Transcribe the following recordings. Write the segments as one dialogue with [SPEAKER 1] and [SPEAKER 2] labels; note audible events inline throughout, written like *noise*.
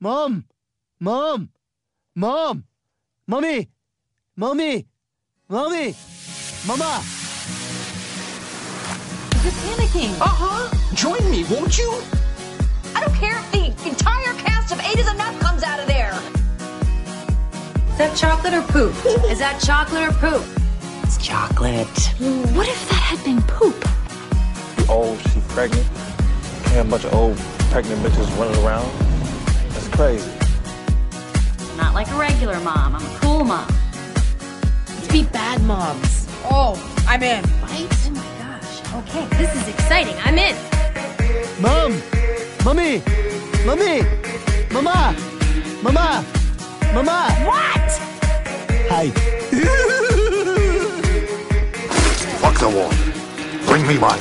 [SPEAKER 1] Mom! Mom! Mom! Mommy! Mommy! Mommy! Mama!
[SPEAKER 2] You're panicking.
[SPEAKER 3] Uh huh. Join me, won't you?
[SPEAKER 2] I don't care if the entire cast of Eight is Enough comes out of there. Is that chocolate or *laughs* poop? Is that chocolate or poop?
[SPEAKER 3] It's chocolate.
[SPEAKER 4] What if that had been poop?
[SPEAKER 5] old, she pregnant. Can't have a bunch of old pregnant bitches running around. That's crazy.
[SPEAKER 6] Not like a regular mom. I'm a cool mom.
[SPEAKER 4] To be bad moms,
[SPEAKER 2] Oh, I'm in.
[SPEAKER 4] right? Oh my gosh.
[SPEAKER 6] Okay, this is exciting. I'm in.
[SPEAKER 1] Mom! Mommy! Mommy! Mama! Mama! Mama!
[SPEAKER 6] What?
[SPEAKER 1] Hi. *laughs*
[SPEAKER 7] Fuck the water. Bring me wine.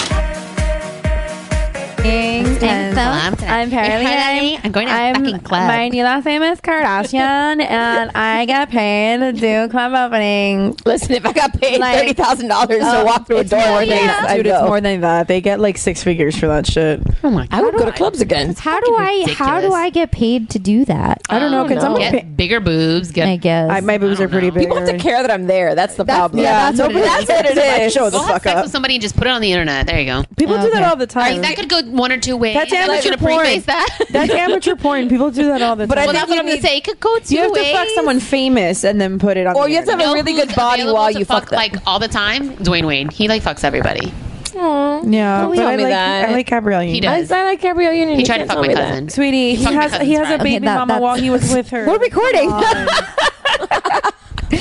[SPEAKER 4] I'm today.
[SPEAKER 8] I'm Paralyn.
[SPEAKER 4] Hi, I'm going to a fucking club.
[SPEAKER 8] My new last name is
[SPEAKER 2] *laughs*
[SPEAKER 8] Kardashian, and I get paid to do club openings.
[SPEAKER 9] Listen, if I got paid
[SPEAKER 8] Like-
[SPEAKER 9] thirty thousand dollars to walk through a door,
[SPEAKER 8] more
[SPEAKER 9] one
[SPEAKER 8] than
[SPEAKER 9] day,
[SPEAKER 8] that.
[SPEAKER 9] I'd
[SPEAKER 8] Dude,
[SPEAKER 9] go.
[SPEAKER 8] it's more than that. They get like six figures for that shit.
[SPEAKER 9] Oh my I would go to clubs again.
[SPEAKER 4] How do I? How do I get paid to do that?
[SPEAKER 8] I don't know because I'm a
[SPEAKER 10] Oh, Get
[SPEAKER 8] pa-
[SPEAKER 10] bigger boobs. Get
[SPEAKER 4] I guess.
[SPEAKER 8] I, my boobs are pretty big.
[SPEAKER 9] People have to care that I'm there. That's the problem.
[SPEAKER 8] yeah, that's what it
[SPEAKER 9] that's
[SPEAKER 8] is.
[SPEAKER 9] what it
[SPEAKER 8] That's
[SPEAKER 9] is.
[SPEAKER 8] Show the
[SPEAKER 10] We'll have
[SPEAKER 8] fuck
[SPEAKER 10] sex
[SPEAKER 8] up.
[SPEAKER 10] with somebody and just put it on the internet. There you go.
[SPEAKER 8] People do that
[SPEAKER 4] Okay.
[SPEAKER 8] all the
[SPEAKER 10] I
[SPEAKER 8] time.
[SPEAKER 10] mean, that could go one or two ways.
[SPEAKER 8] That's
[SPEAKER 10] I'm just
[SPEAKER 8] amateur
[SPEAKER 10] gonna
[SPEAKER 8] porn.
[SPEAKER 10] preface that.
[SPEAKER 8] That's amateur porn. People do that all the
[SPEAKER 9] But I
[SPEAKER 8] time.
[SPEAKER 10] well, that's
[SPEAKER 9] think
[SPEAKER 10] what
[SPEAKER 9] you
[SPEAKER 10] I'm gonna
[SPEAKER 9] need-
[SPEAKER 10] say. It could go two
[SPEAKER 8] you have
[SPEAKER 10] ways.
[SPEAKER 8] to fuck someone famous and then put it on.
[SPEAKER 9] Or
[SPEAKER 8] the
[SPEAKER 9] you have to have
[SPEAKER 8] internet.
[SPEAKER 9] a really
[SPEAKER 10] who's
[SPEAKER 9] good body
[SPEAKER 10] available
[SPEAKER 9] while
[SPEAKER 10] to
[SPEAKER 9] you fuck them.
[SPEAKER 10] like all the time. Dwayne Wade, he like fucks everybody.
[SPEAKER 8] Yeah,
[SPEAKER 9] Don't
[SPEAKER 8] but
[SPEAKER 9] tell
[SPEAKER 8] I
[SPEAKER 9] me
[SPEAKER 8] like
[SPEAKER 9] that.
[SPEAKER 8] I like Gabrielle. Union.
[SPEAKER 10] He does.
[SPEAKER 9] I like Gabrielle Union.
[SPEAKER 10] He tried to fuck my cousin.
[SPEAKER 8] Sweetie, he
[SPEAKER 10] Fuck my
[SPEAKER 8] has
[SPEAKER 10] cousin's
[SPEAKER 8] he has a
[SPEAKER 10] friend.
[SPEAKER 8] baby
[SPEAKER 4] Okay, that-
[SPEAKER 8] mama
[SPEAKER 4] that's-
[SPEAKER 8] while he was with her.
[SPEAKER 9] We're recording.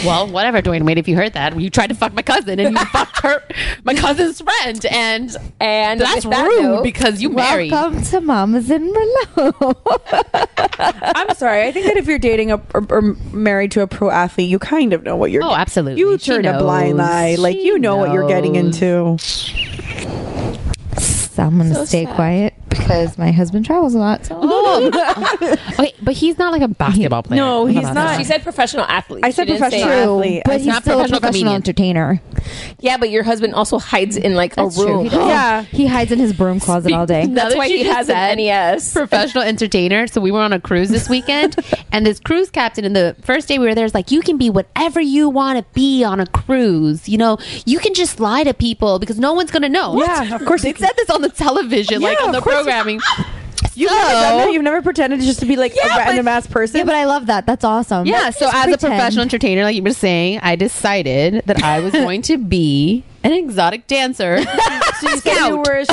[SPEAKER 10] Well, whatever, Dwayne Wade. If you heard that, you tried to fuck my cousin and *laughs* you fucked her, my cousin's friend, and
[SPEAKER 9] and
[SPEAKER 10] that's
[SPEAKER 9] with that
[SPEAKER 10] rude
[SPEAKER 9] note-
[SPEAKER 10] because you married.
[SPEAKER 4] Welcome to Mamas in Merlot.
[SPEAKER 8] I'm sorry. I think that if you're dating a, or, or married to a pro athlete, you kind of know what you're.
[SPEAKER 10] Oh,
[SPEAKER 8] getting.
[SPEAKER 10] absolutely.
[SPEAKER 8] You
[SPEAKER 10] She
[SPEAKER 8] turn a blind
[SPEAKER 10] knows.
[SPEAKER 8] eye, like
[SPEAKER 10] She
[SPEAKER 8] you know what you're getting
[SPEAKER 10] knows.
[SPEAKER 8] into.
[SPEAKER 4] So I'm gonna stay quiet because my husband travels a lot. So
[SPEAKER 10] Okay, but he's not like a basketball player.
[SPEAKER 8] No,
[SPEAKER 10] What
[SPEAKER 8] he's
[SPEAKER 10] about
[SPEAKER 8] not.
[SPEAKER 10] that?
[SPEAKER 9] She said professional athlete.
[SPEAKER 8] I said
[SPEAKER 9] She didn't say-
[SPEAKER 8] professional. athlete.
[SPEAKER 4] but
[SPEAKER 8] It's
[SPEAKER 4] he's
[SPEAKER 10] not
[SPEAKER 4] still a
[SPEAKER 10] professional
[SPEAKER 4] professional
[SPEAKER 10] comedian.
[SPEAKER 4] entertainer.
[SPEAKER 9] Yeah, but your husband also hides in like
[SPEAKER 4] That's
[SPEAKER 9] a
[SPEAKER 4] true.
[SPEAKER 9] room.
[SPEAKER 4] He does.
[SPEAKER 8] Yeah.
[SPEAKER 4] he hides in his broom closet
[SPEAKER 10] *laughs*
[SPEAKER 4] all day.
[SPEAKER 10] Now
[SPEAKER 9] That's
[SPEAKER 10] that
[SPEAKER 9] why
[SPEAKER 10] you
[SPEAKER 9] he
[SPEAKER 10] just
[SPEAKER 9] has an E
[SPEAKER 10] said *laughs*
[SPEAKER 9] NES.
[SPEAKER 10] uh, professional entertainer. So we were on a cruise this *laughs* weekend, and this cruise captain, in the first day we were there, is like, "You can be whatever you want to be on a cruise. You know, you can just lie to people because no one's gonna know."
[SPEAKER 8] Yeah, of course
[SPEAKER 10] they
[SPEAKER 8] you can.
[SPEAKER 10] said this on the television, like
[SPEAKER 8] Yeah,
[SPEAKER 10] on the
[SPEAKER 8] of course you-
[SPEAKER 10] programming. *laughs*
[SPEAKER 8] You've never done that. You've never pretended just to be like a random ass person.
[SPEAKER 4] Yeah, but I love that. That's awesome.
[SPEAKER 10] Yeah, so
[SPEAKER 4] Just
[SPEAKER 10] as a
[SPEAKER 4] pretend. *laughs*
[SPEAKER 10] professional entertainer, like you were saying, I decided that I was going to be an exotic *laughs* dancer.
[SPEAKER 8] You
[SPEAKER 10] Scout.
[SPEAKER 8] were *laughs* a-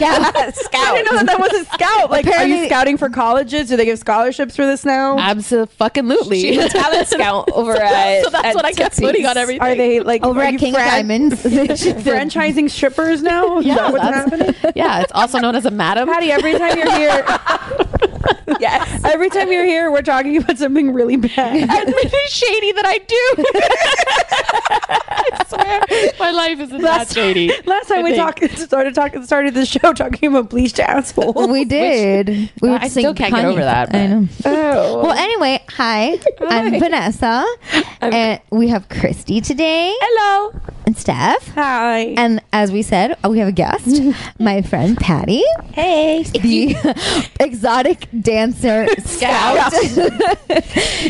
[SPEAKER 4] yeah.
[SPEAKER 8] I
[SPEAKER 9] Scout.
[SPEAKER 8] didn't know that that was a scout. Like, are you
[SPEAKER 4] Apparently-
[SPEAKER 8] scouting for colleges? Do they give scholarships for this now?
[SPEAKER 10] Absolutely. *laughs*
[SPEAKER 9] She's a talent scout *laughs* over at.
[SPEAKER 10] so that's
[SPEAKER 9] at
[SPEAKER 10] what I kept
[SPEAKER 9] Tootsie's.
[SPEAKER 10] putting on everything.
[SPEAKER 8] Are they like
[SPEAKER 4] Over
[SPEAKER 8] are
[SPEAKER 4] oh, at
[SPEAKER 8] you
[SPEAKER 4] King
[SPEAKER 8] fran-
[SPEAKER 4] of Diamonds, they should-
[SPEAKER 8] *laughs* franchising strippers now? Is that what's
[SPEAKER 10] that's-
[SPEAKER 4] *laughs*
[SPEAKER 8] happening?
[SPEAKER 10] *laughs* yeah, it's also known as a madam.
[SPEAKER 8] Patty, every time you're here,
[SPEAKER 9] Yes.
[SPEAKER 8] every time you're here, we're talking about something really
[SPEAKER 4] *laughs*
[SPEAKER 8] bad.
[SPEAKER 10] Everything shady that I do. I swear, my life is not shady.
[SPEAKER 8] Last time we talked, started talking, started the show talking about bleached assholes.
[SPEAKER 4] we did. we were
[SPEAKER 10] I still
[SPEAKER 4] singing
[SPEAKER 10] can't get
[SPEAKER 4] Kanye.
[SPEAKER 10] over that,
[SPEAKER 4] I
[SPEAKER 10] but-
[SPEAKER 4] know.
[SPEAKER 8] *laughs* Oh.
[SPEAKER 4] Well, anyway, hi. I'm Vanessa, and we have Christy today,
[SPEAKER 8] Hello.
[SPEAKER 4] and Steph.
[SPEAKER 8] Hi.
[SPEAKER 4] And as we said, uh, we have a guest,
[SPEAKER 8] *laughs*
[SPEAKER 4] my friend Patty. Hey. The *laughs* exotic dancer scout.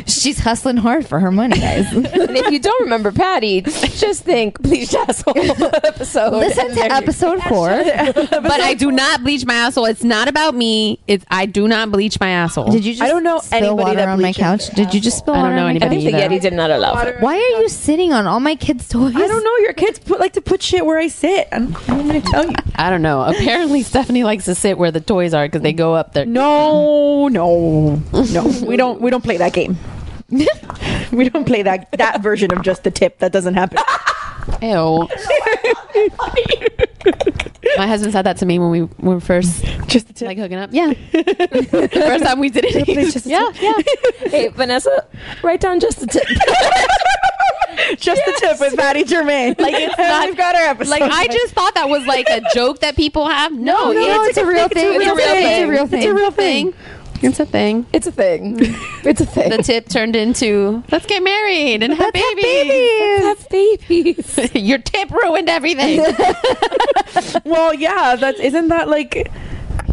[SPEAKER 4] She's hustling hard for her money, guys.
[SPEAKER 8] *laughs*
[SPEAKER 9] And if you don't remember Patty, just think bleached asshole *laughs* episode.
[SPEAKER 4] Listen
[SPEAKER 9] And
[SPEAKER 4] to
[SPEAKER 9] there you-
[SPEAKER 8] *laughs*
[SPEAKER 4] episode four.
[SPEAKER 10] But I do not bleach my asshole. It's not about me. It's I do not bleach my asshole.
[SPEAKER 4] Did you just
[SPEAKER 8] I don't know
[SPEAKER 4] spill
[SPEAKER 8] anybody
[SPEAKER 4] water
[SPEAKER 8] that
[SPEAKER 4] on my
[SPEAKER 8] bleaches
[SPEAKER 4] couch? Did you just spill
[SPEAKER 10] I don't
[SPEAKER 4] water
[SPEAKER 10] know
[SPEAKER 4] on my
[SPEAKER 9] I
[SPEAKER 10] anybody
[SPEAKER 9] think the
[SPEAKER 4] couch?
[SPEAKER 10] either.
[SPEAKER 9] Yeti did not allow it.
[SPEAKER 4] Why are you sitting on all my kids' toys?
[SPEAKER 8] I don't know. Your kids put like to put shit where I sit. I'm, I'm going to tell you.
[SPEAKER 10] I don't know. Apparently, Stephanie likes to sit where the toys are because they go up there.
[SPEAKER 8] No, no, no. We don't. We don't play that game. *laughs* we don't play that that version of just the tip. That doesn't happen. *laughs*
[SPEAKER 10] Ew. my husband said that to me when we were first
[SPEAKER 8] Just the tip.
[SPEAKER 10] like hooking up. Yeah. the *laughs* first time we did *laughs* it. he was-
[SPEAKER 8] just-
[SPEAKER 10] yeah, yeah.
[SPEAKER 9] Hey, Vanessa, write down just the tip.
[SPEAKER 8] just the tip with Patty Germain. Like *laughs*
[SPEAKER 10] it's not-
[SPEAKER 8] We've got our episode.
[SPEAKER 10] Like I just thought that was like a joke that people have. No,
[SPEAKER 4] No, no, it's a real thing.
[SPEAKER 10] It's a real
[SPEAKER 4] It's
[SPEAKER 10] thing.
[SPEAKER 4] a real
[SPEAKER 10] It's a
[SPEAKER 4] thing.
[SPEAKER 10] real thing. It's a thing.
[SPEAKER 9] *laughs* It's a thing. It's a thing.
[SPEAKER 10] The tip turned into let's get married and have babies.
[SPEAKER 9] Have
[SPEAKER 10] *laughs*
[SPEAKER 9] babies.
[SPEAKER 10] Your *laughs* tip ruined everything.
[SPEAKER 8] well, yeah. That's isn't that like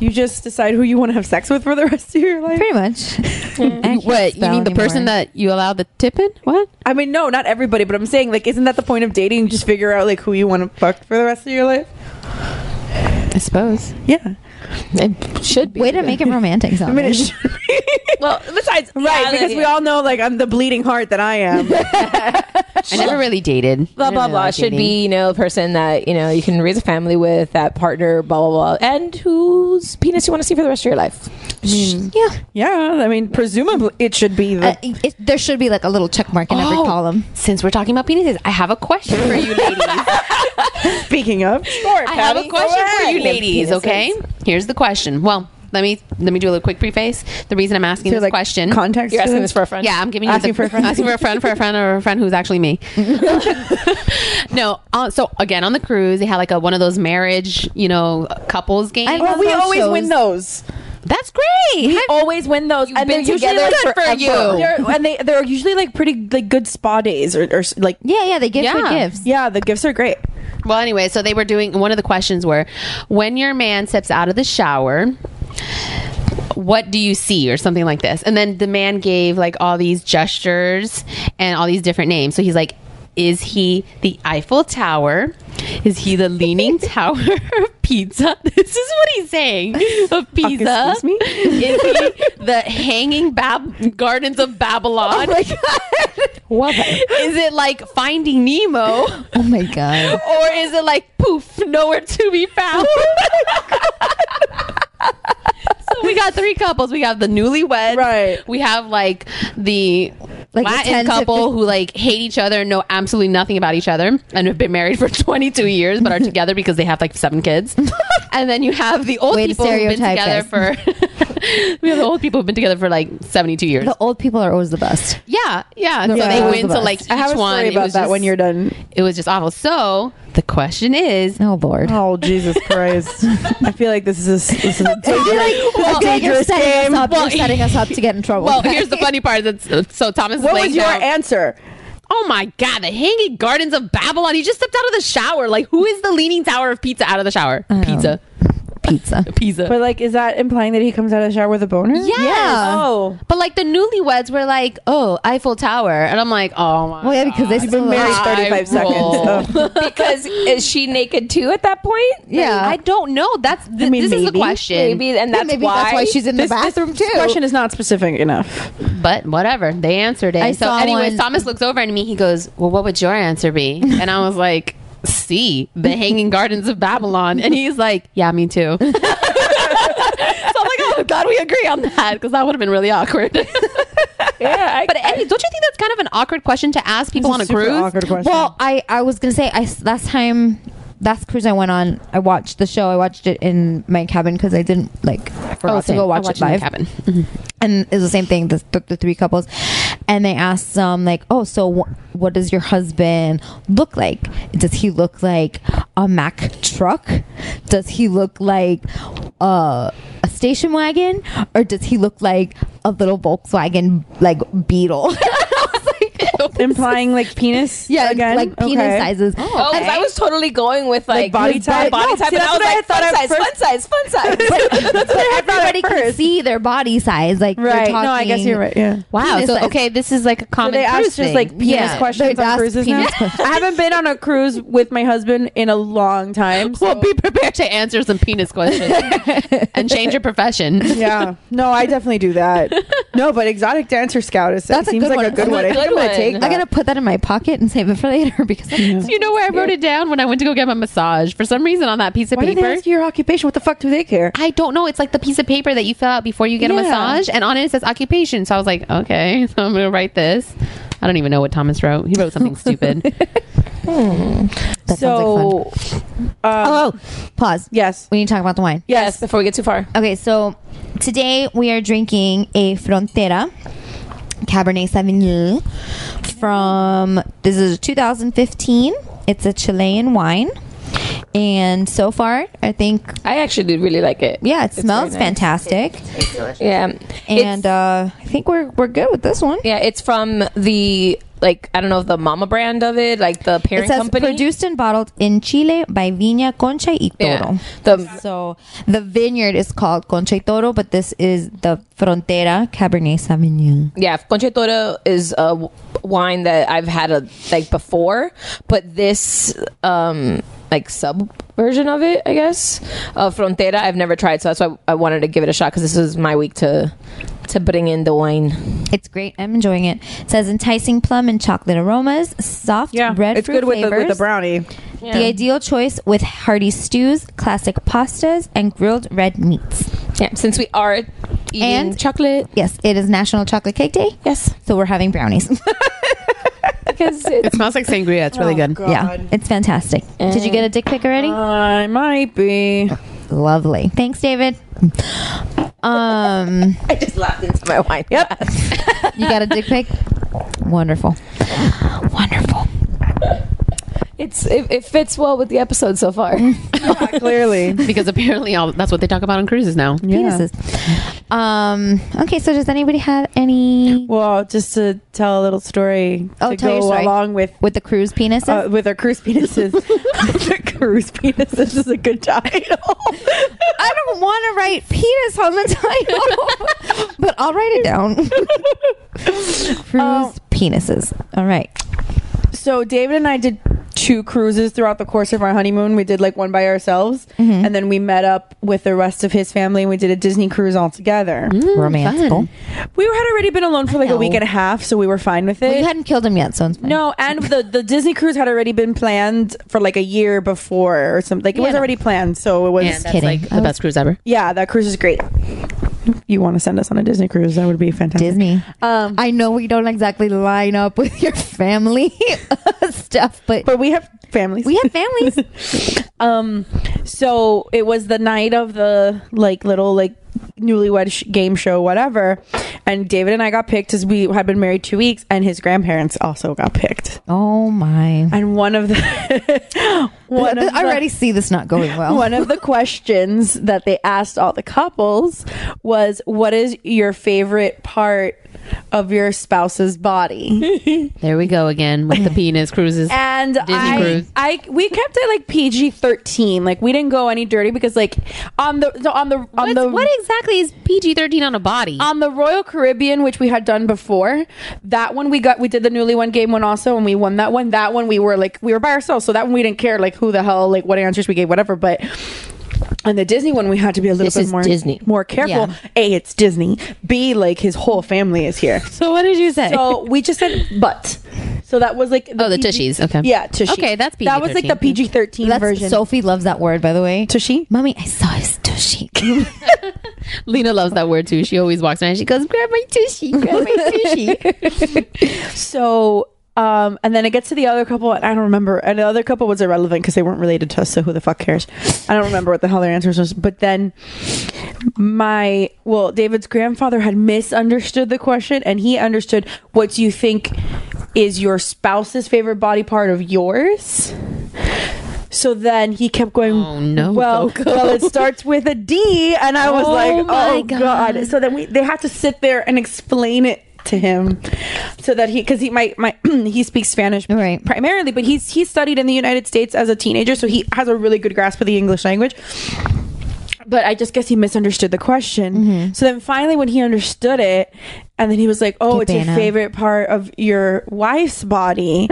[SPEAKER 8] You just decide who you want to have sex with for the *laughs* rest of your life. Pretty
[SPEAKER 4] much.
[SPEAKER 8] *laughs*
[SPEAKER 10] You- what you mean the person that you allow the tip in? What?
[SPEAKER 8] I mean, no, not everybody, but I'm saying like, isn't that the point of dating? Just figure out like who you want to fuck for the rest of your life.
[SPEAKER 10] I suppose.
[SPEAKER 8] Yeah.
[SPEAKER 9] It should be.
[SPEAKER 4] Way to make it
[SPEAKER 10] *laughs*
[SPEAKER 4] romantic
[SPEAKER 8] I mean,
[SPEAKER 4] sounding.
[SPEAKER 8] it should be.
[SPEAKER 9] Well, *laughs* besides,
[SPEAKER 8] right, because we all know like I'm the bleeding heart that I am.
[SPEAKER 10] I never really dated.
[SPEAKER 9] blah blah blah should be you know a person that you know you can raise a family with that partner blah blah blah and whose penis you want to see for the rest of your life
[SPEAKER 4] yeah.
[SPEAKER 8] yeah, I mean, presumably it should be the
[SPEAKER 4] Uh, it, there should be like a little check mark in every
[SPEAKER 10] Oh.
[SPEAKER 4] column.
[SPEAKER 10] Since we're talking about penises, I have a question for you *laughs* ladies.
[SPEAKER 8] Speaking of, sure,
[SPEAKER 10] I have a
[SPEAKER 8] Patty, go
[SPEAKER 10] question for
[SPEAKER 8] ahead.
[SPEAKER 10] you ladies, okay? Here's the question. Well, let me let me do a little quick preface. The reason I'm asking
[SPEAKER 8] Is there,
[SPEAKER 10] this
[SPEAKER 8] like,
[SPEAKER 10] question
[SPEAKER 8] Context.
[SPEAKER 9] you're
[SPEAKER 8] to
[SPEAKER 9] asking this for a friend
[SPEAKER 10] Yeah, I'm giving you
[SPEAKER 8] Asking
[SPEAKER 10] the,
[SPEAKER 8] for a friend.
[SPEAKER 10] asking for a friend, for a friend, or a friend who's actually me. *laughs* no, uh, so again on the cruise, they had like a one of those marriage, you know, couples games.
[SPEAKER 4] I
[SPEAKER 8] Well, we
[SPEAKER 4] Those
[SPEAKER 8] always
[SPEAKER 4] shows.
[SPEAKER 8] win those.
[SPEAKER 10] That's great.
[SPEAKER 8] We always win those,
[SPEAKER 10] You've been together Good for you.
[SPEAKER 8] forever. They're, and they they're usually like pretty like good spa days or, or like
[SPEAKER 4] Yeah, yeah, they give good
[SPEAKER 10] Yeah.
[SPEAKER 4] gifts.
[SPEAKER 8] yeah, the gifts are great.
[SPEAKER 10] Well, anyway, so they were doing one of the questions were when your man steps out of the shower, what do you see or something like this? And then the man gave like all these gestures and all these different names. So he's like is he the Eiffel Tower? Is he the
[SPEAKER 8] *laughs*
[SPEAKER 10] Leaning Tower of Pizza? *laughs* This is what he's saying of pizza.
[SPEAKER 8] Oh, excuse me?
[SPEAKER 10] *laughs* Is he the Hanging Bab- Gardens of Babylon?
[SPEAKER 8] Oh
[SPEAKER 4] What?
[SPEAKER 10] is it like Finding Nemo?
[SPEAKER 8] *laughs*
[SPEAKER 4] Oh my god.
[SPEAKER 10] or is it like poof, nowhere to be found? so we got three couples. We have the newlyweds.
[SPEAKER 8] Right.
[SPEAKER 10] We have like the
[SPEAKER 4] Like the 10
[SPEAKER 10] Latin
[SPEAKER 4] to
[SPEAKER 10] couple
[SPEAKER 4] 15
[SPEAKER 10] who like hate each other and know absolutely nothing about each other and have been married for *laughs* 22 years but are together because they have like seven kids. and then you have the old
[SPEAKER 4] Way to
[SPEAKER 10] people who've been together
[SPEAKER 4] stereotype
[SPEAKER 10] for *laughs* we have the old people who've been together for like 72 years.
[SPEAKER 4] The old people are always the best.
[SPEAKER 10] yeah, yeah. So
[SPEAKER 4] Yeah.
[SPEAKER 10] they
[SPEAKER 4] That was
[SPEAKER 10] win
[SPEAKER 4] the
[SPEAKER 10] to
[SPEAKER 4] best.
[SPEAKER 10] like each
[SPEAKER 8] I have a
[SPEAKER 10] one.
[SPEAKER 8] story
[SPEAKER 10] It
[SPEAKER 8] about
[SPEAKER 10] was
[SPEAKER 8] that
[SPEAKER 10] just-
[SPEAKER 8] when you're done.
[SPEAKER 10] it was just awful. So the question is,
[SPEAKER 4] Oh lord.
[SPEAKER 8] Oh Jesus Christ! I feel like this is a, this is a *laughs*
[SPEAKER 4] I feel
[SPEAKER 8] dangerous,
[SPEAKER 4] like, I feel like you're
[SPEAKER 8] dangerous
[SPEAKER 4] setting
[SPEAKER 8] game.
[SPEAKER 4] us up.
[SPEAKER 10] Well,
[SPEAKER 4] you're setting us up to get in
[SPEAKER 10] *laughs*
[SPEAKER 4] trouble.
[SPEAKER 10] Well, here's the funny part. That's so Thomas.
[SPEAKER 8] What
[SPEAKER 10] is
[SPEAKER 8] was
[SPEAKER 10] laying
[SPEAKER 8] your
[SPEAKER 10] down-
[SPEAKER 8] answer?
[SPEAKER 10] Oh my God! The Hanging Gardens of Babylon. He just stepped out of the shower. Like, who is the Leaning Tower of Pizza out of the shower? Pizza,
[SPEAKER 4] pizza.
[SPEAKER 10] pizza.
[SPEAKER 8] But like, is that implying that he comes out of the shower with a boner?
[SPEAKER 10] yes.
[SPEAKER 4] Yeah.
[SPEAKER 8] Oh,
[SPEAKER 10] But like the newlyweds were like, "Oh, Eiffel Tower," and I'm like, "Oh my."
[SPEAKER 4] Well, yeah, because they've
[SPEAKER 8] been married
[SPEAKER 10] I
[SPEAKER 8] thirty-five
[SPEAKER 10] roll.
[SPEAKER 8] seconds. Oh.
[SPEAKER 9] *laughs* because is she naked too at that point
[SPEAKER 4] Yeah.
[SPEAKER 10] I don't know. That's th-
[SPEAKER 8] mean,
[SPEAKER 10] this is the
[SPEAKER 8] maybe.
[SPEAKER 10] question.
[SPEAKER 9] maybe and that's,
[SPEAKER 4] maybe
[SPEAKER 9] why.
[SPEAKER 4] that's why she's in the
[SPEAKER 8] This- this
[SPEAKER 4] bathroom too.
[SPEAKER 8] Question is not specific enough.
[SPEAKER 10] But whatever, they answered it.
[SPEAKER 4] I
[SPEAKER 10] so,
[SPEAKER 4] saw
[SPEAKER 10] anyways,
[SPEAKER 4] one-
[SPEAKER 10] Thomas looks over at me. He goes, "Well, what would your answer be?" And I was like, "C, the Hanging Gardens of Babylon." And he's like, "Yeah, me too." *laughs* so I'm like, "Oh God, we agree on that," because that would have been really
[SPEAKER 8] *laughs*
[SPEAKER 10] awkward.
[SPEAKER 9] yeah I,
[SPEAKER 10] but Eddie, don't you think that's kind of an awkward question to ask people on a
[SPEAKER 8] Super
[SPEAKER 10] cruise?
[SPEAKER 8] awkward question.
[SPEAKER 4] Well, I I was gonna say I s- last time last cruise I went on, I watched the show. I watched it in my cabin because I didn't like I forgot to
[SPEAKER 10] same.
[SPEAKER 4] go
[SPEAKER 10] I
[SPEAKER 4] watch
[SPEAKER 10] watched
[SPEAKER 4] it
[SPEAKER 10] in my
[SPEAKER 4] live.
[SPEAKER 10] cabin.
[SPEAKER 4] *laughs* and it was the same thing. The, th- the three couples, and they asked um like, oh, so wh- what does your husband look like? Does he look like a Mack truck? Does he look like uh, a station wagon, or does he look like a little Volkswagen like Beetle? I was like, oh,
[SPEAKER 8] *laughs* implying like penis.
[SPEAKER 4] *laughs* yeah,
[SPEAKER 8] again,
[SPEAKER 4] like penis
[SPEAKER 8] Okay.
[SPEAKER 4] sizes.
[SPEAKER 9] Oh, 'cause I was totally going with like,
[SPEAKER 8] body
[SPEAKER 9] with
[SPEAKER 8] type?
[SPEAKER 9] body
[SPEAKER 8] No,
[SPEAKER 9] type,
[SPEAKER 8] see,
[SPEAKER 9] and
[SPEAKER 8] that's
[SPEAKER 9] I was
[SPEAKER 8] what I
[SPEAKER 9] like,
[SPEAKER 8] thought
[SPEAKER 9] fun
[SPEAKER 8] at
[SPEAKER 9] size,
[SPEAKER 8] first.
[SPEAKER 9] fun size, fun size.
[SPEAKER 8] *laughs*
[SPEAKER 4] everybody can see their body size. Like you're
[SPEAKER 8] Right. No, I
[SPEAKER 4] talking
[SPEAKER 8] guess you're right. Yeah.
[SPEAKER 10] Wow.
[SPEAKER 4] penis
[SPEAKER 10] So
[SPEAKER 4] size.
[SPEAKER 10] okay, this is like a
[SPEAKER 8] So
[SPEAKER 10] common.
[SPEAKER 8] they
[SPEAKER 10] cruise
[SPEAKER 8] ask just
[SPEAKER 10] thing.
[SPEAKER 8] like penis
[SPEAKER 4] Yeah,
[SPEAKER 8] questions
[SPEAKER 4] they
[SPEAKER 8] on
[SPEAKER 4] ask
[SPEAKER 8] cruises
[SPEAKER 4] penis
[SPEAKER 8] *laughs*
[SPEAKER 4] *laughs*
[SPEAKER 8] now.
[SPEAKER 4] questions.
[SPEAKER 8] I haven't been on a cruise with my husband in a long time. So.
[SPEAKER 10] Well, be prepared to answer some penis
[SPEAKER 8] *laughs*
[SPEAKER 10] questions and change your profession.
[SPEAKER 8] yeah, no, I definitely do that. No, but exotic dancer scout is
[SPEAKER 4] That's
[SPEAKER 8] That's
[SPEAKER 4] a
[SPEAKER 8] seems
[SPEAKER 4] good
[SPEAKER 8] like a
[SPEAKER 4] one.
[SPEAKER 8] good one. I think
[SPEAKER 9] Good
[SPEAKER 8] I'm gonna
[SPEAKER 9] one.
[SPEAKER 8] take.
[SPEAKER 4] I
[SPEAKER 8] That.
[SPEAKER 4] gotta put that in my pocket and save it for later *laughs* because
[SPEAKER 10] Do you know where I wrote it down when I went to go get my massage? For some reason, on that piece of
[SPEAKER 8] Why do they
[SPEAKER 10] paper.
[SPEAKER 8] ask you your occupation? What the fuck do they care?
[SPEAKER 10] I don't know. It's like the piece of paper that you fill out before you get
[SPEAKER 8] Yeah.
[SPEAKER 10] a massage, and on it it says occupation. So I was like, okay, *laughs* so I'm gonna write this. I don't even know what Thomas wrote. He wrote something *laughs* stupid.
[SPEAKER 4] that sounds like fun.
[SPEAKER 8] so, um,
[SPEAKER 4] Oh, oh, pause.
[SPEAKER 8] yes,
[SPEAKER 4] We need to talk about the wine.
[SPEAKER 9] yes, before we get too far.
[SPEAKER 4] Okay, so today we are drinking a Frontera Cabernet Sauvignon from this is 2015. It's a Chilean wine. And so far, I think
[SPEAKER 9] I actually did really like it.
[SPEAKER 4] Yeah, it
[SPEAKER 9] It's
[SPEAKER 4] smells
[SPEAKER 9] very nice.
[SPEAKER 4] fantastic.
[SPEAKER 9] Yeah.
[SPEAKER 4] And uh, I think we're we're good with this one.
[SPEAKER 9] Yeah, it's from the like I don't know if the mama brand of it, like the parent
[SPEAKER 4] it says
[SPEAKER 9] company.
[SPEAKER 4] produced and bottled in Chile by Viña Concha y Toro. so the vineyard is called Concha y Toro, but this is the Frontera Cabernet Sauvignon.
[SPEAKER 9] Yeah, Concha Toro is a w- wine that I've had a like before, but this um like sub version of it, I guess, uh, Frontera, I've never tried, so that's why I wanted to give it a shot because this is my week to to bring in the wine.
[SPEAKER 4] It's great. I'm enjoying it. It says enticing plum and chocolate aromas, soft red
[SPEAKER 8] it's
[SPEAKER 4] fruit
[SPEAKER 8] good with the, with the
[SPEAKER 4] flavors.
[SPEAKER 8] brownie.
[SPEAKER 4] The ideal choice with hearty stews, classic pastas, and grilled red meats.
[SPEAKER 9] Yeah, since we are eating chocolate.
[SPEAKER 4] Yes, it is National Chocolate Cake Day.
[SPEAKER 9] Yes.
[SPEAKER 4] So we're having brownies. *laughs*
[SPEAKER 9] because
[SPEAKER 10] it smells like sangria. It's really good.
[SPEAKER 4] yeah, it's fantastic. Did you get a dick pic already?
[SPEAKER 9] Uh,
[SPEAKER 8] I might be.
[SPEAKER 4] Lovely. Thanks, David. Um,
[SPEAKER 9] *laughs* I just laughed into my wine. Yep.
[SPEAKER 4] you got a dick pic? Wonderful. Wonderful.
[SPEAKER 9] It's it, it fits well with the episode so *laughs* far.
[SPEAKER 8] *laughs* Clearly.
[SPEAKER 10] because apparently all, that's what they talk about on cruises now.
[SPEAKER 4] Penises. Um, okay, so does anybody have any?
[SPEAKER 8] Well, just to tell a little story
[SPEAKER 4] Oh,
[SPEAKER 8] to
[SPEAKER 4] tell
[SPEAKER 8] go
[SPEAKER 4] your story.
[SPEAKER 8] along with
[SPEAKER 4] With the cruise penises?
[SPEAKER 8] uh, with our cruise *laughs* penises. the cruise penises is a good *laughs* title.
[SPEAKER 4] I don't want to write penis on the title, *laughs* but I'll write
[SPEAKER 9] *laughs*
[SPEAKER 4] it down. Cruise
[SPEAKER 9] Um,
[SPEAKER 4] penises. All right.
[SPEAKER 8] so David and I did two cruises throughout the course of our honeymoon. We did like one by ourselves, and then we met up with the rest of his family. and We did a Disney cruise all together.
[SPEAKER 9] Hmm,
[SPEAKER 4] Romantical.
[SPEAKER 8] Mm-hmm. We had already been alone for like a week
[SPEAKER 4] know.
[SPEAKER 8] and a half, so we were fine with it.
[SPEAKER 4] Well, you hadn't killed him yet, so it's
[SPEAKER 8] *laughs*
[SPEAKER 4] fine.
[SPEAKER 8] No, and the the Disney cruise had already been planned for like a year before or something. Like it was already planned, so it was
[SPEAKER 10] And that's
[SPEAKER 4] kidding.
[SPEAKER 10] like the best cruise ever.
[SPEAKER 8] yeah. That cruise is great. You want to send us on a Disney cruise? That would be fantastic.
[SPEAKER 4] Disney.
[SPEAKER 8] Um,
[SPEAKER 4] I know we don't exactly line up with *laughs* your family stuff, but
[SPEAKER 8] but we have families.
[SPEAKER 4] we
[SPEAKER 10] *laughs*
[SPEAKER 4] have families.
[SPEAKER 8] um. So it was the night of the like little like newlywed sh- game show, whatever. And David and I got picked as we had been married two weeks, and his grandparents also got picked.
[SPEAKER 4] Oh my.
[SPEAKER 8] And one of the *laughs* one of
[SPEAKER 4] *laughs* I
[SPEAKER 8] the-
[SPEAKER 4] already see this not going well.
[SPEAKER 8] One of the questions that they asked all the couples was, "What is your favorite part of your spouse's body?"
[SPEAKER 10] There we go again with *laughs* the penis cruises.
[SPEAKER 8] And
[SPEAKER 10] Disney
[SPEAKER 8] I,
[SPEAKER 10] cruise.
[SPEAKER 8] I, we kept it like PG thirteen. Like we didn't go any dirty because, like, on the so on the on
[SPEAKER 10] What's-
[SPEAKER 8] the
[SPEAKER 10] what exactly is PG thirteen on a body?
[SPEAKER 8] on the Royal Caribbean, which we had done before, that one we got, we did the newly won game one also, and we won that one. That one we were like, we were by ourselves, so that one we didn't care like who the hell, like what answers we gave, whatever. But on the Disney one, we had to be a little
[SPEAKER 9] This
[SPEAKER 8] bit
[SPEAKER 9] is
[SPEAKER 8] more
[SPEAKER 9] Disney.
[SPEAKER 8] more careful.
[SPEAKER 4] Yeah.
[SPEAKER 8] A, it's Disney. B, like his whole family is here,
[SPEAKER 10] so what did you say? *laughs*
[SPEAKER 8] so we just said but. So that was like the
[SPEAKER 10] Oh, the tushies, okay.
[SPEAKER 8] yeah, tushy.
[SPEAKER 10] Okay, that's
[SPEAKER 8] that was like the PG
[SPEAKER 10] PG-13.
[SPEAKER 8] thirteen
[SPEAKER 4] That's
[SPEAKER 8] version.
[SPEAKER 4] Sophie loves that word, by the way.
[SPEAKER 8] tushy.
[SPEAKER 4] Mommy, I saw his tushy.
[SPEAKER 10] Lena loves that word too. She always walks around. and She goes, "Grab my tushy, grab my
[SPEAKER 4] *laughs*
[SPEAKER 10] tushy."
[SPEAKER 8] So, um, and then it gets to the other couple, and I don't remember. And the other couple was irrelevant because they weren't related to us, so who the fuck cares? I don't remember what the hell their answers was. But then my, well, David's grandfather had misunderstood the question, and he understood what do you think is your spouse's favorite body part of yours? So then he kept going.
[SPEAKER 10] Oh, no,
[SPEAKER 8] Well,
[SPEAKER 10] Coco.
[SPEAKER 8] well, it starts with a D, and I was
[SPEAKER 10] Oh,
[SPEAKER 8] like,
[SPEAKER 10] my
[SPEAKER 8] "Oh God!" So then we they had to sit there and explain it to him, so that he because he my my *clears throat* he speaks Spanish
[SPEAKER 4] Right.
[SPEAKER 8] primarily, but he's he studied in the United States as a teenager, so he has a really good grasp of the English language. But I just guess he misunderstood the question. So then finally, when he understood it, and then he was like, "Oh,
[SPEAKER 4] Qué
[SPEAKER 8] it's your
[SPEAKER 4] pena.
[SPEAKER 8] favorite part of your wife's body."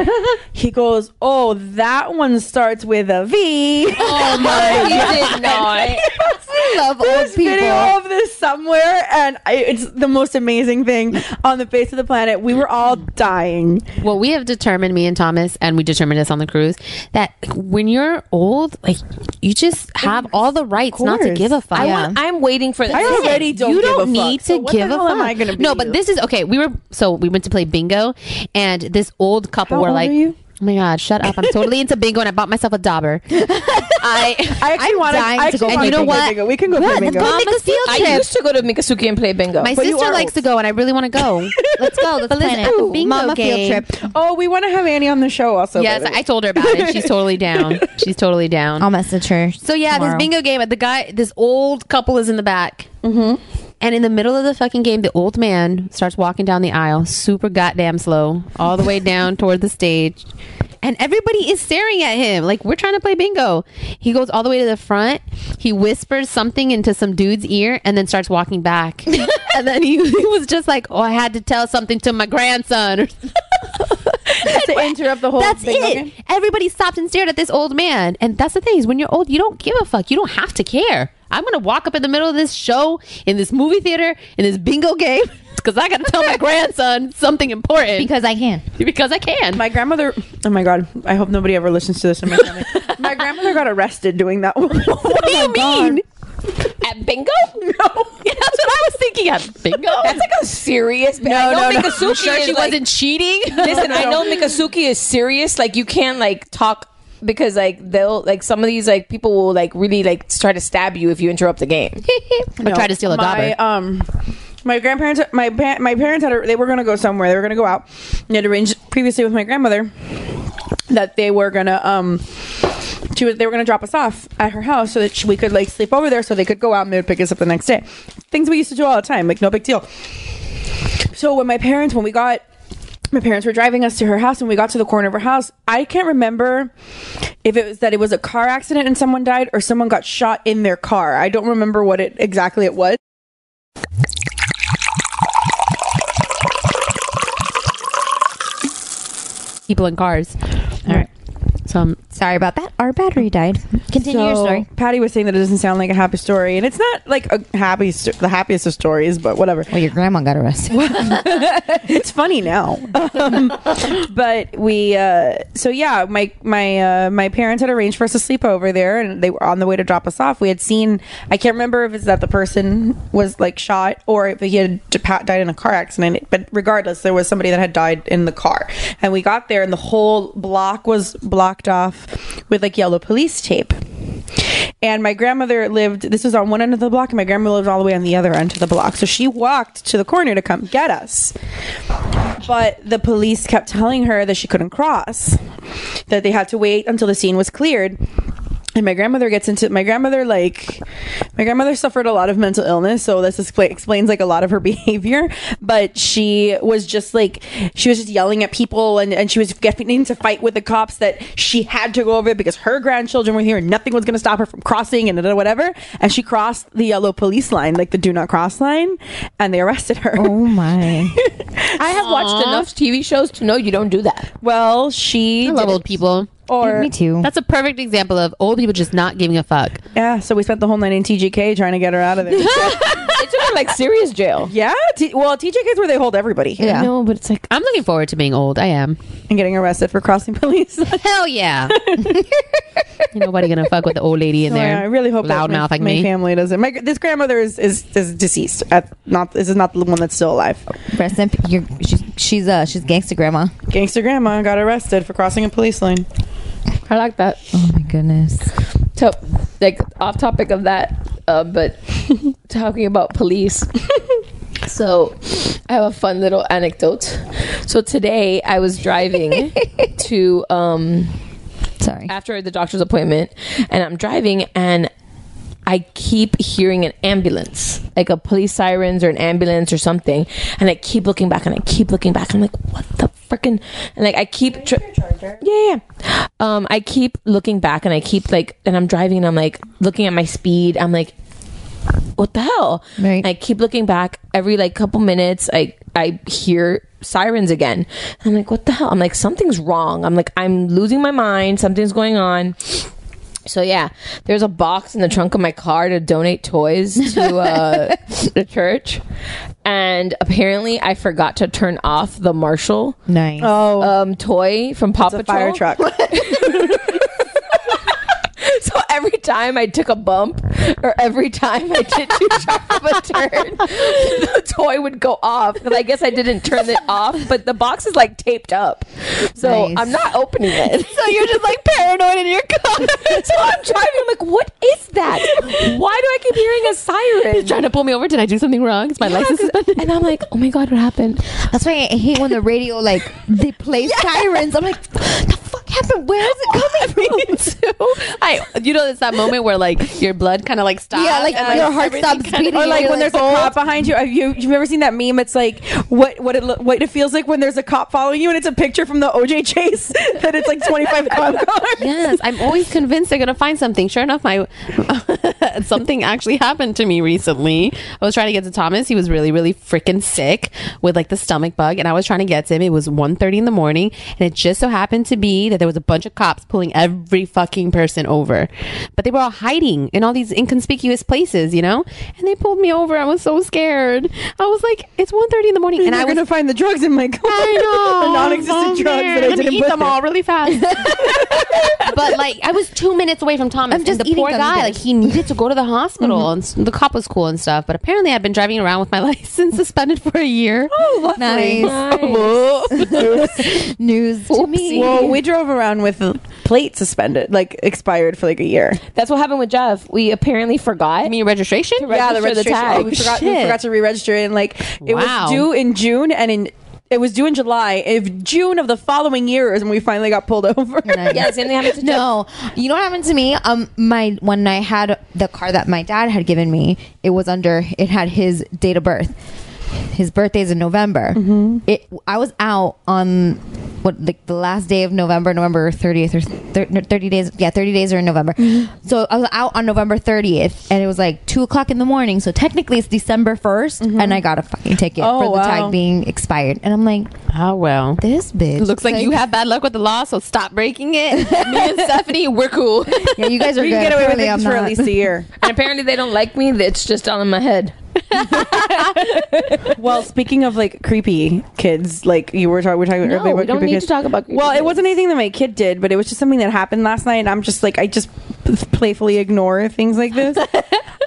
[SPEAKER 8] he goes, "Oh, that one starts with a V." *laughs*
[SPEAKER 9] Oh my! you did not.
[SPEAKER 10] *laughs*
[SPEAKER 4] I love old
[SPEAKER 8] There's
[SPEAKER 4] people.
[SPEAKER 8] video of this somewhere, and I, it's the most amazing thing on the face of the planet. We were all dying.
[SPEAKER 10] Well, we have determined, me and Thomas, and we determined this on the cruise, that when you're old, like you just have all the rights not to
[SPEAKER 8] course.
[SPEAKER 10] give a fuck.
[SPEAKER 9] I want, I'm waiting for.
[SPEAKER 8] I
[SPEAKER 9] this.
[SPEAKER 8] already don't
[SPEAKER 10] you
[SPEAKER 8] give
[SPEAKER 10] don't
[SPEAKER 8] a fuck,
[SPEAKER 10] need
[SPEAKER 8] so
[SPEAKER 10] to
[SPEAKER 8] what the
[SPEAKER 10] give a
[SPEAKER 8] hell
[SPEAKER 10] fuck.
[SPEAKER 8] am I gonna be?
[SPEAKER 10] no, but this is okay. We were so we went to play bingo, and this old couple
[SPEAKER 8] How
[SPEAKER 10] were
[SPEAKER 8] old
[SPEAKER 10] like,
[SPEAKER 8] are you?
[SPEAKER 10] Oh my god, shut up. I'm totally into bingo and I bought myself a
[SPEAKER 8] *laughs*
[SPEAKER 10] dauber. I
[SPEAKER 8] I actually
[SPEAKER 10] I'm
[SPEAKER 8] wanna- I
[SPEAKER 10] dying
[SPEAKER 8] actually
[SPEAKER 10] to go
[SPEAKER 8] wanna
[SPEAKER 10] and you
[SPEAKER 8] play
[SPEAKER 10] know what?
[SPEAKER 8] bingo. We can go play
[SPEAKER 10] Good,
[SPEAKER 8] bingo.
[SPEAKER 10] Let's go make a field
[SPEAKER 9] I
[SPEAKER 10] trip.
[SPEAKER 9] used to go to Mikasuki and play bingo.
[SPEAKER 10] My sister likes to go and I really want to go. Let's go. Let's plan it. Bingo
[SPEAKER 4] Mama field
[SPEAKER 10] game.
[SPEAKER 4] trip.
[SPEAKER 8] Oh, we want to have Annie on the show also.
[SPEAKER 10] Yes, I told her about it. She's totally down. She's totally down.
[SPEAKER 4] I'll message her.
[SPEAKER 10] So yeah,
[SPEAKER 4] tomorrow.
[SPEAKER 10] this bingo game. The guy, this old couple is in the back, mm-hmm. and in the middle of the fucking game, the old man starts walking down the aisle, super goddamn slow, all the way down toward the stage, and everybody is staring at him like we're trying to play bingo. He goes all the way to the front. He whispers something into some dude's ear, and then starts walking back. and then he, he was just like, "Oh, I had to tell something to my grandson." Or
[SPEAKER 8] to interrupt the whole.
[SPEAKER 10] that's
[SPEAKER 8] bingo
[SPEAKER 10] it.
[SPEAKER 8] game.
[SPEAKER 10] Everybody stopped and stared at this old man. And that's the thing is when you're old, you don't give a fuck. You don't have to care. I'm gonna walk up in the middle of this show in this movie theater in this bingo game *laughs* because I gotta tell my grandson something important because,
[SPEAKER 4] because I can.
[SPEAKER 10] I can.
[SPEAKER 8] My grandmother. Oh my god! I hope nobody ever listens to this in my *laughs* family. my grandmother got arrested doing that. *laughs* Oh what do
[SPEAKER 10] you mean? *laughs*
[SPEAKER 9] At *laughs* bingo?
[SPEAKER 10] Yeah, that's what I was thinking of. Bingo.
[SPEAKER 9] *laughs* That's like a serious. No, I know
[SPEAKER 10] no, no.
[SPEAKER 9] Mikasuki
[SPEAKER 10] You sure
[SPEAKER 9] is
[SPEAKER 10] she
[SPEAKER 9] like-
[SPEAKER 10] wasn't cheating. *laughs*
[SPEAKER 9] Listen, I know Mikasuki is serious. Like you can't like talk because like they'll like some of these like people will like really like try to stab you if you interrupt the game.
[SPEAKER 10] I tried to steal a
[SPEAKER 8] my,
[SPEAKER 10] dauber.
[SPEAKER 8] um my grandparents my pa- my parents had a, they were going to go somewhere they were going to go out they had arranged previously with my grandmother that they were going to um she was, they were going to drop us off at her house so that she, we could like sleep over there so they could go out and they would pick us up the next day things we used to do all the time like no big deal so when my parents when we got my parents were driving us to her house and we got to the corner of her house i can't remember if it was that it was a car accident and someone died or someone got shot in their car i don't remember what it exactly it was
[SPEAKER 10] People in cars. All right. So um,
[SPEAKER 4] Sorry about that. Our battery died. Continue your
[SPEAKER 8] So,
[SPEAKER 4] story.
[SPEAKER 8] Patty was saying that it doesn't sound like a happy story, and it's not like a happy sto- the happiest of stories, but whatever.
[SPEAKER 4] Well, your grandma got arrested.
[SPEAKER 8] it's funny now. Um, but we, uh, so yeah, my my uh, my parents had arranged for us to sleep over there, and they were on the way to drop us off. We had seen, I can't remember if it's that the person was like shot or if he had d- pa- died in a car accident. But regardless, there was somebody that had died in the car, and we got there, and the whole block was blocked off with like yellow police tape. And my grandmother lived, this was on one end of the block, and my grandmother lived all the way on the other end of the block. So she walked to the corner to come get us. But the police kept telling her that she couldn't cross, that they had to wait until the scene was cleared. And my grandmother gets into my grandmother like my grandmother suffered a lot of mental illness, so this expla- explains like a lot of her *laughs* behavior. But she was just like she was just yelling at people, and and she was getting into fight with the cops that she had to go over because her grandchildren were here, and nothing was going to stop her from crossing and da- da- whatever. And she crossed the yellow police line, like the do not cross line, and they arrested her. *laughs*
[SPEAKER 4] oh my.
[SPEAKER 9] I have watched enough TV shows to know you don't do that.
[SPEAKER 8] Well, she
[SPEAKER 10] I love
[SPEAKER 8] did
[SPEAKER 10] old
[SPEAKER 8] it.
[SPEAKER 10] people.
[SPEAKER 8] Or
[SPEAKER 4] Me too.
[SPEAKER 10] That's a perfect example of old people just not giving a fuck.
[SPEAKER 8] yeah, so we spent the whole night in TGK trying to get her out of there. *laughs*
[SPEAKER 9] It took her like serious jail.
[SPEAKER 8] yeah, t- well, TGK's where they hold everybody
[SPEAKER 4] Yeah.
[SPEAKER 9] No, but it's like
[SPEAKER 10] I'm looking forward to being old. I am.
[SPEAKER 8] and getting arrested for crossing *laughs* police.
[SPEAKER 10] Hell yeah. *laughs* Ain't nobody gonna fuck with the old lady in
[SPEAKER 8] Oh,
[SPEAKER 10] there.
[SPEAKER 8] yeah, I really hope that
[SPEAKER 10] loud
[SPEAKER 8] my,
[SPEAKER 10] mouth like
[SPEAKER 8] my
[SPEAKER 10] me.
[SPEAKER 8] family doesn't. My gr- this grandmother is is, is deceased. At not this is not the one that's still alive.
[SPEAKER 4] Rest in p- you're- She's she's uh she's gangster grandma.
[SPEAKER 8] Gangster grandma got arrested for crossing a police line.
[SPEAKER 9] I like that.
[SPEAKER 4] Oh my goodness.
[SPEAKER 9] So, like off topic of that, uh, but talking about police. so, I have a fun little anecdote. So today I was driving to um,
[SPEAKER 4] Sorry.
[SPEAKER 9] after the doctor's appointment and I'm driving and I keep hearing an ambulance, like a police sirens or an ambulance or something, and I keep looking back and I keep looking back. I'm like, what the frickin' And like I keep, tri- yeah, yeah, yeah. Um, I keep looking back and I keep like, and I'm driving and I'm like looking at my speed. I'm like, what the hell?
[SPEAKER 4] Right.
[SPEAKER 9] I keep looking back every like couple minutes. I I hear sirens again. I'm like, what the hell? I'm like, something's wrong. I'm like, I'm losing my mind. Something's going on. So yeah, there's a box in the trunk of my car to donate toys to uh, the church, and apparently I forgot to turn off the Marshall
[SPEAKER 4] Nice.
[SPEAKER 8] Oh,
[SPEAKER 9] um, toy from
[SPEAKER 8] *laughs*
[SPEAKER 9] Paw
[SPEAKER 8] it's a
[SPEAKER 9] Patrol.
[SPEAKER 8] fire truck.
[SPEAKER 9] So every time I took a bump or every time I did *laughs* too sharp of a turn, the toy would go off. Because I guess I didn't turn it off, but the box is like taped up. So
[SPEAKER 3] Nice.
[SPEAKER 9] I'm not opening it.
[SPEAKER 3] So you're just, like,
[SPEAKER 9] paranoid in your car. *laughs* so I'm driving. I'm like, what is that? Why do I keep hearing a siren?
[SPEAKER 10] He's trying to pull me over. Did I do something wrong? Is my license suspended?
[SPEAKER 9] And I'm like, oh my god,
[SPEAKER 10] *laughs*
[SPEAKER 9] what happened?
[SPEAKER 4] That's why I hate when the radio like they play sirens. I'm like, the fuck happened? Where is it coming
[SPEAKER 10] from? I, you know, it's that moment where like your blood kind of like stops.
[SPEAKER 4] Yeah, like,
[SPEAKER 10] and,
[SPEAKER 4] your heart
[SPEAKER 10] everything
[SPEAKER 4] stops
[SPEAKER 10] kinda-
[SPEAKER 8] Or like when there's a cop behind you. Have you you've ever seen that meme? It's like what what it lo- what it feels like when there's a cop following you, and it's a picture from the OJ chase *laughs* that it's like 25 cop cars.
[SPEAKER 10] Yes, I'm always convinced they're gonna find something. Sure enough, my *laughs* something actually happened to me recently. I was trying to get to Thomas. He was really, really freaking sick with like the stomach bug, and I was trying to get to him. It was 1.30 in the morning, and it just so happened to be that there was a bunch of cops pulling every fucking person over, but they were all hiding in all these inconspicuous places, you know. And they pulled me over. I was so scared. I was like, it's 1.30 in the morning, and I was
[SPEAKER 8] gonna find the drugs in my car. *laughs*
[SPEAKER 10] I know
[SPEAKER 8] the non-existent
[SPEAKER 10] so
[SPEAKER 8] drugs
[SPEAKER 10] scared.
[SPEAKER 8] that I
[SPEAKER 10] Let me
[SPEAKER 8] didn't
[SPEAKER 10] eat
[SPEAKER 8] put
[SPEAKER 10] them
[SPEAKER 8] there.
[SPEAKER 10] all really fast. *laughs* but like, I was two minutes away from Thomas. I'm just the
[SPEAKER 4] eating
[SPEAKER 10] poor
[SPEAKER 4] gummy
[SPEAKER 10] guy.
[SPEAKER 4] bears.
[SPEAKER 10] Like, he needed to go to the hospital, and s- the cop was cool and stuff. But apparently, I've been driving around with my *laughs* license suspended for a year.
[SPEAKER 8] Oh,
[SPEAKER 4] lovely.
[SPEAKER 8] Nice.
[SPEAKER 4] *laughs* News to me.
[SPEAKER 8] Well, we drove around with a plate suspended, like expired for like a year.
[SPEAKER 9] That's what happened with Jeff. We apparently forgot. You
[SPEAKER 10] mean registration?
[SPEAKER 8] yeah, the registration.
[SPEAKER 9] tag.
[SPEAKER 8] Oh, we, forgot, we forgot to re-register it, and like it
[SPEAKER 9] Wow.
[SPEAKER 8] was due in June, and in it was due in July. If June of the following year is when we finally got pulled *laughs* over.
[SPEAKER 9] yeah, same thing happened to
[SPEAKER 4] no. You know what happened to me? Um, my when I had the car that my dad had given me, it was under it had his date of birth. His birthday's in November. It I was out on what like the last day of November, November thirtieth or thir- no, thirty days. Yeah, thirty days are in November. So I was out on November thirtieth, and it was like two o'clock in the morning. So technically it's December 1st and I got a fucking ticket
[SPEAKER 10] Oh,
[SPEAKER 4] for the
[SPEAKER 10] wow.
[SPEAKER 4] tag being expired. And I'm like,
[SPEAKER 10] oh well,
[SPEAKER 4] this bitch
[SPEAKER 10] Looks like you have bad luck with the law, so stop breaking it. Me and Stephanie, we're cool. *laughs*
[SPEAKER 4] Yeah, you
[SPEAKER 8] *laughs*
[SPEAKER 4] guys
[SPEAKER 9] are We can good. get away with Apparently things I'm for at not. least a
[SPEAKER 8] year.
[SPEAKER 9] And apparently they don't like me. It's just on my head.
[SPEAKER 8] *laughs* well, speaking of like creepy kids, like you were talking, we are talking earlier
[SPEAKER 9] No,
[SPEAKER 8] about
[SPEAKER 9] we don't
[SPEAKER 8] creepy
[SPEAKER 9] need
[SPEAKER 8] kids.
[SPEAKER 9] to talk about creepy
[SPEAKER 8] well, it
[SPEAKER 9] kids.
[SPEAKER 8] wasn't anything that my kid did, but it was just something that happened last night, and I'm just like, I just p- playfully ignore things like
[SPEAKER 4] *laughs*
[SPEAKER 8] this.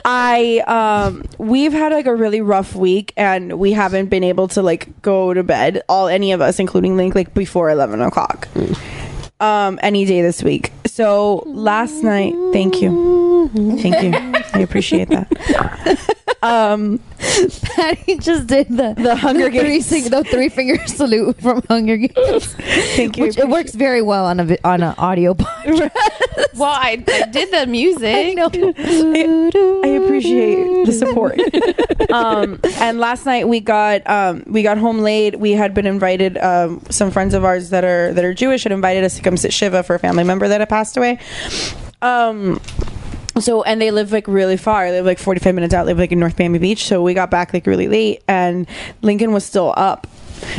[SPEAKER 8] I um, we've had like a really rough week, and we haven't been able to like go to bed, all any of us, including Link, like before eleven o'clock. Um, any day this week. So last night, thank you, thank you, I appreciate that. Um,
[SPEAKER 4] *laughs* Patty just did the
[SPEAKER 8] the Hunger Games.
[SPEAKER 4] three, sing- the three finger *laughs* salute from
[SPEAKER 8] *laughs*
[SPEAKER 4] Hunger Games. *laughs* Thank
[SPEAKER 8] you.
[SPEAKER 4] Which it works very well on a vi- on an audio *laughs* podcast.
[SPEAKER 10] well, I, I did the music.
[SPEAKER 8] *laughs* I appreciate the support. *laughs* um, and last night we got um, we got home late. We had been invited. Um, some friends of ours that are that are Jewish had invited us to come sit shiva for a family member that had passed away. Um, so and they live like really far. They live like forty five minutes out. They live like in North Miami Beach. So we got back like really late, and Lincoln was still up.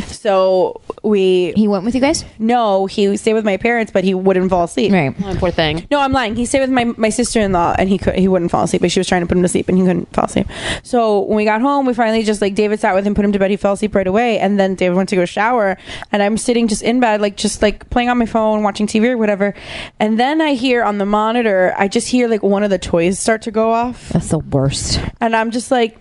[SPEAKER 8] So we
[SPEAKER 4] he went with you guys?
[SPEAKER 8] No, he stayed with my parents, but he wouldn't fall asleep.
[SPEAKER 4] Right,
[SPEAKER 10] poor thing.
[SPEAKER 8] No, I'm lying. He stayed with my, my sister in law, and he could he wouldn't fall asleep. But she was trying to put him to sleep, and he couldn't fall asleep. So when we got home, we finally just like David sat with him, put him to bed. He fell asleep right away, and then David went to go shower, and I'm sitting just in bed, like just like playing on my phone, watching TV or whatever. And then I hear on the monitor, I just hear like one of the toys start to go off,
[SPEAKER 4] That's the worst.
[SPEAKER 8] and I'm just like.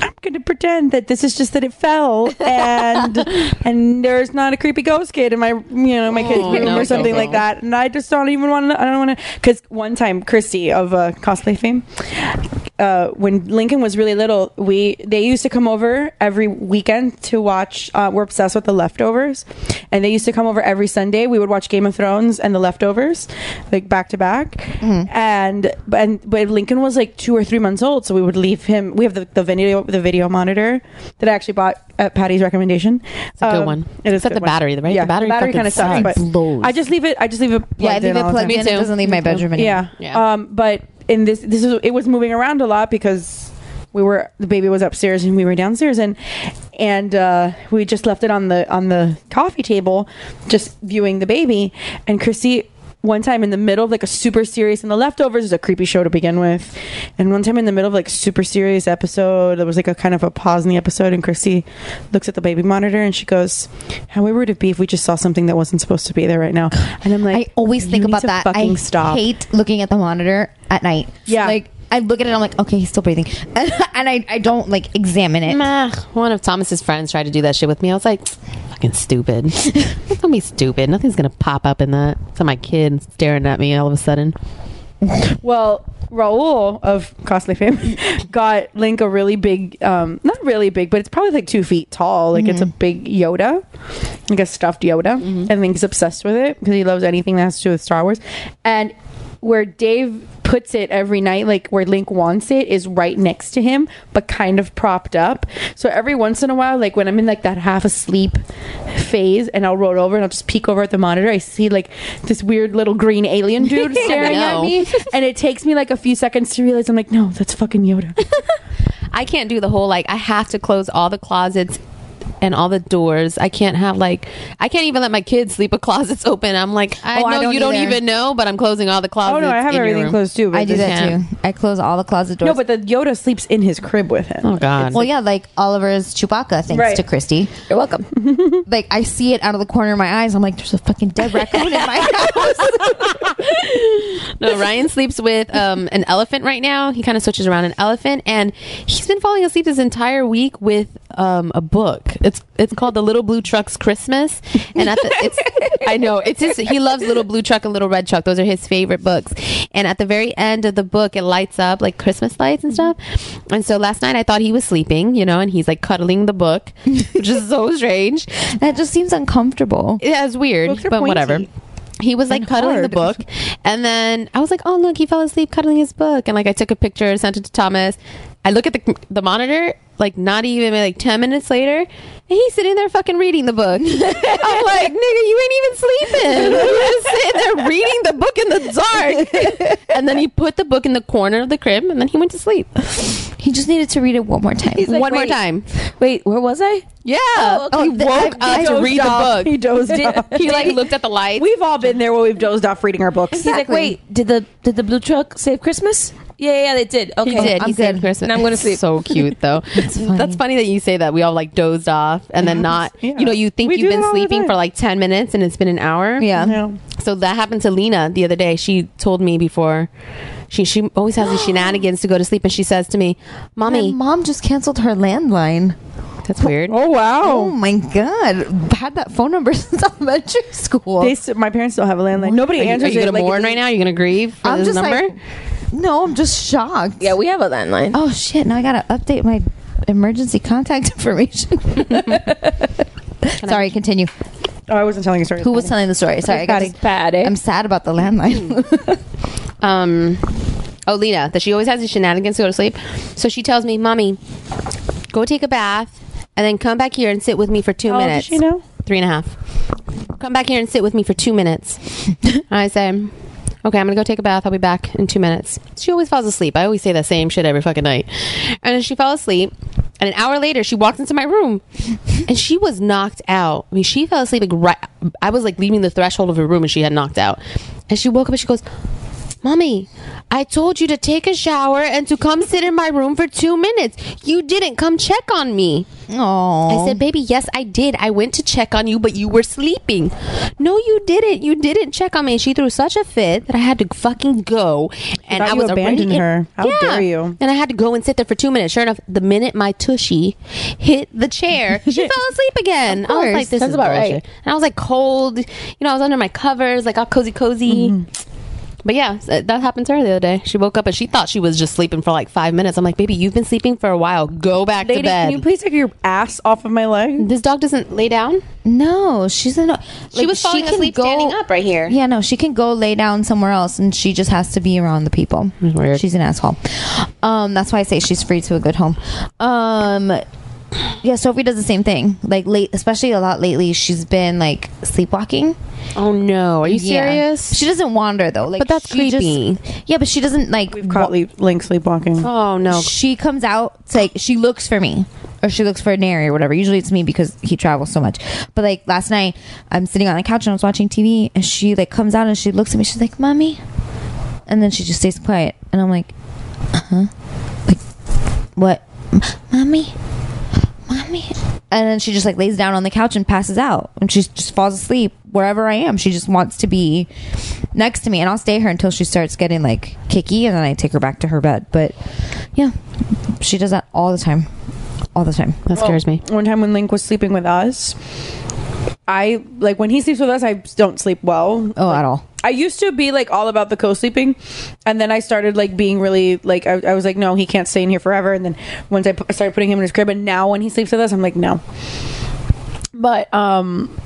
[SPEAKER 8] I'm gonna pretend that this is just that it fell,
[SPEAKER 10] *laughs*
[SPEAKER 8] and and there's not a creepy ghost kid in my you know my kid's
[SPEAKER 10] Oh,
[SPEAKER 8] room
[SPEAKER 10] no,
[SPEAKER 8] or something
[SPEAKER 10] no,
[SPEAKER 8] like
[SPEAKER 10] no.
[SPEAKER 8] that. And I just don't even want to. I don't want to. Because one time, Christy of uh, cosplay fame, uh, when Lincoln was really little, we they used to come over every weekend to watch. Uh, we're obsessed with the leftovers, and they used to come over every Sunday. We would watch Game of Thrones and the leftovers, like back to back. And but and but Lincoln was like two or three months old, so we would leave him. We have the, the video the video monitor that I actually bought at Patty's recommendation. It's
[SPEAKER 10] a good one.
[SPEAKER 8] It is
[SPEAKER 10] Except
[SPEAKER 8] a good
[SPEAKER 10] the battery, right? The
[SPEAKER 8] Yeah,
[SPEAKER 10] battery fucking
[SPEAKER 8] kind of sucks, but
[SPEAKER 10] blows.
[SPEAKER 8] I just leave it. I just leave it. Plugged
[SPEAKER 4] Yeah, I leave
[SPEAKER 8] in
[SPEAKER 4] it
[SPEAKER 8] all the
[SPEAKER 4] plugged
[SPEAKER 8] time.
[SPEAKER 4] in. It doesn't leave my bedroom anymore.
[SPEAKER 8] Yeah. Um, but in this, this is it was moving around a lot because we were the baby was upstairs and we were downstairs and and uh, we just left it on the on the coffee table, just viewing the baby. And Chrissy one time in the middle of like a super serious and the leftovers is a creepy show to begin with and one time in the middle of like super serious episode there was like a kind of a pause in the episode and christy looks at the baby monitor and she goes how weird would it be if we just saw something that wasn't supposed to be there right now and i'm like i
[SPEAKER 4] always think about that.
[SPEAKER 8] fucking
[SPEAKER 4] I
[SPEAKER 8] stop
[SPEAKER 4] hate looking at the monitor at night.
[SPEAKER 8] Yeah.
[SPEAKER 4] Like I look at it, I'm like, okay, he's still breathing, *laughs* and, I, I don't like examine it.
[SPEAKER 10] Meh. One of Thomas's friends tried to do that shit with me. I was like, fucking stupid. *laughs* Don't be stupid. Nothing's gonna pop up in that. It's not my kid staring at me all of a sudden.
[SPEAKER 8] Well, Raul of Costly Fame got Link a really big, um, not really big, but it's probably like two feet tall. Like it's a big Yoda, like a stuffed Yoda. And Link's obsessed with it because he loves anything that has to do with Star Wars. And where Dave puts it every night, like where Link wants it, is right next to him, but kind of propped up. So every once in a while, like when I'm in like that half asleep phase and I'll roll over and I'll just peek over at the monitor, I see like this weird little green *laughs* alien dude staring at
[SPEAKER 10] No.
[SPEAKER 8] me and it takes me like a few seconds to realize I'm like, no, that's fucking *laughs* Yoda.
[SPEAKER 10] I can't do the whole like I have to close all the closets and all the doors. I can't have like I can't even let my kids sleep with closets open. I'm like I
[SPEAKER 4] Oh,
[SPEAKER 10] know Oh,
[SPEAKER 4] I don't
[SPEAKER 10] you don't
[SPEAKER 4] either.
[SPEAKER 10] even know, but I'm closing all the closets. in your room.
[SPEAKER 4] I do that too. I close all the closet doors.
[SPEAKER 8] No, but the Yoda sleeps in his crib with him.
[SPEAKER 10] Oh God.
[SPEAKER 4] Well, yeah, like Oliver's Chewbacca, thanks
[SPEAKER 8] Right.
[SPEAKER 4] to Christy. You're welcome. *laughs* like I see it out of the corner of my eyes. I'm like, there's a fucking dead raccoon in *laughs* my
[SPEAKER 10] No, Ryan sleeps with um, an elephant right now. He kind of switches around an elephant, and he's been falling asleep this entire week with um, a book. It's it's called The Little Blue Truck's Christmas, and at the, it's I know it's his. He loves Little Blue Truck and Little Red Truck. Those are his favorite books. And at the very end of the book, it lights up like Christmas lights and stuff. And so last night I thought he was sleeping, you know, and he's like cuddling the book, which is so strange.
[SPEAKER 4] That just seems uncomfortable.
[SPEAKER 10] Yeah, it's weird,
[SPEAKER 4] Books are
[SPEAKER 10] but whatever.
[SPEAKER 4] pointy.
[SPEAKER 10] He was like cuddling the book,
[SPEAKER 4] hard.
[SPEAKER 10] and then I was like, "Oh look, he fell asleep cuddling his book." And like, I took a picture, sent it to Thomas. I look at the the monitor, like not even like ten minutes later, and he's sitting there fucking reading the book. *laughs* I'm like, "Nigga, you ain't even sleeping. *laughs* You're just sitting there reading the book in the dark." *laughs* and then he put the book in the corner of the crib, and then he went to sleep.
[SPEAKER 4] He just needed to read it one more time.
[SPEAKER 10] One more time.
[SPEAKER 9] Wait, where was I?
[SPEAKER 10] Yeah,
[SPEAKER 9] Oh, okay.
[SPEAKER 10] he woke
[SPEAKER 9] I- I
[SPEAKER 10] up to
[SPEAKER 9] dozed
[SPEAKER 10] read the
[SPEAKER 9] off.
[SPEAKER 10] book.
[SPEAKER 8] He dozed off.
[SPEAKER 10] *laughs* He like looked at the lights.
[SPEAKER 8] We've all been there where we've dozed off reading our books.
[SPEAKER 9] *laughs* He's like, wait, did the did the blue truck save Christmas? Yeah, yeah, yeah, they did. Okay,
[SPEAKER 10] He did.
[SPEAKER 9] I'm
[SPEAKER 10] he said
[SPEAKER 9] good.
[SPEAKER 10] Christmas.
[SPEAKER 9] And I'm gonna sleep.
[SPEAKER 10] So cute though. That's funny that you say that. We all like dozed off and then not. You know, you think
[SPEAKER 8] We do
[SPEAKER 10] you've
[SPEAKER 8] that
[SPEAKER 10] been
[SPEAKER 8] all the
[SPEAKER 10] sleeping
[SPEAKER 8] time.
[SPEAKER 10] for like ten minutes and it's been an hour.
[SPEAKER 4] Yeah.
[SPEAKER 10] So that happened to Lena the other day. She told me before. She she always has these shenanigans to go to sleep, and she says to me,
[SPEAKER 4] My
[SPEAKER 10] "Mommy,
[SPEAKER 4] mom just canceled her landline.
[SPEAKER 10] that's weird."
[SPEAKER 8] Oh
[SPEAKER 4] Oh
[SPEAKER 8] wow.
[SPEAKER 4] my god! Had that phone number *laughs* since elementary school.
[SPEAKER 8] They s my parents still have a landline. Nobody
[SPEAKER 10] Are you, are
[SPEAKER 8] answers
[SPEAKER 10] you
[SPEAKER 8] it.
[SPEAKER 10] gonna
[SPEAKER 8] like,
[SPEAKER 10] mourn
[SPEAKER 8] it's-
[SPEAKER 10] right now? You're gonna grieve for
[SPEAKER 4] I'm
[SPEAKER 10] this
[SPEAKER 4] just
[SPEAKER 10] number?
[SPEAKER 4] like, no, I'm just shocked.
[SPEAKER 9] Yeah, we have a landline.
[SPEAKER 4] Oh shit! Now I gotta update my emergency contact *laughs* information. Sorry, continue.
[SPEAKER 8] Oh, I wasn't telling a story.
[SPEAKER 4] Who was telling the story? Sorry, I got
[SPEAKER 9] Patty.
[SPEAKER 10] eh?
[SPEAKER 9] Patty.
[SPEAKER 4] I'm sad about
[SPEAKER 10] *laughs*
[SPEAKER 4] the landline. *laughs*
[SPEAKER 10] um oh lena that she always has these shenanigans to go to sleep so she tells me mommy go take a bath and then come back here and sit with me for two
[SPEAKER 8] How old is
[SPEAKER 10] minutes
[SPEAKER 8] she now?
[SPEAKER 10] three and a half come back here and sit with me for two minutes i say okay i'm gonna go take a bath i'll be back in two minutes she always falls asleep i always say the same shit every fucking night and then she fell asleep and an hour later she walked into my room and she was knocked out i mean she fell asleep like right i was like leaving the threshold of her room and she had knocked out and she woke up and she goes Mommy, I told you to take a shower and to come sit in my room for two minutes. You didn't come check on me.
[SPEAKER 4] Oh,
[SPEAKER 10] I said, Baby, yes, I did. I went to check on you, but you were sleeping. No, you didn't. You didn't check on me. And she threw such a fit that I had to fucking go. And
[SPEAKER 8] thought
[SPEAKER 10] I
[SPEAKER 8] you
[SPEAKER 10] was already
[SPEAKER 8] abandoned
[SPEAKER 10] in-
[SPEAKER 8] her. How dare you.
[SPEAKER 10] And I had to go and sit there for two minutes. Sure enough, the minute my tushy hit the chair,
[SPEAKER 8] *laughs*
[SPEAKER 10] she fell asleep again. I was
[SPEAKER 4] course.
[SPEAKER 10] like, This
[SPEAKER 9] That's
[SPEAKER 10] is
[SPEAKER 9] about
[SPEAKER 10] bullshit.
[SPEAKER 9] right.
[SPEAKER 10] And I was like, cold. You know, I was under my covers, like all cozy, cozy.
[SPEAKER 8] Mm-hmm.
[SPEAKER 10] But yeah, s- that happened to her the other day. She woke up and she thought she was just sleeping for like five minutes. I'm like, baby, you've been sleeping for a while. Go back to
[SPEAKER 8] Lady,
[SPEAKER 10] bed.
[SPEAKER 8] can you please take your ass off of my leg?
[SPEAKER 10] this dog doesn't lay down.
[SPEAKER 4] no, she's in.
[SPEAKER 10] she was falling asleep standing up right here.
[SPEAKER 4] Yeah, no, she can go lay down somewhere else, and she just has to be around the people.
[SPEAKER 10] weird.
[SPEAKER 4] She's an asshole. Um, that's why I say she's free to a good home. Um, yeah, Sophie does the same thing. Like late, especially a lot lately, she's been like sleepwalking.
[SPEAKER 10] Oh no, are you
[SPEAKER 4] Yeah.
[SPEAKER 10] serious?
[SPEAKER 4] She doesn't wander though. Like,
[SPEAKER 10] But that's
[SPEAKER 4] she just-
[SPEAKER 10] creepy.
[SPEAKER 4] yeah, but she doesn't like.
[SPEAKER 8] Caught Le- Link sleepwalking.
[SPEAKER 10] oh no.
[SPEAKER 4] She comes out it's like she looks for me, or she looks for an area or whatever. Usually it's me because he travels so much. But like last night, I'm sitting on the couch and I was watching TV, and she like comes out and she looks at me. She's like, "Mommy," and then she just stays quiet, and I'm like, "Uh huh," like what, M- mommy, mommy, and then she just like lays down on the couch and passes out, and she just falls asleep wherever I am. She just wants to be next to me, and I'll stay her until she starts getting like kicky, and then I take her back to her bed. But yeah, she does that all the time, all the time.
[SPEAKER 10] That scares me.
[SPEAKER 8] One time when Link was sleeping with us, I like when he sleeps with us, I don't sleep well.
[SPEAKER 4] Oh, at all.
[SPEAKER 8] I used to be like all about the co sleeping, and then I started like being really like I, I was like, no, he can't stay in here forever. And then once I pu- started putting him in his crib, and now when he sleeps with us, I'm like, no. But um,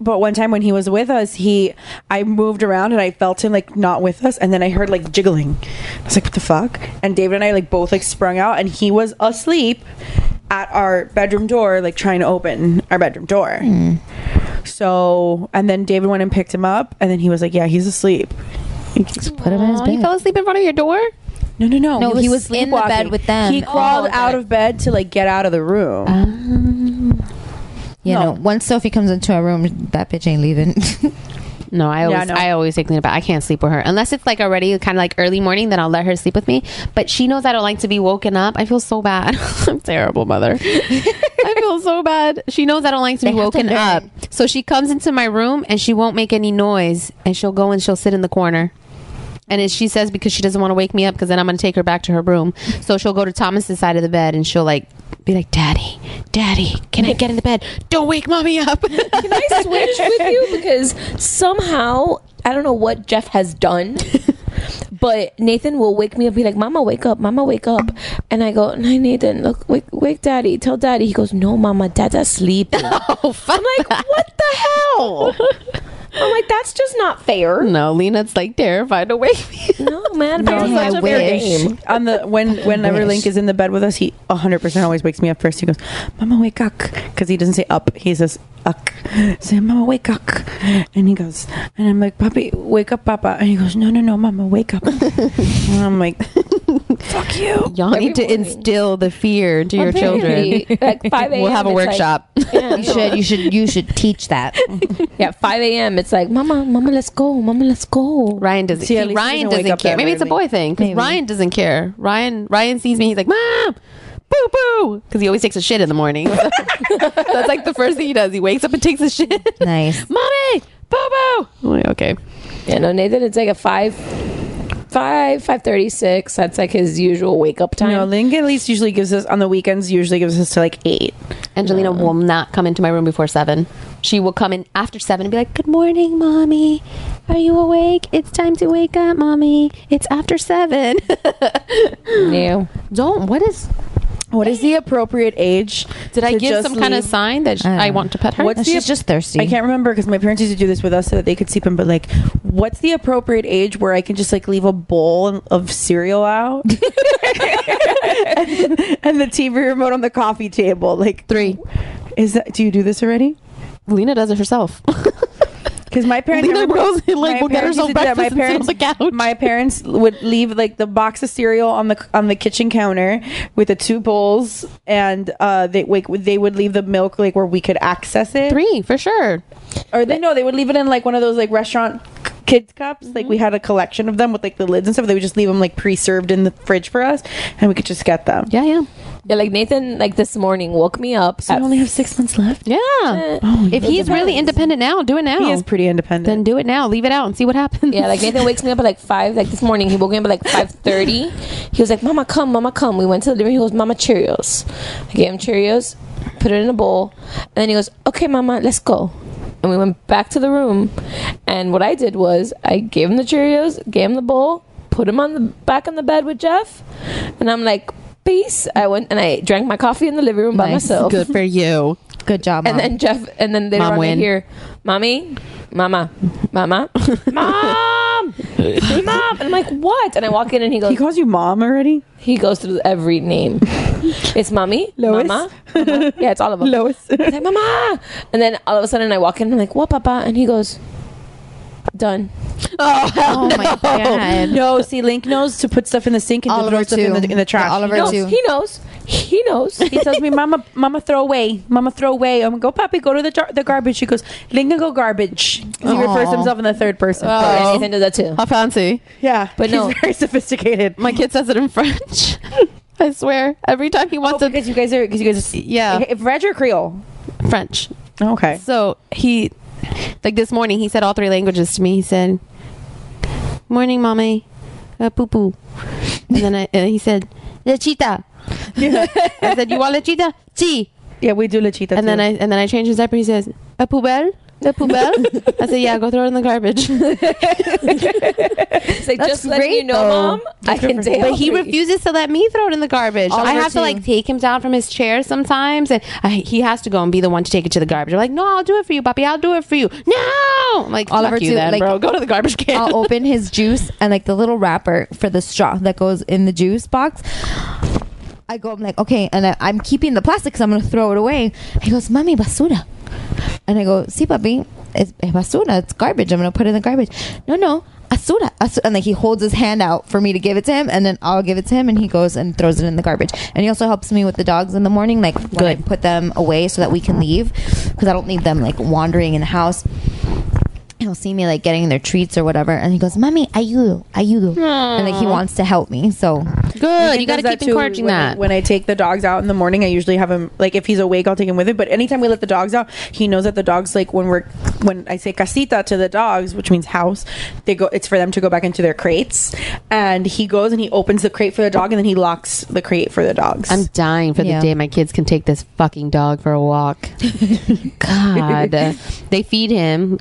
[SPEAKER 8] but one time when he was with us, he I moved around and I felt him like not with us, and then I heard like jiggling. I was like, what the fuck? And David and I like both like sprung out, and he was asleep at our bedroom door, like trying to open our bedroom door. So, and then David went and picked him up, and then he was like, "Yeah, he's asleep."
[SPEAKER 4] put him in his
[SPEAKER 10] He fell asleep in front of your door.
[SPEAKER 8] No, no, no.
[SPEAKER 4] No, he was in the bed
[SPEAKER 8] sleepwalking.
[SPEAKER 4] with them.
[SPEAKER 8] He crawled
[SPEAKER 4] Oh,
[SPEAKER 8] out of bed to like get out of the room.
[SPEAKER 10] Um,
[SPEAKER 4] You know, once Sophie comes into a room, that bitch ain't leaving. *laughs*
[SPEAKER 10] No, I
[SPEAKER 4] Yeah,
[SPEAKER 10] always
[SPEAKER 4] no.
[SPEAKER 10] I always take Lena back. I can't sleep with her unless it's like already kind of like early morning. Then I'll let her sleep with me. But she knows I don't like to be woken up. I feel so bad. *laughs* I'm terrible mother. *laughs* I feel so bad. She knows I don't like to be woken up. So she comes into my room and she won't make any noise. And she'll go and she'll sit in the corner. And as she says, because she doesn't want to wake me up, because then I'm going to take her back to her room. So she'll go to Thomas's side of the bed and she'll like be like, "Daddy, Daddy, can I get in the bed? Don't wake mommy up." *laughs*
[SPEAKER 9] Can I switch with *laughs* you because somehow I don't know what Jeff has done, *laughs* but Nathan will wake me up, be like, "Mama, wake up, Mama, wake up," and I go, "No, Nathan, look, wake, wake, Daddy, tell Daddy." He goes, "No, Mama, Dad's asleep." *laughs*
[SPEAKER 10] oh, fuck
[SPEAKER 9] I'm like, "What *laughs* the hell?" I'm like, "That's just not fair."
[SPEAKER 10] No, Lena's like terrified to wake me.
[SPEAKER 9] No, man,
[SPEAKER 10] No,
[SPEAKER 9] parents
[SPEAKER 10] I
[SPEAKER 9] such a fair
[SPEAKER 10] wish.
[SPEAKER 9] game.
[SPEAKER 8] On the when whenever
[SPEAKER 9] wish.
[SPEAKER 8] Link is in the bed with us, he 100 percent always wakes me up first. He goes, "Mama, wake up," because he doesn't say up. He says "uck." Say, "Mama, wake up," and he goes, and I'm like, "Puppy, wake up, Papa," and he goes, "No, no, no, Mama, wake
[SPEAKER 4] *laughs*
[SPEAKER 8] up." and I'm like, "Fuck you."
[SPEAKER 10] Y'all need to instill the fear into your children. *laughs*
[SPEAKER 9] Apparently, Like 5 a.m.
[SPEAKER 10] We'll have a
[SPEAKER 9] it's like-
[SPEAKER 10] workshop.
[SPEAKER 9] Yeah.
[SPEAKER 4] you should,
[SPEAKER 8] *laughs*
[SPEAKER 4] you should, you should teach that.
[SPEAKER 9] Yeah, 5 a.m. It's like, Mama, Mama, let's go. Mama, let's go.
[SPEAKER 10] Ryan doesn't.
[SPEAKER 8] See, at
[SPEAKER 10] see,
[SPEAKER 8] least he
[SPEAKER 10] Ryan
[SPEAKER 8] doesn't wake
[SPEAKER 10] doesn't,
[SPEAKER 8] up
[SPEAKER 10] care.
[SPEAKER 8] that
[SPEAKER 10] Maybe it's a
[SPEAKER 8] early.
[SPEAKER 10] boy thing. 'cause
[SPEAKER 4] Maybe.
[SPEAKER 10] Ryan doesn't care. Ryan Ryan sees me. He's like, Mom, boo boo, because he always takes a shit in the
[SPEAKER 8] *laughs*
[SPEAKER 10] morning. *laughs* That's like the first thing he does. He wakes up and takes a shit. *laughs*
[SPEAKER 4] *laughs* Nice.
[SPEAKER 10] Mommy, boo boo. I'm like, Okay.
[SPEAKER 9] Yeah, no, Nathan, it's like a 5, 5, 5.36. That's like his usual wake up time.
[SPEAKER 8] No, Link at least usually gives us on the weekends. Usually gives us to like eight.
[SPEAKER 10] Angelina will not come into my room before seven. She will come in after seven and be like, Good morning, mommy. Are you awake? It's time to wake up, mommy. It's after seven. *laughs*
[SPEAKER 9] No.
[SPEAKER 10] Don't, what is,
[SPEAKER 8] What is the appropriate age?
[SPEAKER 10] did I
[SPEAKER 8] to
[SPEAKER 10] give
[SPEAKER 8] just
[SPEAKER 10] some kind of
[SPEAKER 8] leave?
[SPEAKER 10] sign that sh-
[SPEAKER 4] I don't
[SPEAKER 10] I,
[SPEAKER 4] know.
[SPEAKER 10] want to pet her?
[SPEAKER 8] What's
[SPEAKER 4] No,
[SPEAKER 8] the-
[SPEAKER 4] she's just thirsty.
[SPEAKER 8] I can't remember because my parents used to do this with us so that they could sleep in. But like, what's the appropriate age where I can just like leave a bowl of cereal *laughs* out and, and the TV remote on the coffee table? Like,
[SPEAKER 10] Three.
[SPEAKER 8] is that? Do you do this already?
[SPEAKER 10] *laughs* Lena does it herself.
[SPEAKER 8] Because my parents,
[SPEAKER 10] Lena
[SPEAKER 8] I remember-
[SPEAKER 10] goes and, like,
[SPEAKER 8] my
[SPEAKER 10] will get
[SPEAKER 8] parents
[SPEAKER 10] herself
[SPEAKER 8] used to do that.
[SPEAKER 10] breakfast and sit on the couch.
[SPEAKER 8] My parents would leave like the box of cereal on the on the kitchen counter with the two bowls, and uh, they wake. They would leave the milk like where we could access it.
[SPEAKER 10] Three, for sure.
[SPEAKER 8] or they no, they would leave it in like one of those like restaurant c- kids cups. Like
[SPEAKER 10] Mm-hmm.
[SPEAKER 8] we had a collection of them with like the lids and stuff. They would just leave them like pre-served in the fridge for us, and we could just get them.
[SPEAKER 10] Yeah, yeah.
[SPEAKER 9] Yeah, like Nathan, like this morning, woke me up.
[SPEAKER 8] So
[SPEAKER 9] at-
[SPEAKER 8] we only have six months left.
[SPEAKER 10] Yeah. Oh if he's really independent now, do it now.
[SPEAKER 8] He is pretty independent.
[SPEAKER 10] then do it now. Leave it out and see what happens.
[SPEAKER 9] *laughs* yeah, like Nathan wakes me up at like five. Like this morning, he woke me up at like five thirty. He was like, "Mama, come, Mama, come." We went to the living room. He goes, "Mama, Cheerios." I gave him Cheerios, put it in a bowl, and then he goes, "Okay, Mama, let's go." And we went back to the room, and what I did was I gave him the Cheerios, gave him the bowl, put him on the back on the bed with Jeff, and I'm like, "Peace." I went and I drank my coffee in the living room by
[SPEAKER 4] Nice.
[SPEAKER 10] *laughs*
[SPEAKER 9] myself.
[SPEAKER 10] Good for *laughs* you.
[SPEAKER 4] Good job, mom.
[SPEAKER 9] And then Jeff, and then later
[SPEAKER 10] Mom
[SPEAKER 9] on,
[SPEAKER 10] win.
[SPEAKER 9] I hear, "Mommy, Mama, Mama, Mom, Mom," and I'm like, "What?" And I walk in, and he
[SPEAKER 8] he
[SPEAKER 9] goes,
[SPEAKER 8] calls you mom already.
[SPEAKER 9] he goes through every name. It's Mommy,
[SPEAKER 8] Lois.
[SPEAKER 9] Mama, Mama. yeah, it's all of them.
[SPEAKER 8] Lois.
[SPEAKER 9] He's like, Mama, and then all of a sudden, I walk in, and I'm like, "What, Papa?" And he goes, "Done."
[SPEAKER 4] oh my god.
[SPEAKER 8] no, see, Link knows to put stuff in the sink and to
[SPEAKER 4] Oliver
[SPEAKER 8] throw stuff in
[SPEAKER 4] too.
[SPEAKER 8] the, in the trash.
[SPEAKER 4] Yeah, Oliver
[SPEAKER 8] He knows.
[SPEAKER 9] knows,
[SPEAKER 4] too.
[SPEAKER 9] he knows. He knows.
[SPEAKER 8] He tells me, "Mama, Mama, throw away, Mama, throw away." I'm go, Papi, go to the jar- the garbage. She goes, "Linga, go garbage." 'Cause He refers to himself in the third person.
[SPEAKER 9] Oh. Nathan does that too.
[SPEAKER 11] How fancy.
[SPEAKER 8] Uh, Yeah.
[SPEAKER 11] But
[SPEAKER 8] no. *laughs* very sophisticated.
[SPEAKER 11] My kid says it in French. *laughs* I swear. Every time he wants to.
[SPEAKER 8] Because you guys are. Because you guys are.
[SPEAKER 11] Yeah.
[SPEAKER 8] French or Creole?
[SPEAKER 11] French.
[SPEAKER 8] Okay.
[SPEAKER 11] So he. Like this morning, he said all three languages to me. He said, Morning, mommy. Uh, poo poo. And then I, and he said, Lechita. I said, You want lechita? Si.
[SPEAKER 8] *laughs* Yeah, we do lechita.
[SPEAKER 11] And then I and then I changed his diaper. He says, A poubelle? A poubelle? I said, Yeah, go throw it in the garbage.
[SPEAKER 9] It's like, just letting you know, mom, I
[SPEAKER 11] That's
[SPEAKER 9] can
[SPEAKER 11] good for
[SPEAKER 9] take
[SPEAKER 11] him. But he refuses to let me throw it in the garbage. I
[SPEAKER 10] Oliver
[SPEAKER 11] have to
[SPEAKER 10] too.
[SPEAKER 11] like take him down from his chair sometimes, and I, he has to go and be the one to take it to the garbage. I'm like, no, I'll do it for you, Papi. I'll do it for you. No, I'm like Oliver
[SPEAKER 4] Oliver
[SPEAKER 11] Fuck you
[SPEAKER 4] too,
[SPEAKER 11] then,
[SPEAKER 4] like-
[SPEAKER 11] bro. Go to the garbage can.
[SPEAKER 4] *laughs* I'll
[SPEAKER 10] Oh,
[SPEAKER 4] open his juice and like the little wrapper for the straw that goes in the juice box. I go, I'm like, okay, and I, I'm keeping the plastic because I'm gonna throw it away. He goes, "Mommy, basura," and I go, "See, papi, it's es basura. It's garbage. I'm gonna put it in the garbage." No, no, asura, asura, and like he holds his hand out for me to give it to him, and then I'll give it to him, and he goes and throws it in the garbage. And he also helps me with the dogs in the morning, like when I put them away so that we can leave because I don't need them like wandering in the house he'll see me like getting their treats or whatever and he goes mommy ayudo ayudo and like he wants to help me
[SPEAKER 11] *laughs*
[SPEAKER 4] so
[SPEAKER 8] Lincoln does that too when I- when I take the dogs out in the morning, I usually have him like if he's awake, I'll take him with him. But anytime we let the dogs out, he knows that the dogs like when we're when I say casita to the dogs, which means house, they go. It's for them to go back into their crates, and he goes and he opens the crate for the dog, and then he locks the crate for the dogs.
[SPEAKER 10] I'm dying for
[SPEAKER 8] Yeah.
[SPEAKER 10] the day my kids can take this fucking dog for
[SPEAKER 11] *laughs*
[SPEAKER 10] a walk. God, they feed him.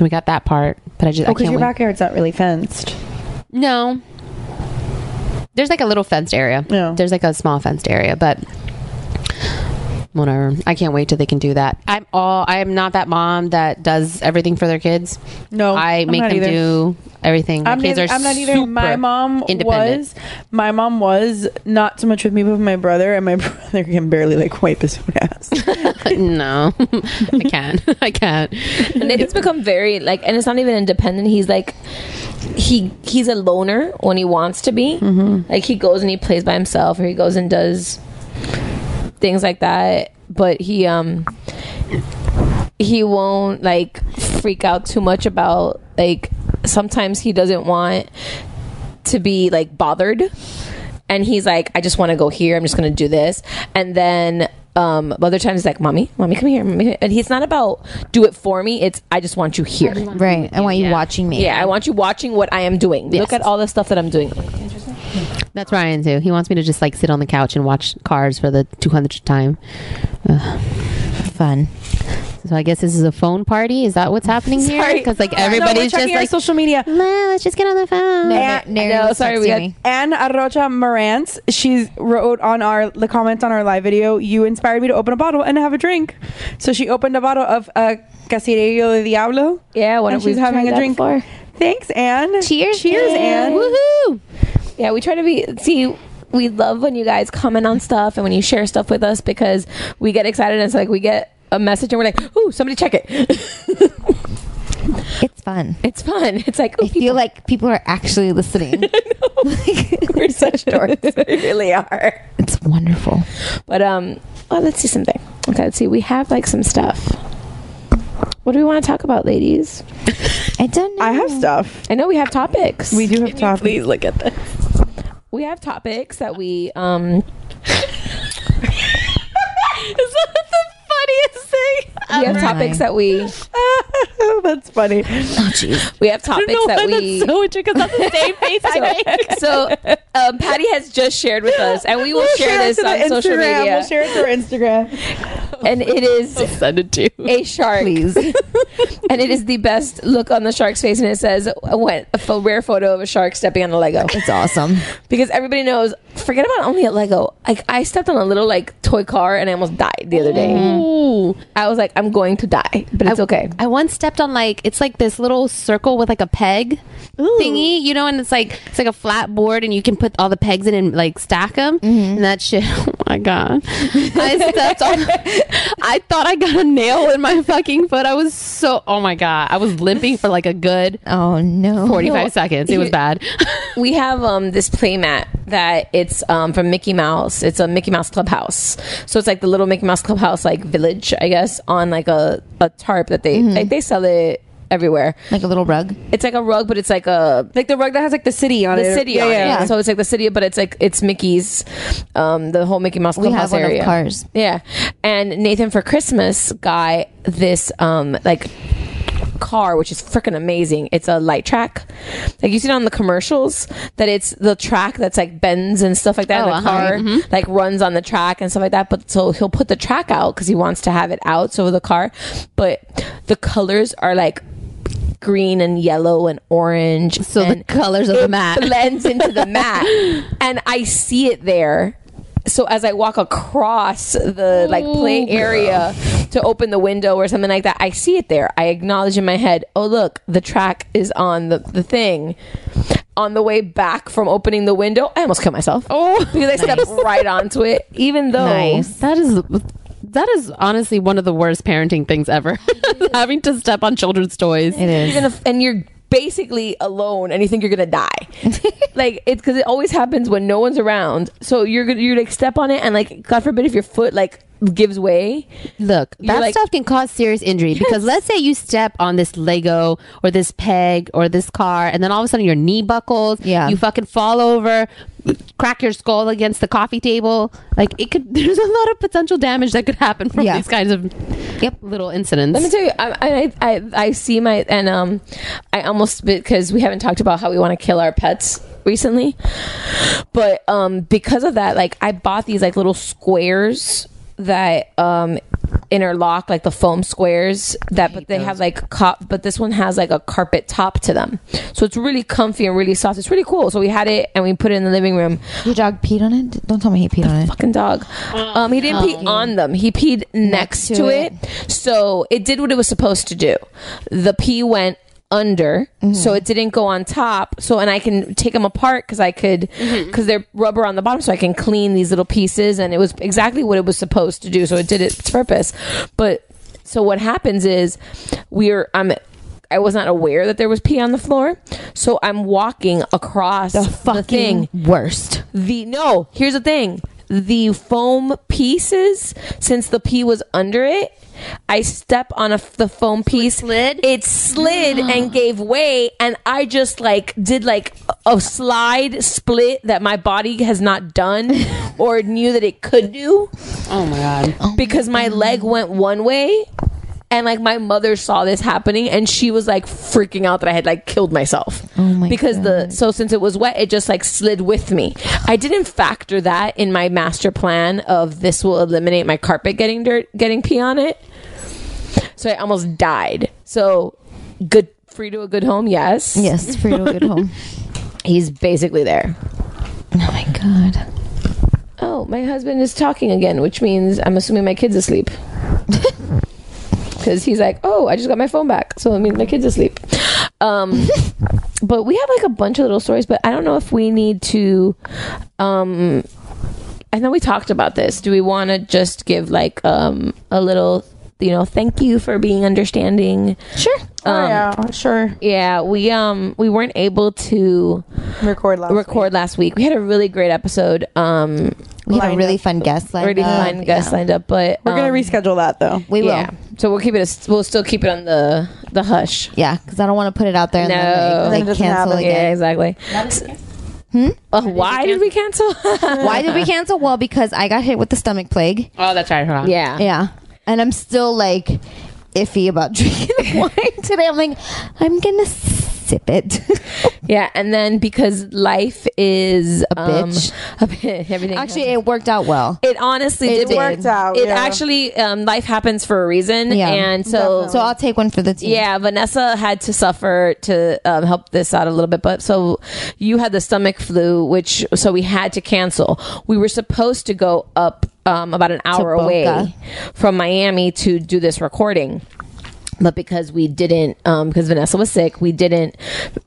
[SPEAKER 10] We got that part, but I just I
[SPEAKER 8] Oh, because
[SPEAKER 10] can't
[SPEAKER 8] your
[SPEAKER 10] wait.
[SPEAKER 8] backyard's not really fenced.
[SPEAKER 10] No. There's like a little fenced area. Yeah. There's like a small fenced area, but whatever. I can't wait till they can do that. I'm all I am not that mom that does everything for their kids.
[SPEAKER 8] No.
[SPEAKER 10] I
[SPEAKER 8] I'm
[SPEAKER 10] make
[SPEAKER 8] not
[SPEAKER 10] them
[SPEAKER 8] either.
[SPEAKER 10] do everything. My
[SPEAKER 8] I'm,
[SPEAKER 10] kids
[SPEAKER 8] neither-
[SPEAKER 10] are
[SPEAKER 8] I'm not either. My
[SPEAKER 10] super
[SPEAKER 8] mom
[SPEAKER 10] independent.
[SPEAKER 8] was. My mom was not so much with me, but with my brother, and my *laughs* brother can barely like wipe his own ass.
[SPEAKER 10] *laughs* no, I can't. *laughs* I can't.
[SPEAKER 9] And it's become very like, and it's not even independent. He's like, he he's a loner when he wants to be. Like he goes and he plays by himself, or he goes and does things like that. But he um he won't like freak out too much about like sometimes he doesn't want to be like bothered and he's like i just want to go here i'm just gonna do this and then um other times he's like mommy mommy come here mommy. and he's not about do it for me it's i just want you here
[SPEAKER 4] right i want you watching me
[SPEAKER 9] yeah i want you watching what i am doing look at all the stuff that i'm doing
[SPEAKER 10] That's Ryan too. He wants me to just like sit on the couch and watch Cars for the 200th time. Ugh.
[SPEAKER 4] Fun.
[SPEAKER 10] So I guess this is a phone party. Is that what's happening here?
[SPEAKER 8] Sorry.
[SPEAKER 10] Because like
[SPEAKER 8] No, we're
[SPEAKER 10] everybody's
[SPEAKER 8] checking
[SPEAKER 10] just
[SPEAKER 8] our
[SPEAKER 10] like
[SPEAKER 8] social media.
[SPEAKER 10] let's just get on the phone.
[SPEAKER 8] Anne- no, sorry, we got Anne Arrocha Morantz. She wrote on our the comment on our live video. You inspired me to open a bottle and have a drink. So she opened a bottle of uh, Caserillo de Diablo.
[SPEAKER 9] Yeah, why
[SPEAKER 8] and
[SPEAKER 9] don't we
[SPEAKER 8] she's having
[SPEAKER 9] try
[SPEAKER 8] a
[SPEAKER 9] that
[SPEAKER 8] drink.
[SPEAKER 9] before?
[SPEAKER 8] Thanks, Anne. Cheers, cheers, Anne.
[SPEAKER 10] Woohoo!
[SPEAKER 9] Yeah, we try to be. See, we love when you guys comment on stuff and when you share stuff with us because we get excited and it's like we get a message and we're like, "Ooh, somebody check it." *laughs*
[SPEAKER 4] it's fun
[SPEAKER 9] it's fun it's like
[SPEAKER 4] i feel like people are
[SPEAKER 8] *laughs*
[SPEAKER 4] actually listening
[SPEAKER 9] we're *laughs* such dorks. we really are.
[SPEAKER 4] It's wonderful.
[SPEAKER 9] But um, well, let's see something. Okay, let's see. We have like some stuff. What do we want to talk about, ladies?
[SPEAKER 4] I don't know.
[SPEAKER 9] I
[SPEAKER 8] have stuff.
[SPEAKER 9] I know we have topics.
[SPEAKER 8] We do have topics.
[SPEAKER 9] please look at this. We have topics that we um. Is that the funniest thing? We have
[SPEAKER 8] ever?
[SPEAKER 9] topics that we.
[SPEAKER 8] *laughs* that's funny.
[SPEAKER 4] Oh, jeez.
[SPEAKER 9] We have topics
[SPEAKER 8] know
[SPEAKER 9] that
[SPEAKER 8] why that's
[SPEAKER 9] we.
[SPEAKER 8] so
[SPEAKER 9] intricate. That's the *laughs* same face So, um, Patty has just shared with us, and we will
[SPEAKER 8] We'll
[SPEAKER 9] share,
[SPEAKER 8] share it
[SPEAKER 9] this
[SPEAKER 8] to the
[SPEAKER 9] on social
[SPEAKER 8] Instagram.
[SPEAKER 9] media.
[SPEAKER 8] We'll share it to our Instagram.
[SPEAKER 9] And it is- I'll
[SPEAKER 10] send it to
[SPEAKER 9] a shark, *laughs*
[SPEAKER 4] please.
[SPEAKER 9] and it is the best look on the shark's face, and it says what a pho- rare photo of a shark stepping on a Lego.
[SPEAKER 4] It's awesome.
[SPEAKER 9] because everybody knows. Forget about only a Lego. Like I stepped on a little like toy car, and I almost died the other day. I was like, I'm going to die, but it's okay.
[SPEAKER 10] I once stepped on like it's like this little circle with like a peg thingy, you know, and it's like it's like a flat board and you can put all the pegs in and like stack them,
[SPEAKER 9] Mm-hmm.
[SPEAKER 10] and that shit. *laughs* Oh my god! I stepped
[SPEAKER 9] *laughs*
[SPEAKER 10] on. I thought I got a nail in my fucking foot. I was so. Oh my god! I was limping for like a good.
[SPEAKER 4] Oh no!
[SPEAKER 10] Forty-five seconds. It was bad. *laughs*
[SPEAKER 9] we have um this playmat that it's um from Mickey Mouse. It's a Mickey Mouse clubhouse. So it's like the little Mickey Mouse clubhouse like village, I guess, on like a, a tarp that they
[SPEAKER 8] Mm-hmm.
[SPEAKER 4] Mhm.
[SPEAKER 9] like they sell it everywhere.
[SPEAKER 4] Like a little rug.
[SPEAKER 9] It's like a rug, but it's like a
[SPEAKER 8] like the rug that has like the city on
[SPEAKER 9] The
[SPEAKER 8] it.
[SPEAKER 9] city
[SPEAKER 8] Yeah,
[SPEAKER 9] on it.
[SPEAKER 8] yeah.
[SPEAKER 9] So it's like the city, but it's like it's Mickey's um the whole Mickey Mouse
[SPEAKER 4] We
[SPEAKER 9] clubhouse
[SPEAKER 4] have one of
[SPEAKER 9] area.
[SPEAKER 4] cars.
[SPEAKER 9] Yeah. And Nathan for Christmas got this um like car which is freaking amazing it's a light track like you see it on the commercials that it's the track that's like bends and stuff like that
[SPEAKER 10] Oh,
[SPEAKER 9] and the
[SPEAKER 10] uh-huh.
[SPEAKER 9] car like runs on the track and stuff like that but so he'll put the track out because he wants to have it out so the car but the colors are like green and yellow and orange so the
[SPEAKER 10] colors of the mat
[SPEAKER 9] blends into the mat *laughs* and i see it there so as i walk across the like play area to open the window or something like that i see it there i acknowledge in my head oh look the track is on the, the thing on the way back from opening the window i almost killed myself
[SPEAKER 10] oh
[SPEAKER 9] because i stepped right onto it even though
[SPEAKER 10] That is that is honestly one of the worst parenting things ever. *laughs* Having to step on children's toys. It
[SPEAKER 9] is. You're gonna- and you're basically alone and you think you're gonna die like it's because it always happens when no one's around so you're gonna you like step on it and like god forbid if your foot like gives way
[SPEAKER 10] look
[SPEAKER 9] You're
[SPEAKER 10] that
[SPEAKER 9] like-
[SPEAKER 10] stuff can cause serious injury because let's say you step on this Lego or this peg or this car, and then all of a sudden your knee buckles. Yeah, you fucking fall over, crack your skull against the coffee table. Like it could. *laughs* There's a lot of potential damage that could happen from these kinds of yep little incidents.
[SPEAKER 9] Let me tell you, I I, I, I see my and um, I almost because we haven't talked about how we want to kill our pets recently, but um, because of that, like I bought these like little squares that um interlock like the foam squares that but they have like cop but this one has like a carpet top to them so it's really comfy and really soft it's really cool so we had it and we put it in the living room
[SPEAKER 4] Your dog peed on it. Don't tell me he peed on it.
[SPEAKER 9] Fucking dog. Um, he didn't pee on them. He peed next, to,
[SPEAKER 4] to
[SPEAKER 9] it. So it did what it was supposed to do. The pee went under, so it didn't go on top. So and I can take them apart because I could because they're rubber on the bottom, so I can clean these little pieces. And it was exactly what it was supposed to do. So it did its purpose. But so what happens is we're I'm. I was not aware that there was pee on the floor, so I'm walking across the fucking thing.
[SPEAKER 4] worst.
[SPEAKER 9] The no, here's the thing. The foam pieces, since the pee was under it, I step on a, f- the foam piece. slid. It slid and gave way, and I just like did like a a slide split that my body has not done or knew that it could do
[SPEAKER 10] Oh my god.
[SPEAKER 9] because my leg went one way and like my mother saw this happening and she was like freaking out that I had like killed myself. Oh my because the so since it was wet it just like slid with me. I didn't factor that in my master plan of this will eliminate my carpet getting dirt getting pee on it. So I almost died. So good free to a good home, yes.
[SPEAKER 4] Yes, free to a
[SPEAKER 9] *laughs*
[SPEAKER 4] good home.
[SPEAKER 9] He's basically there.
[SPEAKER 4] Oh my god.
[SPEAKER 9] Oh, my husband is talking again, which means I'm assuming my kid's asleep. *laughs* Because he's like, oh, I just got my phone back, so I mean my kid's asleep.
[SPEAKER 8] *laughs*
[SPEAKER 9] Um, but we have like a bunch of little stories, but I don't know if we need to. Um, I know we talked about this. Do we want to just give like um a little, you know, thank you for being understanding?
[SPEAKER 8] Sure.
[SPEAKER 9] Um,
[SPEAKER 8] Oh, yeah, sure.
[SPEAKER 9] Yeah, we um we weren't able to
[SPEAKER 8] record last
[SPEAKER 9] record last week. We had a really great episode. Um,
[SPEAKER 4] we had a really fun guest lined
[SPEAKER 9] really
[SPEAKER 4] up,
[SPEAKER 9] fun guest
[SPEAKER 4] yeah.
[SPEAKER 9] lined up, but um,
[SPEAKER 4] We're gonna
[SPEAKER 8] reschedule that though.
[SPEAKER 4] We will.
[SPEAKER 9] So we'll keep it. as- We'll still keep it on the the hush.
[SPEAKER 4] Yeah, because I don't want to put it out there and
[SPEAKER 9] No.
[SPEAKER 4] then
[SPEAKER 9] Then it
[SPEAKER 4] like, like
[SPEAKER 9] doesn't
[SPEAKER 4] cancel
[SPEAKER 9] happen.
[SPEAKER 4] again.
[SPEAKER 9] Yeah, exactly.
[SPEAKER 4] Hmm?
[SPEAKER 9] Uh, why did we cancel? *laughs*
[SPEAKER 4] Why did we cancel? Well, because I got hit with the stomach plague.
[SPEAKER 10] Oh, that's right. Hold on.
[SPEAKER 9] Yeah.
[SPEAKER 4] Yeah. And I'm still like iffy about *laughs* drinking wine today. I'm like, I'm gonna sip *laughs* it.
[SPEAKER 9] Yeah, and then because life is a
[SPEAKER 4] bitch.
[SPEAKER 9] *laughs* a bit, everything.
[SPEAKER 4] Actually, it worked out well.
[SPEAKER 9] It honestly
[SPEAKER 4] It
[SPEAKER 9] did
[SPEAKER 4] worked out,
[SPEAKER 9] It
[SPEAKER 4] yeah.
[SPEAKER 9] actually um, life happens for a reason,
[SPEAKER 4] Yeah.
[SPEAKER 9] and so
[SPEAKER 4] so I'll take one for the team.
[SPEAKER 9] Yeah, Vanessa had to suffer to um, help this out a little bit, but so you had the stomach flu, which so we had to cancel. We were supposed to go up um, about an hour
[SPEAKER 4] Boca.
[SPEAKER 9] away from Miami to do this recording. But because we um, didn't, because Vanessa was sick, we didn't,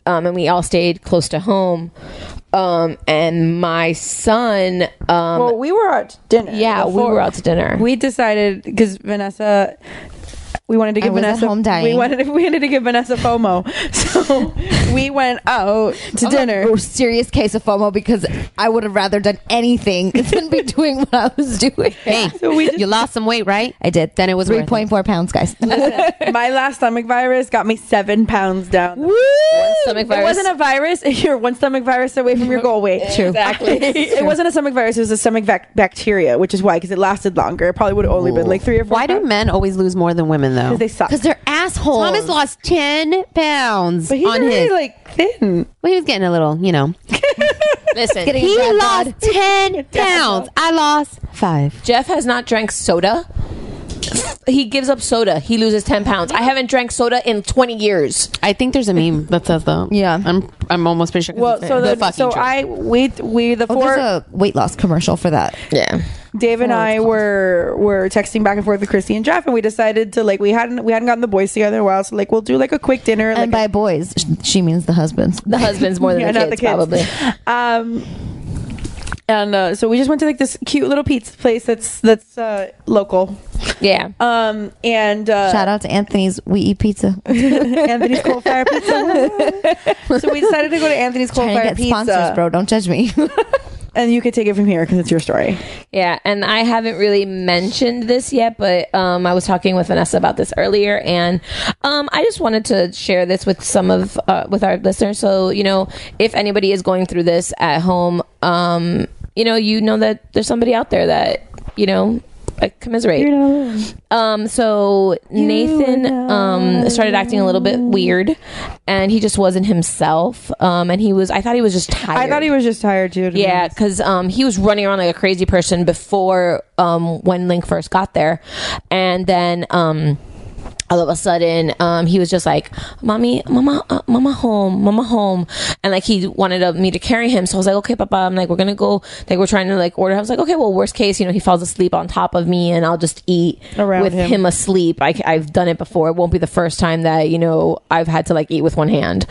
[SPEAKER 9] um, and we all stayed close to home. Um, and my son. Um,
[SPEAKER 8] well, we were out to dinner.
[SPEAKER 9] Yeah, we were out to dinner.
[SPEAKER 8] We decided because Vanessa. We wanted to
[SPEAKER 9] I
[SPEAKER 8] give
[SPEAKER 9] was at
[SPEAKER 8] Vanessa.
[SPEAKER 9] home dying.
[SPEAKER 8] We wanted. We wanted to *laughs* give Vanessa FOMO, so we went out to dinner.
[SPEAKER 4] A serious case of FOMO because I would have rather done anything *laughs* than be doing what I was doing. *laughs* Hey,
[SPEAKER 10] you lost some weight, right?
[SPEAKER 4] I did. Then it was three point four pounds, *laughs* guys.
[SPEAKER 8] My last stomach virus got me seven pounds down. Woo!
[SPEAKER 9] stomach
[SPEAKER 8] It
[SPEAKER 9] virus.
[SPEAKER 8] wasn't a virus. *laughs* You're one stomach virus away from your goal weight.
[SPEAKER 9] True. Exactly.
[SPEAKER 8] *laughs* it wasn't a stomach virus. It was a stomach vac- bacteria, which is why because it lasted longer. It probably would have only been like three or four.
[SPEAKER 10] Why do men always lose more than women though?
[SPEAKER 8] Because they suck.
[SPEAKER 10] Because
[SPEAKER 4] they're assholes.
[SPEAKER 10] Thomas lost ten pounds
[SPEAKER 8] But he's
[SPEAKER 10] on
[SPEAKER 8] already,
[SPEAKER 10] his
[SPEAKER 8] like thin.
[SPEAKER 10] Well, he was getting a little, you know.
[SPEAKER 8] *laughs*
[SPEAKER 9] Listen,
[SPEAKER 10] Getting He bad, lost *laughs* bad. 10 pounds. I lost five.
[SPEAKER 9] Jeff has not drank soda. He gives up soda. He loses ten pounds. I haven't drank soda in twenty years.
[SPEAKER 11] I think there's a meme that says though. Yeah, I'm I'm almost pretty sure. 'cause
[SPEAKER 8] Well,
[SPEAKER 11] it's
[SPEAKER 8] so
[SPEAKER 11] the
[SPEAKER 8] the,
[SPEAKER 11] fucking
[SPEAKER 8] so
[SPEAKER 11] truth.
[SPEAKER 8] I we we the
[SPEAKER 4] Oh,
[SPEAKER 8] four.
[SPEAKER 4] there's a weight loss commercial for that.
[SPEAKER 9] Yeah.
[SPEAKER 8] Dave and I were were texting back and forth with Christy and Jeff, and we decided to like we hadn't we hadn't gotten the boys together in a while, so like we'll do like a quick dinner.
[SPEAKER 4] And by boys, sh- she means the husbands.
[SPEAKER 9] The husbands more than
[SPEAKER 8] Yeah,
[SPEAKER 9] the,
[SPEAKER 8] not
[SPEAKER 9] kids,
[SPEAKER 8] the kids.
[SPEAKER 9] probably.
[SPEAKER 8] um and uh, so we just went to like this cute little pizza place that's that's uh, local.
[SPEAKER 9] Yeah.
[SPEAKER 8] Um and uh,
[SPEAKER 4] Shout out to Anthony's. We eat pizza.
[SPEAKER 8] Anthony's Cold
[SPEAKER 4] *laughs*
[SPEAKER 8] Fire Pizza. so we decided to go to Anthony's Cold
[SPEAKER 4] Trying to
[SPEAKER 8] Fire
[SPEAKER 4] get
[SPEAKER 8] Pizza.
[SPEAKER 4] sponsors, bro. Don't
[SPEAKER 8] *laughs*
[SPEAKER 4] judge me.
[SPEAKER 8] And you could take it from here because it's your story.
[SPEAKER 9] Yeah, and I haven't really mentioned this yet, but um, I was talking with Vanessa about this earlier, and um, I just wanted to share this with some of uh, with our listeners. So you know, if anybody is going through this at home, um, you know, you know that there's somebody out there that you know. I commiserate. Um, so Nathan um, started acting a little bit weird, and he just wasn't himself. Um, and he was, I thought he was just tired.
[SPEAKER 8] I thought he was just tired too. to be
[SPEAKER 9] Yeah,
[SPEAKER 8] honest.
[SPEAKER 9] because um, he was running around like a crazy person before um, when Link first got there, and then um, all of a sudden um, he was just like, "Mommy, mama, uh, mama, home, mama, home," and like he wanted uh, me to carry him. So I was like, "Okay, Papa," I'm like, "We're gonna go." Like we're trying to like order. I was like, "Okay, well, worst case, you know, he falls asleep on top of me, and I'll just eat
[SPEAKER 8] Around
[SPEAKER 9] with
[SPEAKER 8] him.
[SPEAKER 9] him, asleep." I, I've done it before. It won't be the first time that you know I've had to like eat with one hand.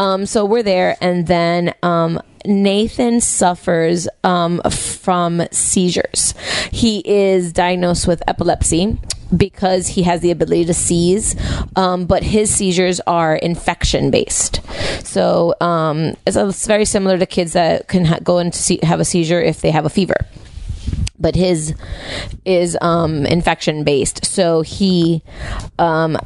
[SPEAKER 9] Um, so we're there, and then. Um, Nathan suffers um, from seizures. He is diagnosed with epilepsy because he has the ability to seize, um, but his seizures are infection based. So um, it's, it's very similar to kids that can ha- go and see- have a seizure if they have a fever but his is um, infection based. So he um,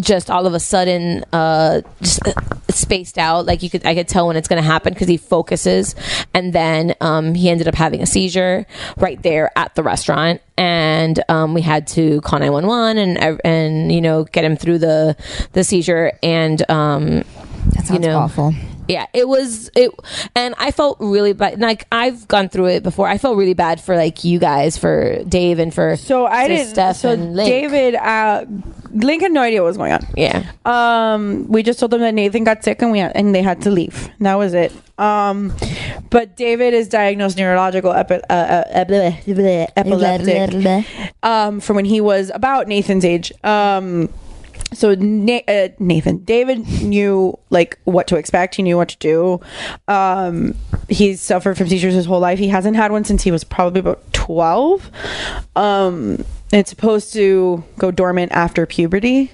[SPEAKER 9] just all of a sudden uh, just uh, spaced out. Like you could, I could tell when it's going to happen because he focuses, and then um, he ended up having a seizure right there at the restaurant, and um, we had to call nine one one and ev- and you know get him through the the seizure and. Um,
[SPEAKER 4] That sounds awful.
[SPEAKER 9] yeah it was it and i felt really bad like i've gone through it before i felt really bad for like you guys for dave and for
[SPEAKER 8] So I
[SPEAKER 9] Sis
[SPEAKER 8] didn't.
[SPEAKER 9] Steph
[SPEAKER 8] so
[SPEAKER 9] and Link.
[SPEAKER 8] David, uh, Link had no idea what was going on.
[SPEAKER 9] yeah
[SPEAKER 8] Um, we just told them that Nathan got sick and we and they had to leave. That was it. Um, but David is diagnosed neurological epi- uh, uh, ep- bleh, bleh, epileptic. Um, from when he was about Nathan's age. Um. So Na- uh, Nathan, David knew like what to expect. He knew what to do. Um, he's suffered from seizures his whole life. He hasn't had one since he was probably about twelve. Um, it's supposed to go dormant after puberty.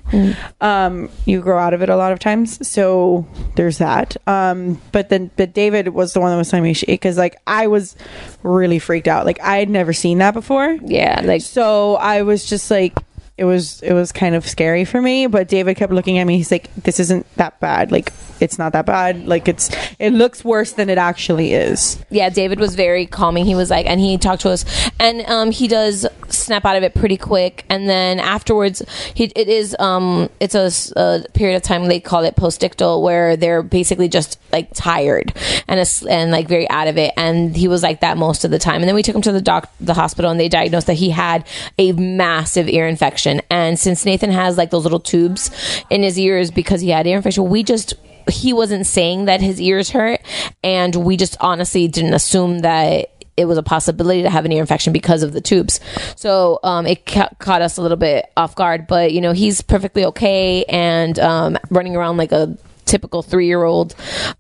[SPEAKER 8] Um, you grow out of it a lot of times, so there's that. Um, but then, but David was the one that was telling me because like I was really freaked out. Like I had never seen that before.
[SPEAKER 9] Yeah, like-
[SPEAKER 8] so I was just like. It was it was kind of scary for me, but David kept looking at me. He's like, "This isn't that bad. Like, it's not that bad. Like, it's it looks worse than it actually is."
[SPEAKER 9] yeah david was very calming he was like and he talked to us and um he does snap out of it pretty quick and then afterwards he it is um it's a, s- a period of time they call it postdictal where they're basically just like tired and as- and like very out of it and he was like that most of the time and then we took him to the doc the hospital and they diagnosed that he had a massive ear infection and since nathan has like those little tubes in his ears because he had ear infection we just he wasn't saying that his ears hurt and we just honestly didn't assume that it was a possibility to have an ear infection because of the tubes so um, it ca- caught us a little bit off guard but you know he's perfectly okay and um, running around like a typical three year old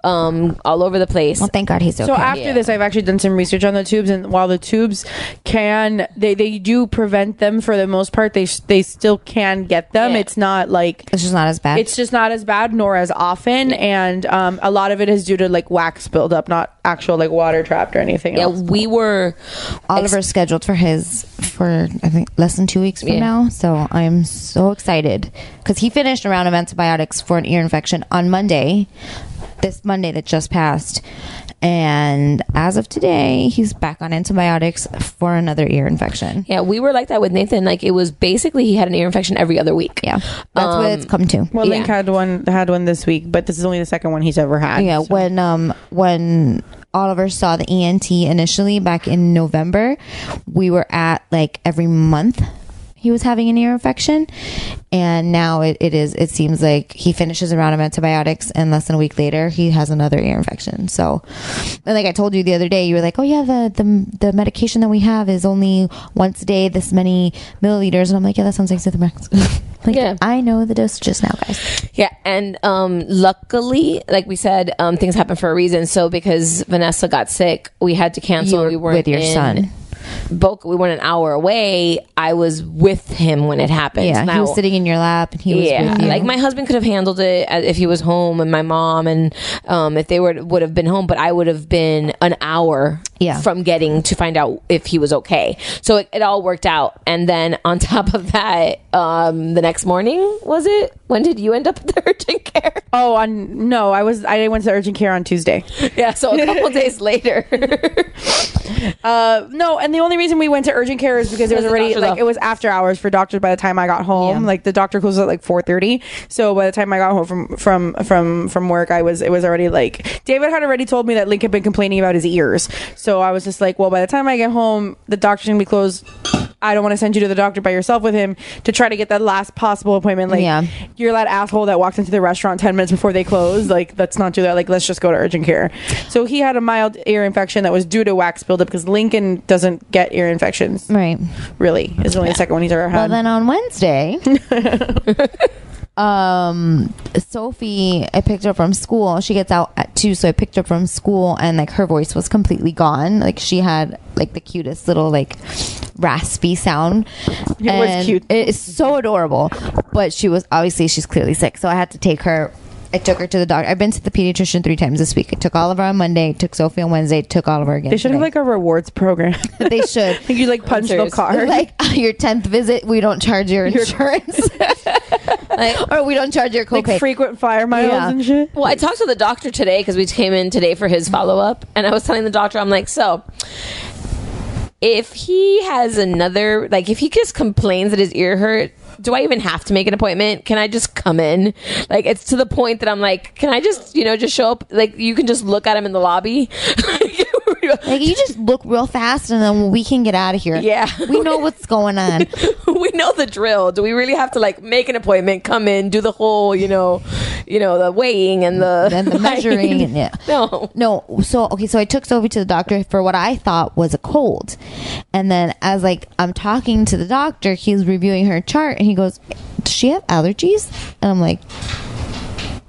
[SPEAKER 9] um, all over the place. Well,
[SPEAKER 4] Oh, thank God he's
[SPEAKER 8] So after this, I've actually done some research on the tubes, and while the tubes can, they, they do prevent them for the most part. They s- they still can get them. It's not like
[SPEAKER 4] it's just not as bad.
[SPEAKER 8] It's just not as bad, nor as often, and um, a lot of it is due to like wax buildup, not actual like water trapped or anything.
[SPEAKER 9] Yeah,
[SPEAKER 8] else.
[SPEAKER 9] we were
[SPEAKER 4] Oliver's scheduled for his for I think less than two weeks from
[SPEAKER 8] Yeah.
[SPEAKER 4] now. So I'm so excited because he finished a round of antibiotics for an ear infection on Monday, this Monday that just passed, and as of today, he's back on antibiotics for another ear infection.
[SPEAKER 9] Yeah, we were like that with Nathan. Like it was basically he had an ear infection every other week.
[SPEAKER 4] Yeah, That's what
[SPEAKER 8] Um,
[SPEAKER 4] it's come to.
[SPEAKER 8] Well, Link had one had one this week, but this is only the second one he's ever had.
[SPEAKER 4] Yeah, when um when Oliver saw the ENT initially back in November, we were at like every month he was having an ear infection and now it, it is it seems like he finishes a round of antibiotics and less than a week later he has another ear infection so and like i told you the other day you were like oh yeah the the, the medication that we have is only once a day this many milliliters and i'm like yeah that sounds like zithamax *laughs* like i know the dose just now guys
[SPEAKER 9] Yeah, and um, luckily, like we said, um, things happen for a reason. So because Vanessa got sick, we had to cancel.
[SPEAKER 4] You
[SPEAKER 9] and we
[SPEAKER 4] were
[SPEAKER 9] weren't
[SPEAKER 4] with your
[SPEAKER 9] in
[SPEAKER 4] son.
[SPEAKER 9] Boca. We weren't an hour away. I was with him when it happened.
[SPEAKER 4] yeah he
[SPEAKER 9] Now-
[SPEAKER 4] was sitting in your lap and he was
[SPEAKER 9] yeah,
[SPEAKER 4] with you.
[SPEAKER 9] like my husband could have handled it as- if he was home, and my mom, and um, if they were would have been home, but I would have been an hour
[SPEAKER 4] Yeah.
[SPEAKER 9] from getting to find out if he was okay. So it, it all worked out, and then on *laughs* top of that, um, the next morning was it? When did you end up *laughs* at the urgent care?
[SPEAKER 8] Oh, on no, I was I went to urgent care on Tuesday.
[SPEAKER 9] Yeah, so
[SPEAKER 4] *laughs*
[SPEAKER 9] a couple days later.
[SPEAKER 8] uh, no, and the only reason we went to urgent care is because it was
[SPEAKER 9] the
[SPEAKER 8] already
[SPEAKER 9] doctor's
[SPEAKER 8] like
[SPEAKER 9] off.
[SPEAKER 8] it was after hours for doctors by the time I got home. Like the doctor closes at like four thirty, so by the time I got home from from from from work, I was it was already like David had already told me that Link had been complaining about his ears, so I was just like, well, by the time I get home, the doctor's gonna be closed. I don't want to send you to the doctor by yourself with him to try to get that last possible appointment. Like
[SPEAKER 4] Yeah.
[SPEAKER 8] you're that asshole that walked into the restaurant 10 minutes before they closed. Like, let's not do that. Like, let's just go to urgent care. So he had a mild ear infection that was due to wax buildup because Lincoln doesn't get ear infections.
[SPEAKER 4] Right.
[SPEAKER 8] Really. It's only the second one he's ever
[SPEAKER 4] Well,
[SPEAKER 8] had.
[SPEAKER 4] then on Wednesday, um, Sophie, I picked her up from school. She gets out at two, so I picked her up from school, and like her voice was completely gone. Like she had like the cutest little like raspy sound. It
[SPEAKER 8] was cute.
[SPEAKER 4] It's so adorable, but she was obviously she's clearly sick, so I had to take her. I took her to the doctor. I've been to the pediatrician three times this week. I took Oliver on Monday, took Sophie on Wednesday, took Oliver again.
[SPEAKER 8] they should have like a rewards program. *laughs*
[SPEAKER 4] they
[SPEAKER 8] I
[SPEAKER 4] should.
[SPEAKER 8] think you like punch the card.
[SPEAKER 4] *laughs* Like uh, your tenth visit, we don't charge *laughs* your insurance, like, or we don't charge your copay.
[SPEAKER 8] frequent flyer miles and shit.
[SPEAKER 9] Well, I talked to the doctor today because we came in today for his follow up, and I was telling the doctor, I'm like, so if he has another, like, if he just complains that his ear hurt, do I even have to make an appointment? Can I just come in? Like, it's to the point that I'm like, can I just, you know, just show up? Like, you can just look at him in the lobby. *laughs*
[SPEAKER 4] Like you just look real fast, and then we can get out of here.
[SPEAKER 9] Yeah.
[SPEAKER 4] we know what's going *laughs* on.
[SPEAKER 9] we know the drill. Do we really have to like make an appointment, come in, do the whole, you know, you know, the *laughs* weighing and the
[SPEAKER 4] and the
[SPEAKER 9] like-
[SPEAKER 4] measuring and yeah.
[SPEAKER 9] No.
[SPEAKER 4] No. So okay, so I took Sophie to the doctor for what I thought was a cold. And then as like I'm talking to the doctor, he's reviewing her chart and he goes, Does she have allergies? And I'm like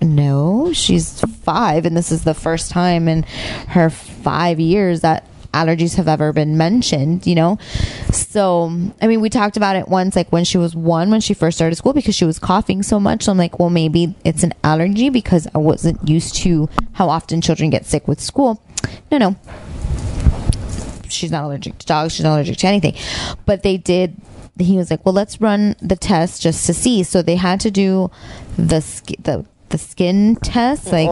[SPEAKER 4] No, she's five and this is the first time in her five years that allergies have ever been mentioned, you know? So, I mean, we talked about it once, like when she was one, when she first started school, because she was coughing so much. I'm like, well, maybe it's an allergy because I wasn't used to how often children get sick with school. No, no. She's not allergic to dogs. She's not allergic to anything. But they did. He was like, "Well, let's run the test just to see." So they had to do the sk- the the skin test. Like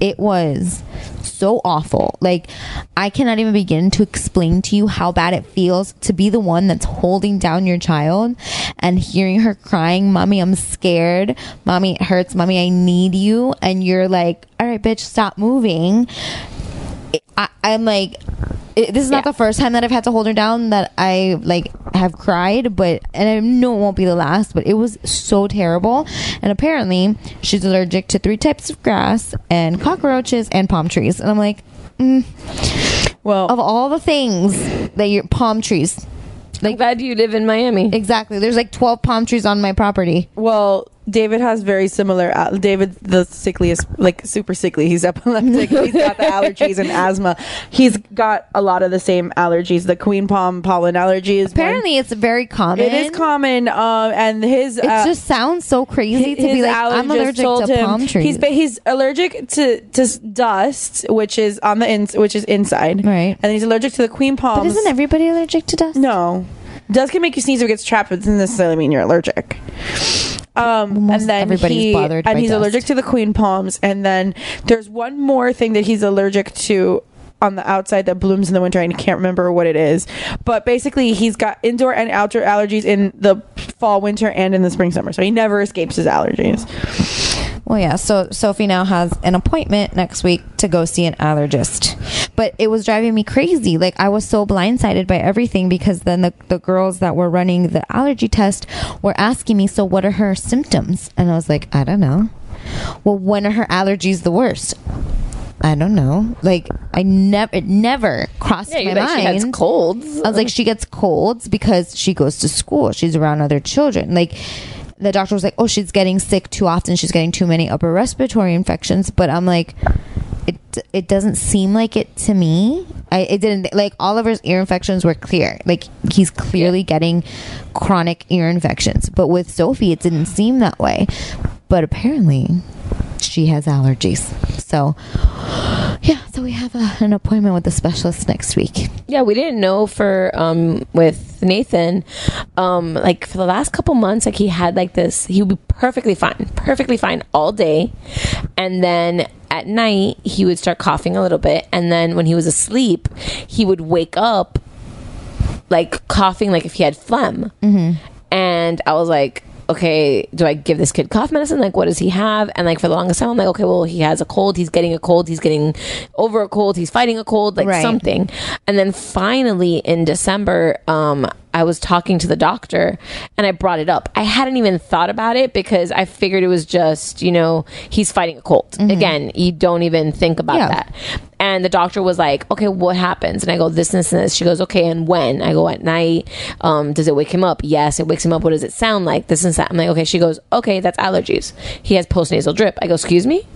[SPEAKER 4] it was so awful. Like I cannot even begin to explain to you how bad it feels to be the one that's holding down your child and hearing her crying, "Mommy, I'm scared. Mommy, it hurts. Mommy, I need you." And you're like, "All right, bitch, stop moving." I, I'm like, it, this is not the first time that I've had to hold her down that I like have cried, but and I know it won't be the last, but it was so terrible. And apparently, she's allergic to three types of grass and cockroaches and palm trees. And I'm like, mm.
[SPEAKER 8] well,
[SPEAKER 4] of all the things that your palm trees,
[SPEAKER 9] I'm glad you live in Miami.
[SPEAKER 4] Exactly. There's like 12 palm trees on my property.
[SPEAKER 8] Well, David has very similar. Uh, David, the sickliest, like super sickly. He's
[SPEAKER 4] *laughs*
[SPEAKER 8] epileptic. he's got the allergies and asthma. He's got a lot of the same allergies. The queen palm pollen allergy is one.
[SPEAKER 4] Apparently, it's very common.
[SPEAKER 8] It is common, um, and his
[SPEAKER 4] It just sounds so crazy to be like, I'm
[SPEAKER 8] allergist
[SPEAKER 4] allergic
[SPEAKER 8] told
[SPEAKER 4] to palm trees.
[SPEAKER 8] He's ba- he's allergic to to s- dust, which is on the ins, which is inside, right? And he's allergic to the queen palms.
[SPEAKER 4] But isn't everybody allergic to dust?
[SPEAKER 8] No, dust can make you sneeze or gets trapped, but it doesn't necessarily mean you're allergic. Um, and then
[SPEAKER 4] everybody's
[SPEAKER 8] he,
[SPEAKER 4] bothered
[SPEAKER 8] and
[SPEAKER 4] by
[SPEAKER 8] he's
[SPEAKER 4] dust.
[SPEAKER 8] allergic to the queen palms. And then there's one more thing that he's allergic to on the outside that blooms in the winter. I can't remember what it is, but basically he's got indoor and outdoor allergies in the fall, winter, and in the spring, summer. So he never escapes his allergies.
[SPEAKER 4] Well, yeah. So Sophie now has an appointment next week to go see an allergist. But it was driving me crazy. Like I was so blindsided by everything because then the, the girls that were running the allergy test were asking me, "So what are her symptoms?" And I was like, "I don't know." Well, when are her allergies the worst? I don't know. Like I never, it never crossed
[SPEAKER 9] Yeah,
[SPEAKER 4] my
[SPEAKER 9] you're like,
[SPEAKER 4] mind.
[SPEAKER 9] she has colds.
[SPEAKER 4] I was like, she gets colds because she goes to school. She's around other children. Like the doctor was like, oh, she's getting sick too often. She's getting too many upper respiratory infections. But I'm like, it it doesn't seem like it to me. I it didn't like Oliver's ear infections were clear. Like he's clearly getting chronic ear infections. But with Sophie, it didn't seem that way. But apparently, she has allergies. So yeah, so we have a, an appointment with the specialist next week.
[SPEAKER 9] Yeah, we didn't know for um with Nathan, um like for the last couple months, like he had like this. He would be perfectly fine, perfectly fine all day, and then at night he would start coughing a little bit, and then when he was asleep, he would wake up like coughing, like if he had phlegm,
[SPEAKER 4] Mm-hmm.
[SPEAKER 9] and I was like. Okay, do I give this kid cough medicine? Like, what does he have? And like for the longest time, I'm like, okay, well, he has a cold. He's getting a cold. He's getting over a cold. He's fighting a cold. Like
[SPEAKER 4] Right.
[SPEAKER 9] something thing. And then finally in December, um, I was talking to the doctor and I brought it up. I hadn't even thought about it because I figured it was just, you know, he's fighting a cold. Again, you don't even think about
[SPEAKER 4] Mm-hmm. Yeah.
[SPEAKER 9] that. And the doctor was like, okay, what happens? And I go, this, this, and this. She goes, okay, and when? I go, at night. Um, does it wake him up? Yes, it wakes him up. What does it sound like? This and that. I'm like, okay. She goes, okay, that's allergies. He has postnasal drip. I go, excuse me?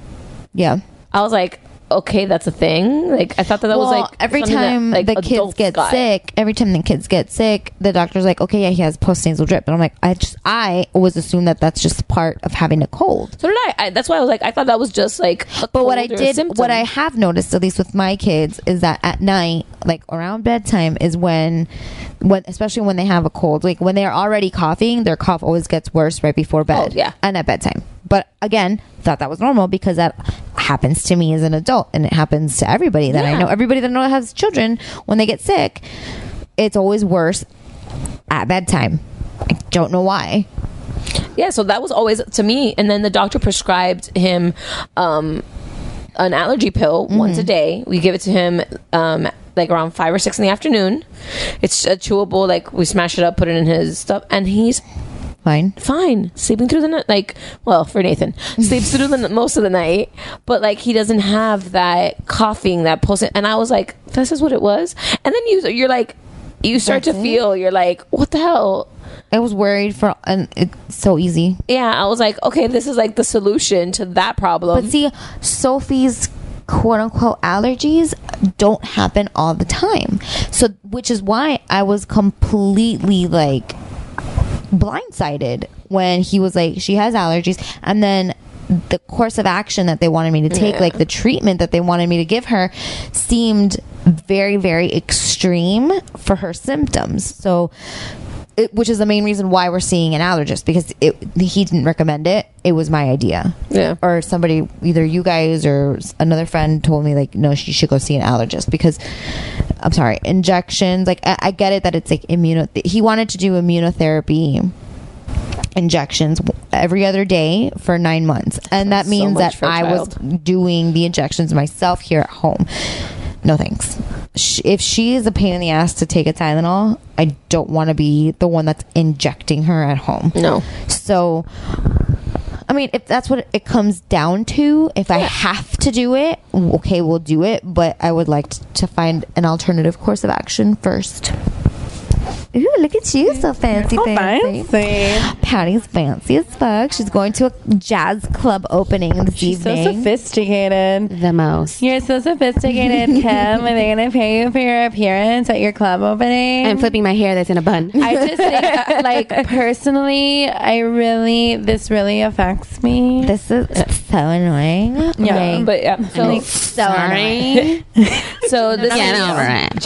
[SPEAKER 4] Yeah.
[SPEAKER 9] I was like, okay, that's a thing. Like I thought that that was
[SPEAKER 4] Well,
[SPEAKER 9] like
[SPEAKER 4] every
[SPEAKER 9] something that,
[SPEAKER 4] time
[SPEAKER 9] like,
[SPEAKER 4] the kids
[SPEAKER 9] adults
[SPEAKER 4] get
[SPEAKER 9] got.
[SPEAKER 4] sick, every time the kids get sick, the doctor's like, "Okay, yeah, he has postnasal drip," and I'm like, "I just, I always assumed that that's just part of having a cold."
[SPEAKER 9] So did I. I. That's why I was like, I thought that was just like. A
[SPEAKER 4] But what I
[SPEAKER 9] cold or a
[SPEAKER 4] did,
[SPEAKER 9] symptom.
[SPEAKER 4] what I have noticed, at least with my kids, is that at night, like around bedtime, is when, when especially when they have a cold, like when they're already coughing, their cough always gets worse right before bed, Oh, yeah, and at bedtime. But again, thought that was normal because that happens to me as an adult, and it happens to everybody that I know. Everybody that I know that has children, when they get sick, it's always worse at bedtime. I don't know why.
[SPEAKER 9] yeah. So that was always to me. And then the doctor prescribed him, um, an allergy pill once
[SPEAKER 4] Mm.
[SPEAKER 9] a day. We give it to him, um, like around five or six in the afternoon. It's a chewable. Like we smash it up, put it in his stuff, and he's
[SPEAKER 4] Fine.
[SPEAKER 9] fine sleeping through the night like well for
[SPEAKER 4] *laughs*
[SPEAKER 9] nathan sleeps through the n- most of the night but like he doesn't have that coughing that pulsing and i was like this is what it was and then you you're like you start
[SPEAKER 4] That's
[SPEAKER 9] to
[SPEAKER 4] it?
[SPEAKER 9] feel you're like what the hell
[SPEAKER 4] I was worried for, and it's so easy.
[SPEAKER 9] yeah i was like okay this is like the solution to that problem
[SPEAKER 4] But see, Sophie's quote unquote allergies don't happen all the time. So, which is why I was completely like blindsided when he was like, she has allergies. And then the course of action that they wanted me to take,
[SPEAKER 9] Yeah.
[SPEAKER 4] like the treatment that they wanted me to give her, seemed very, very extreme for her symptoms. So, it, which is the main reason why we're seeing an allergist because it, he didn't recommend it. It was my idea.
[SPEAKER 9] Yeah.
[SPEAKER 4] Or somebody, either you guys or s- another friend told me, like, no, she should go see an allergist because, I'm sorry, injections. Like, I, I get it that it's like immuno. He wanted to do immunotherapy injections w- every other day for nine months. And that
[SPEAKER 9] so
[SPEAKER 4] means
[SPEAKER 9] much
[SPEAKER 4] that
[SPEAKER 9] for a
[SPEAKER 4] I was doing the injections myself here at home. No thanks. Sh- If she is a pain in the ass to take a Tylenol, I don't want to be the one that's injecting her at home.
[SPEAKER 9] No.
[SPEAKER 4] So, I mean, if that's what it comes down to, if I have to do it, okay, we'll do it. But I would like t- to find an alternative course of action first. Ooh, look at you, so fancy,
[SPEAKER 2] Oh,
[SPEAKER 8] Oh,
[SPEAKER 4] fancy. Patty's fancy as fuck. She's going to a jazz club opening this
[SPEAKER 8] She's so
[SPEAKER 4] evening.
[SPEAKER 8] sophisticated.
[SPEAKER 2] Mm-hmm.
[SPEAKER 10] The most.
[SPEAKER 8] You're so
[SPEAKER 2] *laughs*
[SPEAKER 8] sophisticated, Kim. Are they gonna pay you for your appearance at your club opening?
[SPEAKER 10] I'm flipping my hair that's in a bun.
[SPEAKER 8] Mm-hmm. I just
[SPEAKER 2] *laughs*
[SPEAKER 8] think, like personally, I really this really affects me.
[SPEAKER 4] This is so annoying.
[SPEAKER 8] Yeah,
[SPEAKER 4] Like,
[SPEAKER 8] but yeah,
[SPEAKER 4] I'm
[SPEAKER 8] so,
[SPEAKER 4] so
[SPEAKER 8] *laughs*
[SPEAKER 4] annoying.
[SPEAKER 9] so this
[SPEAKER 4] Get
[SPEAKER 9] is-
[SPEAKER 4] over it.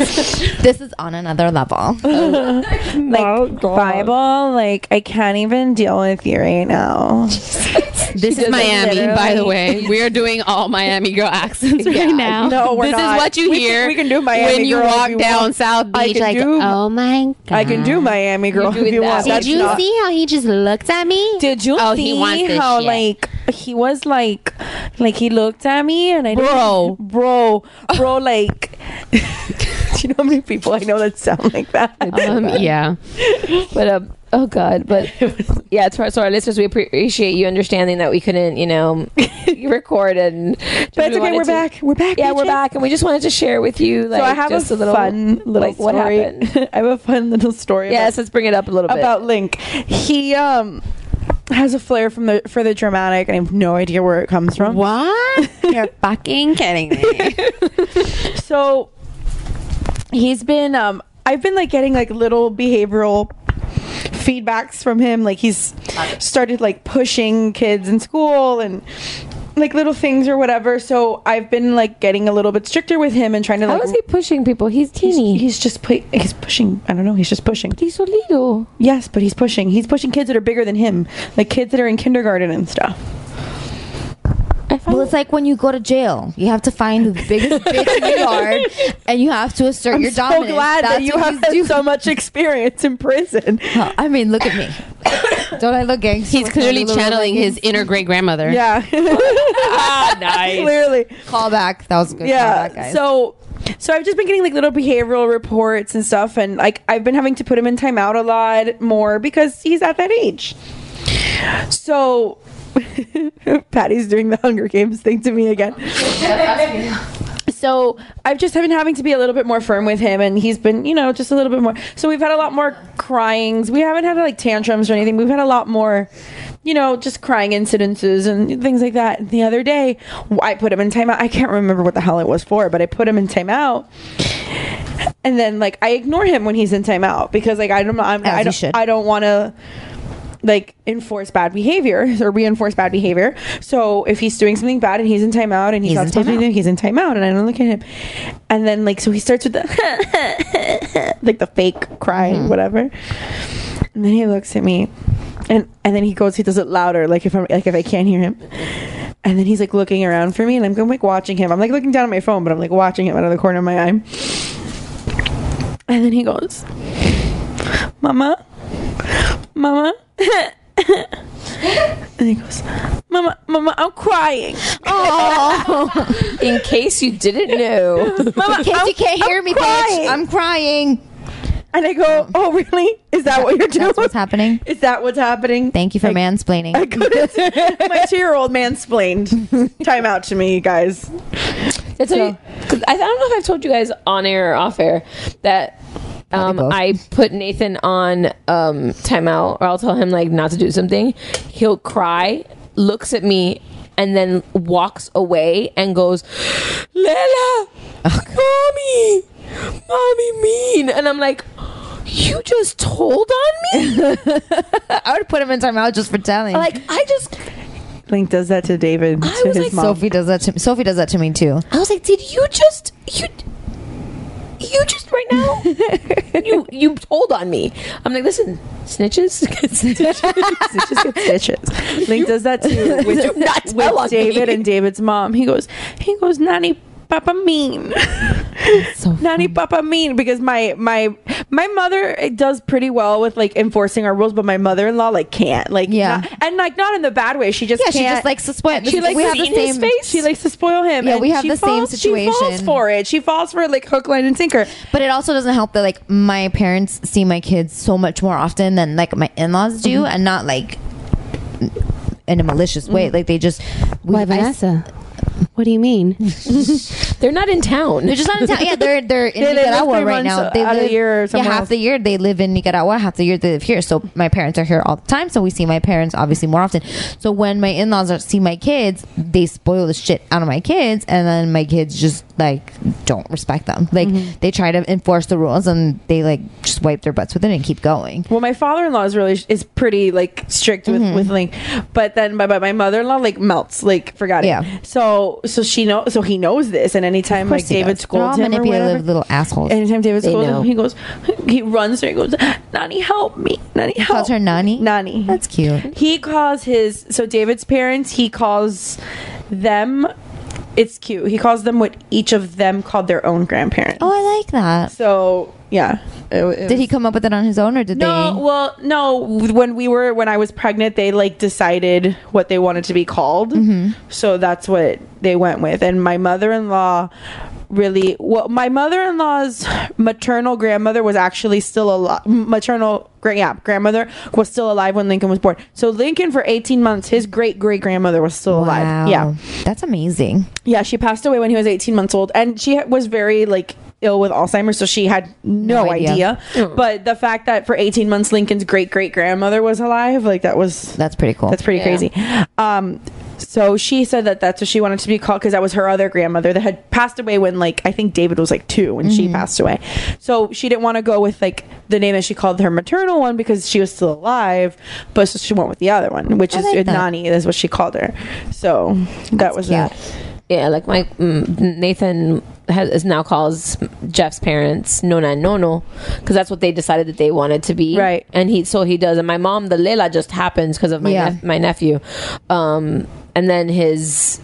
[SPEAKER 8] Jesus.
[SPEAKER 4] this is on another
[SPEAKER 8] *laughs*
[SPEAKER 4] level.
[SPEAKER 8] like oh, Bible, like I can't even deal with you right now.
[SPEAKER 10] This is Miami, by the
[SPEAKER 8] *laughs*
[SPEAKER 10] way. We are doing all Miami girl accents right now.
[SPEAKER 8] No, we're
[SPEAKER 10] this
[SPEAKER 8] not.
[SPEAKER 10] is what you
[SPEAKER 8] We can-
[SPEAKER 10] hear.
[SPEAKER 8] we can do Miami
[SPEAKER 10] when you
[SPEAKER 8] girl if
[SPEAKER 10] walk
[SPEAKER 8] you
[SPEAKER 10] down
[SPEAKER 8] want.
[SPEAKER 10] South
[SPEAKER 8] I
[SPEAKER 10] Beach.
[SPEAKER 8] can
[SPEAKER 10] Like,
[SPEAKER 8] do-
[SPEAKER 10] oh my god,
[SPEAKER 8] I can do Miami girl
[SPEAKER 10] You're
[SPEAKER 8] if you
[SPEAKER 10] doing
[SPEAKER 8] want.
[SPEAKER 10] that.
[SPEAKER 8] That's
[SPEAKER 10] Did you
[SPEAKER 8] not-
[SPEAKER 10] see how he just looked at me?
[SPEAKER 8] Did you
[SPEAKER 10] Oh,
[SPEAKER 8] see
[SPEAKER 10] he wants this
[SPEAKER 8] how
[SPEAKER 10] shit.
[SPEAKER 8] like he was like like he looked at me and I didn't-
[SPEAKER 10] "Oh,
[SPEAKER 8] *laughs*
[SPEAKER 10] Bro.
[SPEAKER 8] bro *laughs* bro like do you know how many *laughs* people I know that sound like that?
[SPEAKER 9] Um,
[SPEAKER 10] yeah.
[SPEAKER 9] but um, oh god, but *laughs* yeah, to our, so our listeners, we appreciate you understanding that we couldn't,
[SPEAKER 8] *laughs*
[SPEAKER 9] you know, record and.
[SPEAKER 8] But it's
[SPEAKER 9] we
[SPEAKER 8] okay.
[SPEAKER 9] wanted
[SPEAKER 8] We're
[SPEAKER 9] to-
[SPEAKER 8] back. We're back.
[SPEAKER 9] Yeah, we're
[SPEAKER 8] bitches.
[SPEAKER 9] back, and we just wanted to share with you. Like,
[SPEAKER 8] so I have
[SPEAKER 9] just
[SPEAKER 8] a,
[SPEAKER 9] little
[SPEAKER 8] fun little
[SPEAKER 9] like, What
[SPEAKER 8] story.
[SPEAKER 9] happened?
[SPEAKER 8] *laughs* I have a fun little story.
[SPEAKER 9] Yes,
[SPEAKER 8] about-
[SPEAKER 9] let's bring it up a little bit.
[SPEAKER 8] about Link. He um has a flair from the for the dramatic, and I have no idea where it comes from.
[SPEAKER 10] What?
[SPEAKER 8] *laughs* You're
[SPEAKER 10] fucking kidding me.
[SPEAKER 8] so he's been um I've been like getting like little behavioral feedbacks from him. Like he's started like pushing kids in school and like little things or whatever. So I've been like getting a little bit stricter with him and trying to
[SPEAKER 9] How
[SPEAKER 8] like
[SPEAKER 9] is he pushing people? He's teeny.
[SPEAKER 8] He's, just pu- he's pushing. I don't know. He's just pushing.
[SPEAKER 9] he's so little.
[SPEAKER 8] Yes, but he's pushing. He's pushing kids that are bigger than him, like kids that are in kindergarten and stuff.
[SPEAKER 4] *laughs* Well, it's like when you go to jail, you have to find the biggest *laughs* bitch in the yard, and you have to assert
[SPEAKER 8] I'm
[SPEAKER 4] your
[SPEAKER 8] so
[SPEAKER 4] dominance.
[SPEAKER 8] glad that
[SPEAKER 4] That's
[SPEAKER 8] you
[SPEAKER 4] what
[SPEAKER 8] have *laughs*
[SPEAKER 4] he's
[SPEAKER 8] had
[SPEAKER 4] doing.
[SPEAKER 8] so much experience in
[SPEAKER 4] *laughs*
[SPEAKER 8] prison.
[SPEAKER 4] Huh, I mean, look at me. Don't I look gangster?
[SPEAKER 10] He's clearly channeling his inner great grandmother.
[SPEAKER 8] *laughs* Yeah.
[SPEAKER 9] ah, nice.
[SPEAKER 8] Clearly.
[SPEAKER 4] callback. That was a good.
[SPEAKER 8] yeah.
[SPEAKER 4] callback, guys.
[SPEAKER 8] So, so I've just been getting like little behavioral reports and stuff, and like I've been having to put him in timeout a lot more because he's at that age. So, *laughs* Patty's doing the Hunger Games thing to me again. So I've just been having to be a little bit more firm with him, and he's been, you know, just a little bit more. So we've had a lot more cryings. We haven't had like tantrums or anything. We've had a lot more, you know, just crying incidences and things like that. And the other day, I put him in timeout. I can't remember what the hell it was for, but I put him in timeout. And then like I ignore him when he's in timeout because like I don't, I'm,
[SPEAKER 4] As
[SPEAKER 8] I
[SPEAKER 4] you
[SPEAKER 8] don't,
[SPEAKER 4] should.
[SPEAKER 8] I don't want to like enforce bad behavior *laughs* or reinforce bad behavior. So if he's doing something bad and he's in timeout and he's,
[SPEAKER 4] He's
[SPEAKER 8] not
[SPEAKER 4] in
[SPEAKER 8] supposed to be
[SPEAKER 4] timeout.
[SPEAKER 8] doing, he's in timeout and I don't look at him. And then like so he starts with the *laughs* like the fake cry,
[SPEAKER 4] Hmm.
[SPEAKER 8] whatever. And then he looks at me and and then he goes, he does it louder, like if I'm like if I can't hear him. And then he's like looking around for me and I'm going like watching him. I'm like looking down at my phone, but I'm like watching him out of the corner of my eye. And then he goes, Mama, Mama. and he goes, Mama, Mama, I'm crying.
[SPEAKER 9] In case you didn't know,
[SPEAKER 8] Mama,
[SPEAKER 4] In case
[SPEAKER 8] I'm,
[SPEAKER 4] you *laughs* can't hear me,
[SPEAKER 8] crying.
[SPEAKER 4] bitch, I'm crying.
[SPEAKER 8] and I go, Oh, really? Is that what you're doing?
[SPEAKER 4] That's what's happening.
[SPEAKER 8] Is that what's happening?
[SPEAKER 4] Thank you
[SPEAKER 8] *laughs*
[SPEAKER 4] for
[SPEAKER 8] I
[SPEAKER 4] mansplaining.
[SPEAKER 8] couldn't. My two-year-old
[SPEAKER 4] *laughs*
[SPEAKER 8] mansplained. Time out to me, you guys.
[SPEAKER 9] That's what you- 'cause I, I don't know if I've told you guys on air or off air that um,
[SPEAKER 4] both.
[SPEAKER 9] I put Nathan on um, timeout, or I'll tell him like not to do something. He'll cry, looks at me, and then walks away and goes, "Lela, mommy, mommy, mean," and I'm like. You just told on me?
[SPEAKER 4] *laughs* I would put him in timeout just for telling.
[SPEAKER 9] Like I just
[SPEAKER 8] Link does that to David,
[SPEAKER 4] *laughs*
[SPEAKER 9] I
[SPEAKER 8] to
[SPEAKER 9] was
[SPEAKER 8] his
[SPEAKER 9] like,
[SPEAKER 8] mom.
[SPEAKER 4] Sophie does that to me. Sophie does that to me too.
[SPEAKER 9] I was like, did you just you you just right now you you told on me? I'm like, listen, snitches, *laughs* get snitches.
[SPEAKER 8] It's just get stitches. Link does that
[SPEAKER 4] *laughs*
[SPEAKER 8] too with,
[SPEAKER 9] Do not tell on
[SPEAKER 8] with David
[SPEAKER 9] me.
[SPEAKER 8] and David's mom. He goes, he goes, Nanny Papa mean. Nanny Papa mean because my my my mother it does pretty well with like enforcing our rules, but my mother in law like can't like
[SPEAKER 4] Yeah.
[SPEAKER 8] not- and like not in the bad way. She just
[SPEAKER 4] Yeah, she
[SPEAKER 8] can't-
[SPEAKER 4] just likes to spoil-
[SPEAKER 8] She likes
[SPEAKER 4] we
[SPEAKER 8] to
[SPEAKER 4] have the
[SPEAKER 8] see his
[SPEAKER 4] same-
[SPEAKER 8] face. She likes to spoil him.
[SPEAKER 4] Yeah,
[SPEAKER 8] and
[SPEAKER 4] we have
[SPEAKER 8] she
[SPEAKER 4] the same
[SPEAKER 8] falls- She falls
[SPEAKER 4] situation.
[SPEAKER 8] for it. She falls for like hook, line, and sinker.
[SPEAKER 4] But it also doesn't help that like my parents see my kids so much more often than like my in-laws do, and not like in a malicious way. Like they just we,
[SPEAKER 8] Why,
[SPEAKER 4] I-
[SPEAKER 8] Vanessa?
[SPEAKER 11] What do you mean?
[SPEAKER 9] they're not in town.
[SPEAKER 4] They're just not in town.
[SPEAKER 9] *laughs*
[SPEAKER 4] Yeah, they're they're in
[SPEAKER 9] Yeah, they live
[SPEAKER 4] Nicaragua
[SPEAKER 9] three
[SPEAKER 4] right
[SPEAKER 9] months
[SPEAKER 4] now. They
[SPEAKER 9] out of
[SPEAKER 4] live
[SPEAKER 9] the year
[SPEAKER 4] yeah,
[SPEAKER 9] somewhere
[SPEAKER 4] half
[SPEAKER 9] else.
[SPEAKER 4] the year they live in Nicaragua, half the year they live here. So my parents are here all the time. So we see my parents obviously more often. So when my in laws see my kids, they spoil the shit out of my kids, and then my kids just like don't respect them. Like
[SPEAKER 9] Mm-hmm.
[SPEAKER 4] they try to enforce the rules, and they like just wipe their butts with it and keep going.
[SPEAKER 8] Well, my father-in-law is really is pretty like strict
[SPEAKER 4] Mm-hmm.
[SPEAKER 8] with with like, but then my but my mother-in-law like melts like forgot it.
[SPEAKER 4] Yeah.
[SPEAKER 8] So so she know so he knows this, and anytime
[SPEAKER 4] Of course
[SPEAKER 8] like
[SPEAKER 4] he
[SPEAKER 8] David
[SPEAKER 4] does. They're all
[SPEAKER 8] scolds him or whatever,
[SPEAKER 4] manipulative little assholes.
[SPEAKER 8] anytime David
[SPEAKER 4] They
[SPEAKER 8] scolds
[SPEAKER 4] know.
[SPEAKER 8] him, he goes, he runs there, he goes, Nani, help me, Nani, help. He calls her
[SPEAKER 4] Nani.
[SPEAKER 8] Nani. That's
[SPEAKER 4] cute.
[SPEAKER 8] He calls his so David's parents. He calls them. It's cute. He calls them what each of them called their own grandparents.
[SPEAKER 4] Oh, I like that.
[SPEAKER 8] So yeah, It wa- it
[SPEAKER 4] did he
[SPEAKER 8] was-
[SPEAKER 4] come up with it on his own, or did
[SPEAKER 8] no,
[SPEAKER 4] they?
[SPEAKER 8] well, no. When we were when I was pregnant, they like decided what they wanted to be called.
[SPEAKER 4] Mm-hmm.
[SPEAKER 8] So that's what they went with. And my mother-in-law really well my mother-in-law's maternal grandmother was actually still alive maternal gra- yeah grandmother was still alive when lincoln was born so lincoln for 18 months his great great grandmother was still
[SPEAKER 4] Wow.
[SPEAKER 8] alive yeah
[SPEAKER 4] that's amazing.
[SPEAKER 8] yeah, she passed away when he was 18 months old, and she was very like ill with Alzheimer's, so she had no,
[SPEAKER 4] No idea.
[SPEAKER 8] idea. But the fact that for 18 months Lincoln's great great grandmother was alive, like that was
[SPEAKER 4] that's pretty cool.
[SPEAKER 8] That's pretty
[SPEAKER 4] Yeah.
[SPEAKER 8] crazy. Um, so she said that that's what she wanted to be called because that was her other grandmother that had passed away when like I think David was like two when she passed away. So she didn't want to go with like the name that she called her maternal one because she was still alive, but so she went with the other one, which
[SPEAKER 9] I
[SPEAKER 8] is
[SPEAKER 9] like that.
[SPEAKER 8] Nani. That's what she called her. So that was that.
[SPEAKER 9] Yeah, like my mm, Nathan has is now calls Jeff's parents Nona and Nono because that's what they decided that they wanted to be. Right. And he so he does. And my mom, the Lela, just happens because of my
[SPEAKER 4] Yeah.
[SPEAKER 9] nep- my nephew. Um, and then his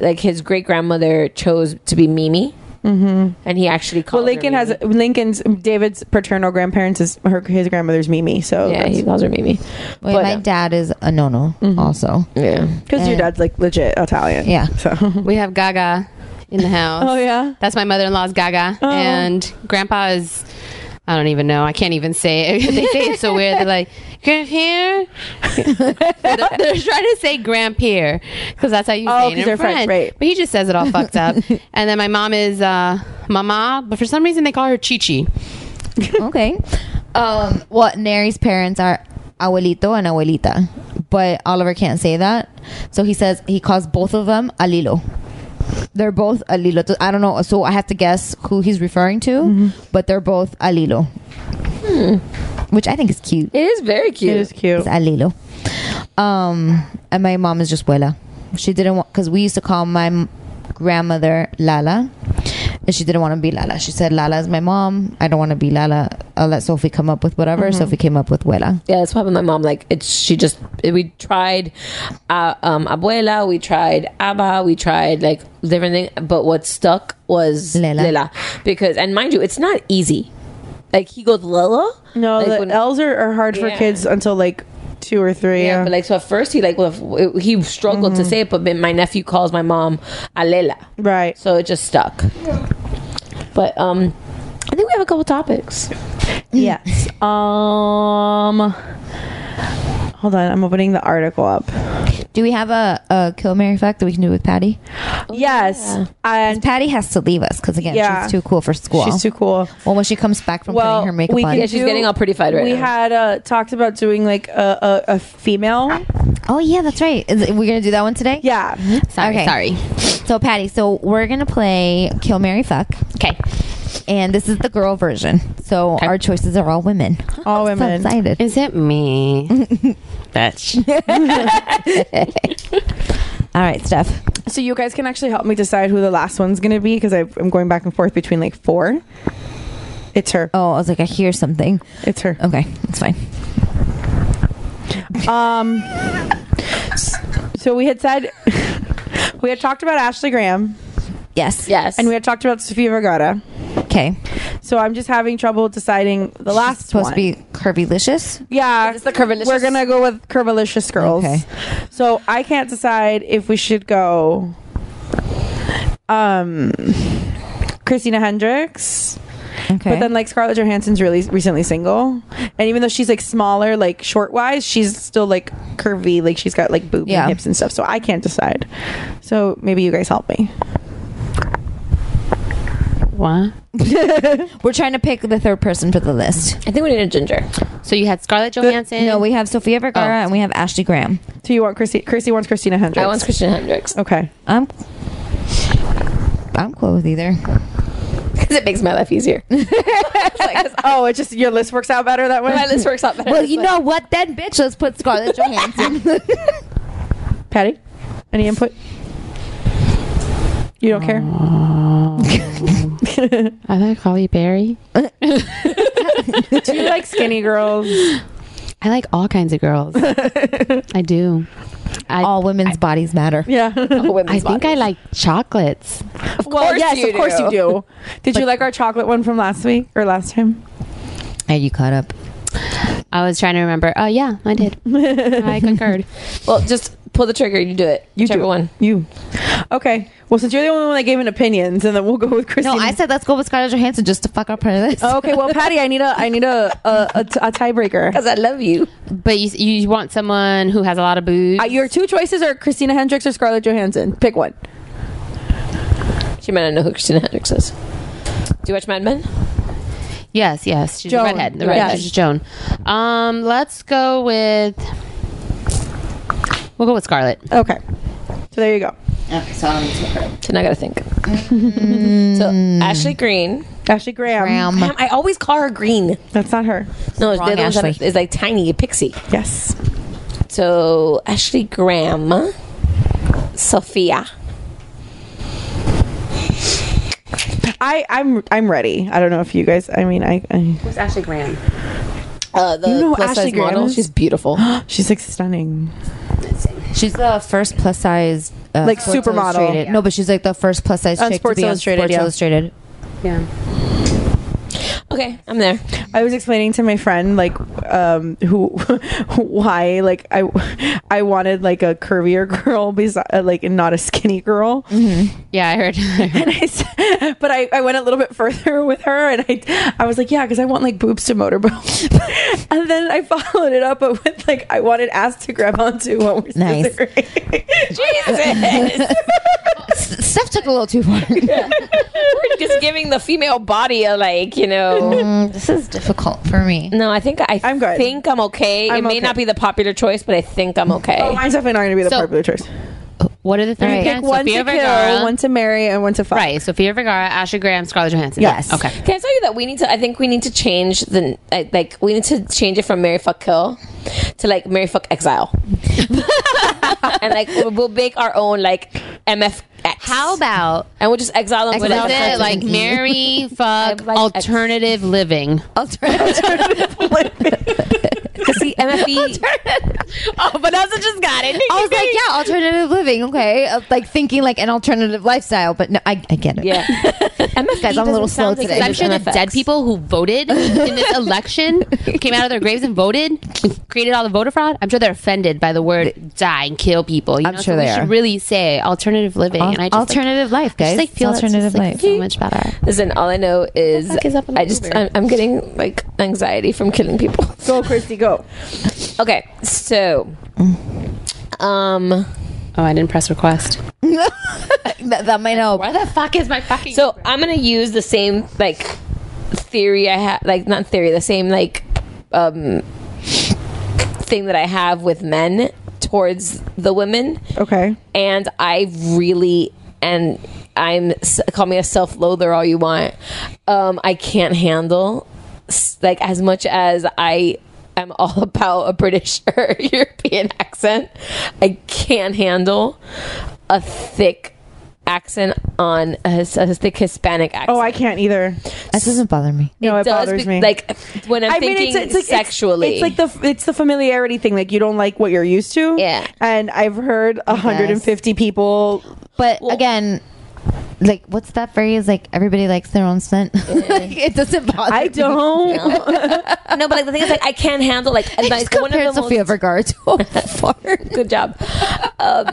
[SPEAKER 9] like his great grandmother chose to be Mimi,
[SPEAKER 8] Mm-hmm.
[SPEAKER 9] and he actually calls
[SPEAKER 8] Well,
[SPEAKER 9] her
[SPEAKER 8] Lincoln has
[SPEAKER 9] Mimi.
[SPEAKER 8] Lincoln's David's paternal grandparents is her his grandmother's Mimi. So
[SPEAKER 9] Yeah, he calls her Mimi.
[SPEAKER 4] Wait, my dad is a no no also.
[SPEAKER 9] Yeah.
[SPEAKER 8] because your
[SPEAKER 11] And-
[SPEAKER 8] dad's like legit Italian.
[SPEAKER 4] Yeah.
[SPEAKER 8] So *laughs*
[SPEAKER 11] We have Gaga in the house.
[SPEAKER 8] Oh, yeah? Oh.
[SPEAKER 11] That's my mother-in-law's Gaga, and Grandpa is. I don't even know. I can't even say it. *laughs* they say it so weird. They're like, Grandpere. *laughs* they're, they're trying to say Grandpere because that's how you
[SPEAKER 8] Oh,
[SPEAKER 11] say
[SPEAKER 8] 'cause
[SPEAKER 11] it
[SPEAKER 8] they're
[SPEAKER 11] in
[SPEAKER 8] French,
[SPEAKER 11] French.
[SPEAKER 8] right.
[SPEAKER 11] But he just says it
[SPEAKER 8] *laughs*
[SPEAKER 11] all fucked up. And then my mom is uh, Mama, but for some reason they call her Chichi.
[SPEAKER 4] okay. Um, well, Neri's parents are abuelito and abuelita, but Oliver can't say that, so he says he calls both of them alilo. They're both alilo. I don't know, so I have to guess who he's referring to, but they're both alilo, which I think is cute.
[SPEAKER 9] It is very cute.
[SPEAKER 8] It is cute.
[SPEAKER 4] It's alilo. Um, and my mom is just Wela. She didn't want because we used to call my m- grandmother Lala, and she didn't want to be Lala. She said Lala is my mom. I don't want to be Lala. I'll let Sophie come up with whatever. Sophie came up with Wela.
[SPEAKER 9] Yeah, that's what happened. to My mom, like, it's she just we tried, uh, um, abuela, we tried abba, we tried like different thing, but what stuck was Lela. because, and mind you, it's not easy. Like he goes Lela.
[SPEAKER 8] no,
[SPEAKER 9] Like,
[SPEAKER 8] the
[SPEAKER 9] when-
[SPEAKER 8] L's are, are hard for
[SPEAKER 9] Yeah.
[SPEAKER 8] kids until like two or three.
[SPEAKER 9] Yeah, but like so at first he like well, he struggled to say it, but then my nephew calls my mom Alela,
[SPEAKER 8] right?
[SPEAKER 9] So it just stuck. But um, I think we have a couple topics.
[SPEAKER 8] yes. *laughs* Um. Hold on, I'm opening the article up.
[SPEAKER 9] Oh,
[SPEAKER 4] Do we have a, a kill Mary fact that we can do with Patty?
[SPEAKER 8] yes, and
[SPEAKER 4] Patty has to leave us because again,
[SPEAKER 8] Yeah.
[SPEAKER 4] she's too cool for school.
[SPEAKER 8] She's too cool.
[SPEAKER 4] Well, when she comes back from putting her makeup
[SPEAKER 8] we
[SPEAKER 4] on,
[SPEAKER 8] could
[SPEAKER 9] she's
[SPEAKER 8] do-
[SPEAKER 9] getting all prettified right
[SPEAKER 8] We
[SPEAKER 9] now.
[SPEAKER 8] had uh, talked about doing like a, a, a female.
[SPEAKER 4] Oh yeah, that's right. Is it, we're gonna do that one today.
[SPEAKER 8] Yeah.
[SPEAKER 11] Sorry, sorry.
[SPEAKER 4] So Patty, so we're gonna play Kill Mary Fuck. Okay. And this is the girl version. So our choices are all women.
[SPEAKER 8] All women.
[SPEAKER 4] So excited.
[SPEAKER 11] Is it
[SPEAKER 8] *laughs*
[SPEAKER 11] me? Bitch.
[SPEAKER 4] All right, Steph.
[SPEAKER 8] So you guys can actually help me decide who the last one's gonna be because I'm going back and forth between like four. It's her.
[SPEAKER 4] Oh, I was like, I hear something.
[SPEAKER 8] It's her.
[SPEAKER 4] Okay, it's fine.
[SPEAKER 8] Um. So we had said *laughs* we had talked about Ashley Graham
[SPEAKER 4] Yes.
[SPEAKER 9] Yes,
[SPEAKER 8] and we had talked about Sofia Vergara.
[SPEAKER 4] Okay.
[SPEAKER 8] So I'm just having trouble deciding the last
[SPEAKER 4] supposed
[SPEAKER 8] one.
[SPEAKER 4] to be curvy licious.
[SPEAKER 8] yeah,
[SPEAKER 9] Is this the Curvilicious?
[SPEAKER 8] We're gonna go with curvilicious girls.
[SPEAKER 4] Okay.
[SPEAKER 8] So I can't decide if we should go. Um. Christina Hendricks.
[SPEAKER 4] Okay.
[SPEAKER 8] But then, like Scarlett Johansson's really recently single, and even though she's like smaller, like short wise, she's still like curvy, like she's got like boob
[SPEAKER 4] Yeah.
[SPEAKER 8] and hips and stuff. So I can't decide. So maybe you guys help me.
[SPEAKER 10] What?
[SPEAKER 4] We're trying to pick the third person for the list.
[SPEAKER 9] I think we need a ginger.
[SPEAKER 10] So you had Scarlett Johansson.
[SPEAKER 4] No, we have Sophia
[SPEAKER 8] Oh.
[SPEAKER 4] Vergara and we have Ashley Graham.
[SPEAKER 8] So you want Christy? Christy wants Christina Hendricks.
[SPEAKER 9] I want
[SPEAKER 8] *laughs*
[SPEAKER 9] Christina Hendricks.
[SPEAKER 8] Okay.
[SPEAKER 4] I'm I'm cool with either.
[SPEAKER 9] Because it makes my life easier.
[SPEAKER 8] oh, it just your list works out better that way.
[SPEAKER 9] My list works out better.
[SPEAKER 4] Well, you know what then, bitch? Let's
[SPEAKER 8] *laughs*
[SPEAKER 4] put Scarlett Johansson.
[SPEAKER 8] Patty, any input? You don't care.
[SPEAKER 11] I like Holly Berry.
[SPEAKER 9] Uh,
[SPEAKER 8] Do you like skinny girls?
[SPEAKER 11] I like all kinds of girls.
[SPEAKER 8] *laughs*
[SPEAKER 11] I do. I,
[SPEAKER 4] All women's bodies matter.
[SPEAKER 8] Yeah.
[SPEAKER 11] I think I like chocolates.
[SPEAKER 9] Of
[SPEAKER 8] well,
[SPEAKER 9] course
[SPEAKER 8] yes,
[SPEAKER 9] you
[SPEAKER 8] of course
[SPEAKER 9] do.
[SPEAKER 8] you do. Did you like our chocolate one from last week or last time?
[SPEAKER 4] Are you caught up?
[SPEAKER 11] I was trying to remember. Oh yeah, I did. I *laughs* concurred.
[SPEAKER 9] *laughs* Well, just pull the trigger. You do it.
[SPEAKER 8] You
[SPEAKER 9] Whichever
[SPEAKER 8] do.
[SPEAKER 9] one.
[SPEAKER 8] You. Okay. Well, since you're the only one that gave an opinions, and then we'll go with Christina.
[SPEAKER 4] No, I said let's go with Scarlett Johansson just to fuck up her list.
[SPEAKER 8] okay. Well, Patty, I need a I need a a, a, t- a
[SPEAKER 4] *laughs*
[SPEAKER 8] tiebreaker.
[SPEAKER 9] Because I love you.
[SPEAKER 11] But you, you want someone who has a lot of boobs.
[SPEAKER 8] Uh, your two choices are Christina Hendricks or Scarlett Johansson. Pick one.
[SPEAKER 9] She might not know who Christina Hendricks is. Do you watch Mad Men?
[SPEAKER 11] yes, yes. She's
[SPEAKER 8] Joan.
[SPEAKER 11] the redhead. The
[SPEAKER 8] Yes.
[SPEAKER 11] redhead. She's Joan. Um, let's go with. We'll go with Scarlett.
[SPEAKER 8] Okay. So there you go.
[SPEAKER 3] Okay, so I'm
[SPEAKER 9] So now I gotta think. so Ashley Green.
[SPEAKER 8] Ashley Graham.
[SPEAKER 4] Graham.
[SPEAKER 9] Damn, I always call her Green.
[SPEAKER 8] That's not her.
[SPEAKER 9] No, it's
[SPEAKER 4] Wrong
[SPEAKER 9] the other one's
[SPEAKER 4] Ashley.
[SPEAKER 9] is like tiny a pixie.
[SPEAKER 8] Yes.
[SPEAKER 9] So Ashley Graham, Sophia.
[SPEAKER 8] I I'm I'm ready. I don't know if you guys. I mean, I. I
[SPEAKER 11] Who's Ashley Graham?
[SPEAKER 9] Uh, the
[SPEAKER 8] You know who
[SPEAKER 9] plus
[SPEAKER 8] Ashley
[SPEAKER 9] size
[SPEAKER 8] Graham
[SPEAKER 9] model.
[SPEAKER 8] is?
[SPEAKER 9] She's beautiful.
[SPEAKER 8] she's like stunning.
[SPEAKER 4] She's the first plus size, uh,
[SPEAKER 8] Like
[SPEAKER 4] Sports
[SPEAKER 8] supermodel.
[SPEAKER 4] Illustrated. No, but she's like the first plus size
[SPEAKER 8] On
[SPEAKER 4] chick
[SPEAKER 8] Sports
[SPEAKER 4] to be
[SPEAKER 8] Illustrated,
[SPEAKER 4] on Sports
[SPEAKER 8] yeah.
[SPEAKER 4] Illustrated.
[SPEAKER 11] Yeah.
[SPEAKER 9] okay, I'm there.
[SPEAKER 8] I was explaining to my friend like um who *laughs* why like I I wanted like a curvier *laughs* girl besi- uh, like and not a skinny girl.
[SPEAKER 11] Yeah, I heard.
[SPEAKER 8] And I said, *laughs* but I, I went a little bit further *laughs* with her and I I was like, yeah, cuz I want like boobs to motorboat. *laughs* and then I followed it up with like I wanted ass to grab onto when we're
[SPEAKER 4] Nice.
[SPEAKER 8] scissoring. *laughs*
[SPEAKER 9] Jesus,
[SPEAKER 4] S- Steph took a little
[SPEAKER 11] *laughs*
[SPEAKER 4] too far.
[SPEAKER 9] *laughs* we're just giving the female body a like you know.
[SPEAKER 4] Mm, this is difficult for me.
[SPEAKER 9] No, I think I
[SPEAKER 8] I'm good.
[SPEAKER 9] think I'm okay.
[SPEAKER 8] I'm
[SPEAKER 9] it may
[SPEAKER 8] okay.
[SPEAKER 9] not be the popular choice, but I think I'm okay.
[SPEAKER 8] Oh, mine's definitely not going to be the
[SPEAKER 11] So-
[SPEAKER 8] popular choice.
[SPEAKER 11] *laughs* What are the three?
[SPEAKER 4] Right.
[SPEAKER 11] again?
[SPEAKER 8] Pick one
[SPEAKER 11] Sofia
[SPEAKER 8] to kill,
[SPEAKER 11] Vergara.
[SPEAKER 8] one to marry and one to fuck.
[SPEAKER 11] Right, Sophia Vergara, Ashley Graham, Scarlett Johansson.
[SPEAKER 8] Yes.
[SPEAKER 11] Okay.
[SPEAKER 9] Can I tell you that we need to? I think we need to change the I- like we need to change it from Mary Fuck Kill to like Mary Fuck Exile, *laughs* and like we'll, we'll make our own like MFX.
[SPEAKER 10] How about
[SPEAKER 9] And we'll just exile them
[SPEAKER 10] is
[SPEAKER 9] without
[SPEAKER 10] it like marry, fuck,
[SPEAKER 9] like
[SPEAKER 11] Alternative living.
[SPEAKER 4] *laughs*
[SPEAKER 9] see MFE.
[SPEAKER 11] Oh, Vanessa just got it.
[SPEAKER 4] E, I was like, yeah, alternative living, okay? Of, like thinking like an alternative lifestyle, but no, I, I get it. E
[SPEAKER 9] Yeah, MFE
[SPEAKER 4] Guys, I'm a little
[SPEAKER 9] doesn't sound
[SPEAKER 4] slow
[SPEAKER 9] like
[SPEAKER 4] today.
[SPEAKER 9] it
[SPEAKER 4] I'm
[SPEAKER 9] was
[SPEAKER 4] It's
[SPEAKER 11] sure the
[SPEAKER 9] MFX.
[SPEAKER 11] dead people who voted in this election came out of their graves and voted, created all the voter fraud. I'm sure they're offended by the word "die" and "kill" people. You
[SPEAKER 4] I'm
[SPEAKER 11] know?
[SPEAKER 4] sure
[SPEAKER 11] so we
[SPEAKER 4] they are.
[SPEAKER 11] should really say alternative living.
[SPEAKER 4] Al-
[SPEAKER 11] and I just,
[SPEAKER 4] alternative life,
[SPEAKER 11] like, I
[SPEAKER 4] guys.
[SPEAKER 11] just like feel
[SPEAKER 4] It's
[SPEAKER 11] alternative
[SPEAKER 4] alternative
[SPEAKER 11] life.
[SPEAKER 4] life.
[SPEAKER 11] so much better.
[SPEAKER 9] Listen, all I know is,
[SPEAKER 11] fuck is up in
[SPEAKER 9] I just
[SPEAKER 11] Uber?
[SPEAKER 9] I'm, I'm getting like anxiety from killing people. *laughs*
[SPEAKER 8] Go, Christy, go.
[SPEAKER 9] Okay, so um,
[SPEAKER 11] Oh, I didn't press request.
[SPEAKER 4] that, that might help.
[SPEAKER 11] Where the fuck is my fucking?
[SPEAKER 9] So I'm gonna use the same like theory I have, like not theory, the same like um thing that I have with men towards the women,
[SPEAKER 8] Okay.
[SPEAKER 9] and I really and I'm s- call me a self loather all you want. Um, I can't handle s- like as much as I. am *laughs* all about a British *laughs* or European accent. I can't handle a thick accent on a, his- a thick Hispanic accent.
[SPEAKER 8] Oh, I can't either.
[SPEAKER 4] That doesn't bother me.
[SPEAKER 8] No, it,
[SPEAKER 9] does
[SPEAKER 8] bothers
[SPEAKER 9] be-
[SPEAKER 8] me.
[SPEAKER 9] Like when I'm
[SPEAKER 8] I mean, it's,
[SPEAKER 9] thinking
[SPEAKER 8] it's like it's-
[SPEAKER 9] sexually,
[SPEAKER 8] It's, like the it's the familiarity thing. Like you don't like what you're used to.
[SPEAKER 9] Yeah.
[SPEAKER 8] And I've heard 150 people.
[SPEAKER 4] But again, like, what's that phrase? Like, everybody likes their own scent. *laughs* like, it doesn't bother
[SPEAKER 8] I *laughs*
[SPEAKER 4] me.
[SPEAKER 8] don't.
[SPEAKER 9] *laughs* no, but like the thing is, like I can't handle like, and,
[SPEAKER 4] I
[SPEAKER 9] like
[SPEAKER 4] just compared Sophia Vergara to
[SPEAKER 9] *laughs*
[SPEAKER 4] a fart.
[SPEAKER 9] Good job. Um,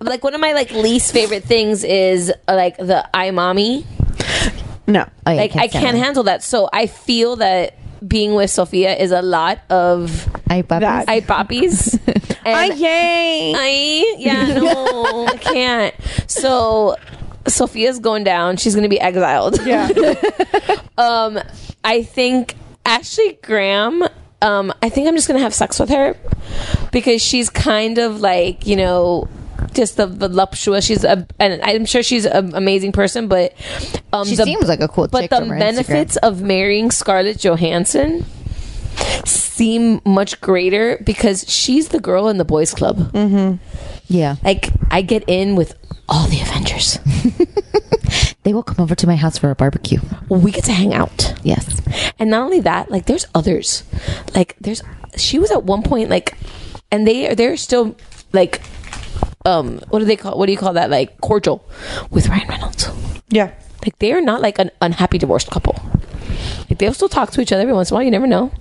[SPEAKER 9] like one of my like least favorite things is uh, like the I mommy.
[SPEAKER 8] No.
[SPEAKER 4] Oh, yeah,
[SPEAKER 9] Like I
[SPEAKER 4] stand
[SPEAKER 9] can't
[SPEAKER 4] it.
[SPEAKER 9] handle that. So I feel that being with Sophia is a lot of
[SPEAKER 4] I,
[SPEAKER 8] that.
[SPEAKER 9] I poppies. And I yeah no
[SPEAKER 4] *laughs*
[SPEAKER 9] I can't. So Sophia's going down. She's gonna be exiled. Yeah. *laughs* um, I think Ashley Graham. Um, I think I'm just gonna have sex with her because she's kind of like you know. Just the voluptuous. She's a, and I'm sure she's an amazing person, but um,
[SPEAKER 4] She
[SPEAKER 9] the-
[SPEAKER 4] seems like a cool
[SPEAKER 9] But
[SPEAKER 4] chick
[SPEAKER 9] the
[SPEAKER 4] from her Instagram.
[SPEAKER 9] benefits of marrying Scarlett Johansson seem much greater because she's the girl in the boys' club. Mm-hmm.
[SPEAKER 4] Yeah.
[SPEAKER 9] Like I get in with all the Avengers.
[SPEAKER 4] They will come over to my house for a barbecue.
[SPEAKER 9] We get to hang out.
[SPEAKER 4] Yes.
[SPEAKER 9] And not only that, like there's others. Like there's she was at one point like and they they're still like um what do they call what do you call that? Like cordial with Ryan Reynolds.
[SPEAKER 8] Yeah.
[SPEAKER 9] Like they are not like an unhappy divorced couple. Like they'll still talk to each other every once in a while, you never know.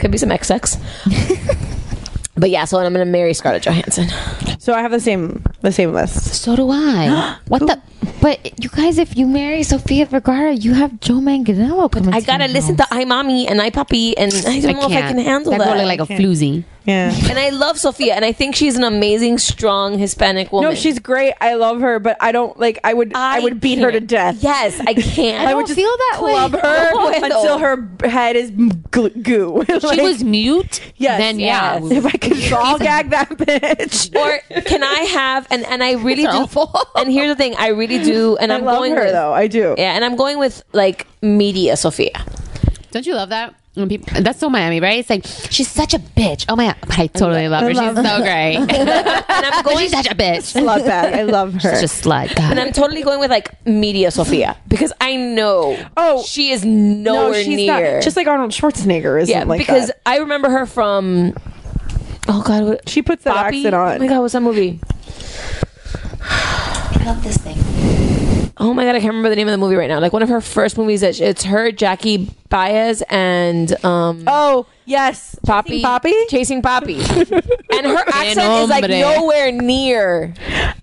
[SPEAKER 9] Could be
[SPEAKER 10] *laughs*
[SPEAKER 9] some XX. but yeah, so I'm gonna marry Scarlett Johansson.
[SPEAKER 8] So I have the same the same list.
[SPEAKER 4] So do
[SPEAKER 9] *gasps*
[SPEAKER 4] I. what the? But you guys, if you marry Sofia Vergara, you have Joe Manganiello coming.
[SPEAKER 9] I gotta listen to I Mommy and I Puppy and I don't know if I can handle
[SPEAKER 10] that.
[SPEAKER 9] that.
[SPEAKER 10] girl look like a
[SPEAKER 9] floozy.
[SPEAKER 10] floozy.
[SPEAKER 8] Yeah.
[SPEAKER 9] and I love Sophia, and I think she's an amazing, strong Hispanic woman.
[SPEAKER 8] No, she's great. I love her, but I don't like. I would. I, would beat her to
[SPEAKER 9] can't.
[SPEAKER 8] death.
[SPEAKER 9] Yes,
[SPEAKER 8] *laughs*
[SPEAKER 9] I can't.
[SPEAKER 8] I, would just club
[SPEAKER 9] *laughs*
[SPEAKER 8] her until her b- head is gl- goo. *laughs*
[SPEAKER 10] she was mute.
[SPEAKER 8] Yes.
[SPEAKER 10] Then yeah.
[SPEAKER 8] Yes. If I could ball gag that *laughs* bitch,
[SPEAKER 9] or can I have and and I really do. And here's the thing, I really do, and
[SPEAKER 8] I
[SPEAKER 9] am
[SPEAKER 8] love
[SPEAKER 9] going
[SPEAKER 8] her,
[SPEAKER 9] with,
[SPEAKER 8] though, I do.
[SPEAKER 9] Yeah, and I'm going with like media Sophia.
[SPEAKER 10] Don't you love that? When people, that's so Miami, right? It's like she's such a bitch. Oh my god, but I totally love her. She's so
[SPEAKER 4] *laughs*
[SPEAKER 10] great. But she's such a bitch.
[SPEAKER 8] love that. I love her.
[SPEAKER 10] She's such a slut. God.
[SPEAKER 9] And I'm totally going with like media Sophia because I know
[SPEAKER 8] Oh,
[SPEAKER 9] she is nowhere near.
[SPEAKER 8] Not, just like Arnold Schwarzenegger isn't
[SPEAKER 9] yeah,
[SPEAKER 8] like
[SPEAKER 9] because
[SPEAKER 8] that.
[SPEAKER 9] I remember her from oh god, what,
[SPEAKER 8] she puts that
[SPEAKER 9] Bobby?
[SPEAKER 8] accent
[SPEAKER 9] Oh my
[SPEAKER 8] on.
[SPEAKER 9] god, what's that movie?
[SPEAKER 4] I love this thing.
[SPEAKER 9] Oh my god, I can't remember the name of the movie right now. Like one of her first movies. That it's her, Jackie Baez, and um,
[SPEAKER 8] Oh yes,
[SPEAKER 9] Poppy,
[SPEAKER 8] Poppy.
[SPEAKER 9] chasing Poppy, and her accent is like
[SPEAKER 10] hombre.
[SPEAKER 9] nowhere near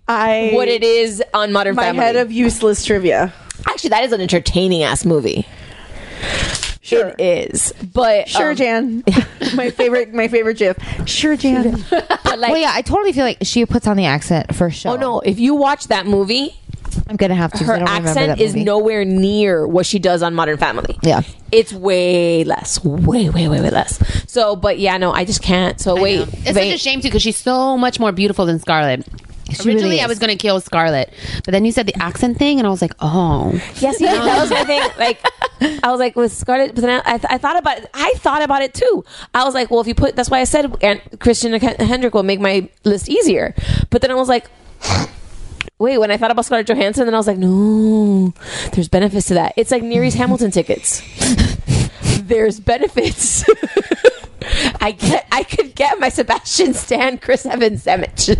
[SPEAKER 8] I
[SPEAKER 9] what it is on Modern
[SPEAKER 8] my
[SPEAKER 9] Family.
[SPEAKER 8] head of useless trivia.
[SPEAKER 9] Actually, that is an entertaining ass movie.
[SPEAKER 8] Sure.
[SPEAKER 9] It is, but
[SPEAKER 8] Sure,
[SPEAKER 9] um,
[SPEAKER 8] *laughs* Jan. my favorite, my favorite GIF. Sure, *laughs* Jan.
[SPEAKER 9] but like,
[SPEAKER 4] Well, yeah, I totally feel like she puts on the accent for sure.
[SPEAKER 9] oh no, if you watch that movie,
[SPEAKER 4] I'm gonna have to. 'cause
[SPEAKER 9] her
[SPEAKER 4] I don't remember
[SPEAKER 9] accent
[SPEAKER 4] that
[SPEAKER 9] is
[SPEAKER 4] movie.
[SPEAKER 9] nowhere near what she does on Modern Family.
[SPEAKER 4] Yeah.
[SPEAKER 9] It's way less, way, way, way, way less. So, but yeah, no, I just can't. So Oh, wait,
[SPEAKER 10] It's
[SPEAKER 9] wait.
[SPEAKER 10] such a shame too because she's so much more beautiful than Scarlett.
[SPEAKER 4] really
[SPEAKER 10] Originally, I
[SPEAKER 4] is.
[SPEAKER 10] was gonna kill Scarlett, but then you said the accent thing, and I was like, oh,
[SPEAKER 9] Yeah, see, that was my thing.
[SPEAKER 8] *laughs*
[SPEAKER 9] Like, I was like with Scarlett, but then I, I, th- I thought about it. I thought about it too. I was like, well, if you put, that's why I said and Christian Hen- Hendrick will make my list easier. But then I was like, wait, when I thought about Scarlett Johansson, then I was like, no, there's benefits to that. It's
[SPEAKER 8] *laughs*
[SPEAKER 9] like Neary's Hamilton tickets. *laughs* there's benefits. *laughs* I get, I could get my Sebastian Stan, Chris Evans sandwich. *laughs*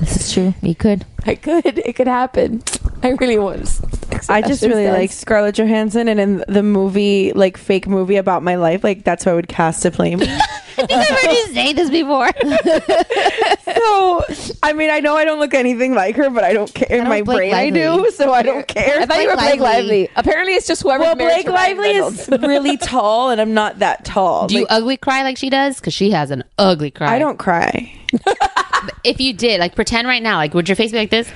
[SPEAKER 4] This is true. You could.
[SPEAKER 9] I could, it could happen. I really want.
[SPEAKER 8] I just
[SPEAKER 9] Sebastian
[SPEAKER 8] really
[SPEAKER 9] Stan.
[SPEAKER 8] like Scarlett Johansson, and in the movie, like fake movie about my life, like that's who I would cast to play *laughs* me.
[SPEAKER 4] I think *laughs* I've already said this *laughs* before.
[SPEAKER 8] so, I mean, I know I don't look anything like her, but I don't care. In my
[SPEAKER 4] Blake
[SPEAKER 8] brain, I
[SPEAKER 4] Lively.
[SPEAKER 8] do, so I don't care.
[SPEAKER 9] I thought you were Blake Lively. Apparently, it's just whoever.
[SPEAKER 8] Well, Blake Lively is really tall, and I'm not that tall.
[SPEAKER 10] do you
[SPEAKER 8] Like,
[SPEAKER 10] ugly cry like she does? Because she has an ugly cry.
[SPEAKER 8] I don't cry.
[SPEAKER 10] If you did, like, pretend right now, like, would your face be like this?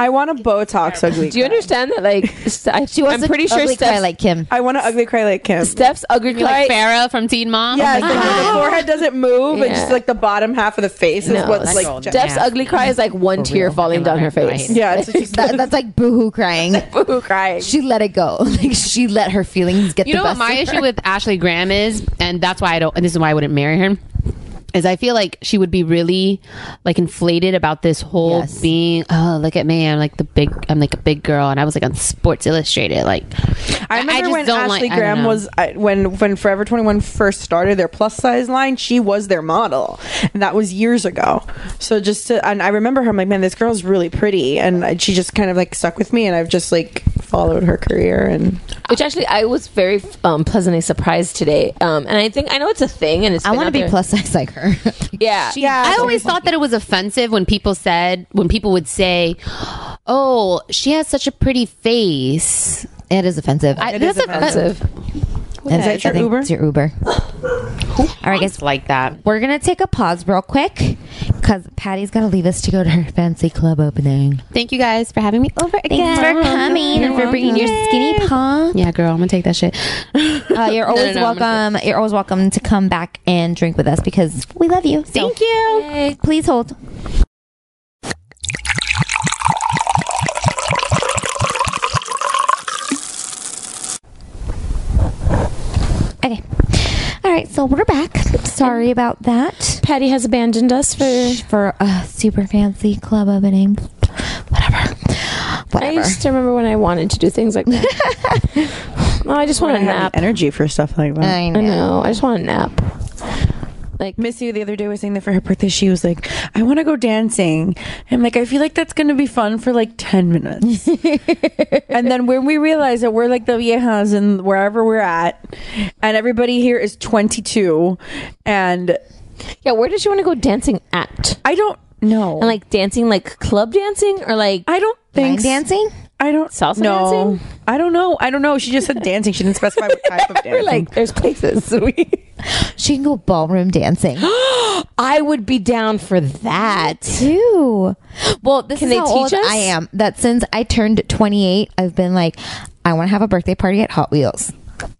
[SPEAKER 8] I want a Botox ugly.
[SPEAKER 9] Do you understand that? *laughs* Like, s- I,
[SPEAKER 4] She wants
[SPEAKER 9] I'm pretty sure
[SPEAKER 4] ugly
[SPEAKER 9] Steph's,
[SPEAKER 4] cry like Kim.
[SPEAKER 8] I want an ugly cry like Kim.
[SPEAKER 9] Steph's ugly
[SPEAKER 10] You're
[SPEAKER 9] cry.
[SPEAKER 10] like Farrah from Teen Mom. Oh
[SPEAKER 8] Yes, like, where the forehead doesn't move, and
[SPEAKER 9] Yeah.
[SPEAKER 8] just like the bottom half of the face is
[SPEAKER 9] No,
[SPEAKER 8] what's
[SPEAKER 9] that's
[SPEAKER 8] like.
[SPEAKER 10] old.
[SPEAKER 8] just-
[SPEAKER 9] Steph's
[SPEAKER 10] Yeah.
[SPEAKER 9] ugly cry is like one tear falling down her face.
[SPEAKER 8] yeah, it's just
[SPEAKER 4] That, that's like *laughs* boohoo crying.
[SPEAKER 9] Boo crying.
[SPEAKER 4] She let it go. *laughs* Like she let her feelings get
[SPEAKER 10] You
[SPEAKER 4] the
[SPEAKER 10] know
[SPEAKER 4] best
[SPEAKER 10] what my
[SPEAKER 4] of
[SPEAKER 10] issue
[SPEAKER 4] her.
[SPEAKER 10] with Ashley Graham is, and that's why I don't, and this is why I wouldn't marry her, is I feel like she would be really like inflated about this whole
[SPEAKER 4] Yes.
[SPEAKER 10] being. Oh, look at me! I'm like the big, I'm like a big girl, and I was like on Sports Illustrated. Like,
[SPEAKER 8] I remember
[SPEAKER 10] just
[SPEAKER 8] when
[SPEAKER 10] don't
[SPEAKER 8] Ashley
[SPEAKER 10] like- I don't
[SPEAKER 8] Graham
[SPEAKER 10] know.
[SPEAKER 8] was I, when when Forever 21 first started their plus size line, she was their model, and that was years ago. So just to, and I remember her I'm like, man, this girl's really pretty, and I- she just kind of like stuck with me, and I've just like followed her career and
[SPEAKER 9] Which actually, I was very um, pleasantly surprised today. Um, and I think I know it's a thing, and it's.
[SPEAKER 4] I
[SPEAKER 9] been
[SPEAKER 4] want to
[SPEAKER 9] out
[SPEAKER 4] be
[SPEAKER 9] there.
[SPEAKER 4] *laughs* plus size like her.
[SPEAKER 9] Yeah,
[SPEAKER 8] yeah,
[SPEAKER 10] I always thought that it was offensive when people said when people would say, "Oh, she has such a pretty face."
[SPEAKER 4] it is offensive.
[SPEAKER 10] I, that's offensive.
[SPEAKER 4] And
[SPEAKER 11] Is that your
[SPEAKER 4] I think
[SPEAKER 11] Uber?
[SPEAKER 4] It's your *gasps* Uber. All right, guys.
[SPEAKER 10] Like that.
[SPEAKER 4] We're gonna take a pause real quick because Patty's gotta leave us to go to her fancy club opening.
[SPEAKER 11] Thank you guys for having me over again.
[SPEAKER 4] Thanks for coming and for bringing your skinny paw.
[SPEAKER 11] Yeah, girl, I'm gonna take that shit.
[SPEAKER 4] Uh, you're
[SPEAKER 11] No, no,
[SPEAKER 4] always
[SPEAKER 11] no, I'm gonna
[SPEAKER 4] welcome. You're always welcome to come back and drink with us because we love you. Thank
[SPEAKER 11] you.
[SPEAKER 4] Please hold. Okay. All right, so we're back. Sorry about that.
[SPEAKER 9] Patty has abandoned us for
[SPEAKER 4] for a super fancy club opening. Whatever.
[SPEAKER 9] I used to remember when I wanted to do things like that. *laughs* no, I just want a nap.
[SPEAKER 8] energy for stuff like
[SPEAKER 4] Uh,
[SPEAKER 8] that.
[SPEAKER 9] I know. I just want a nap. Like
[SPEAKER 8] Missy the other day was saying that for her birthday she was like, I want to go dancing. I'm like, I feel like that's gonna be fun for like ten *laughs* minutes. and then when we realize that we're like the viejas and wherever we're at, and everybody here is 22, and
[SPEAKER 9] yeah, where did you want to go dancing at?
[SPEAKER 4] Oh.
[SPEAKER 8] I don't know.
[SPEAKER 9] And like dancing, like club dancing, or like
[SPEAKER 8] I don't think
[SPEAKER 4] dancing.
[SPEAKER 8] I don't
[SPEAKER 9] salsa
[SPEAKER 8] no,
[SPEAKER 9] dancing.
[SPEAKER 8] I don't know. I don't know. She just said dancing. She didn't specify
[SPEAKER 4] *laughs*
[SPEAKER 8] what type of dancing.
[SPEAKER 9] like, *laughs* there's places.
[SPEAKER 4] She can go ballroom dancing.
[SPEAKER 9] I would be down for that
[SPEAKER 4] too. Well, this
[SPEAKER 9] Can
[SPEAKER 4] is
[SPEAKER 9] they
[SPEAKER 4] how
[SPEAKER 9] teach
[SPEAKER 4] old
[SPEAKER 9] us?
[SPEAKER 4] I am. That since I turned 28, I've been like, I want to have a birthday party at Hot Wheels.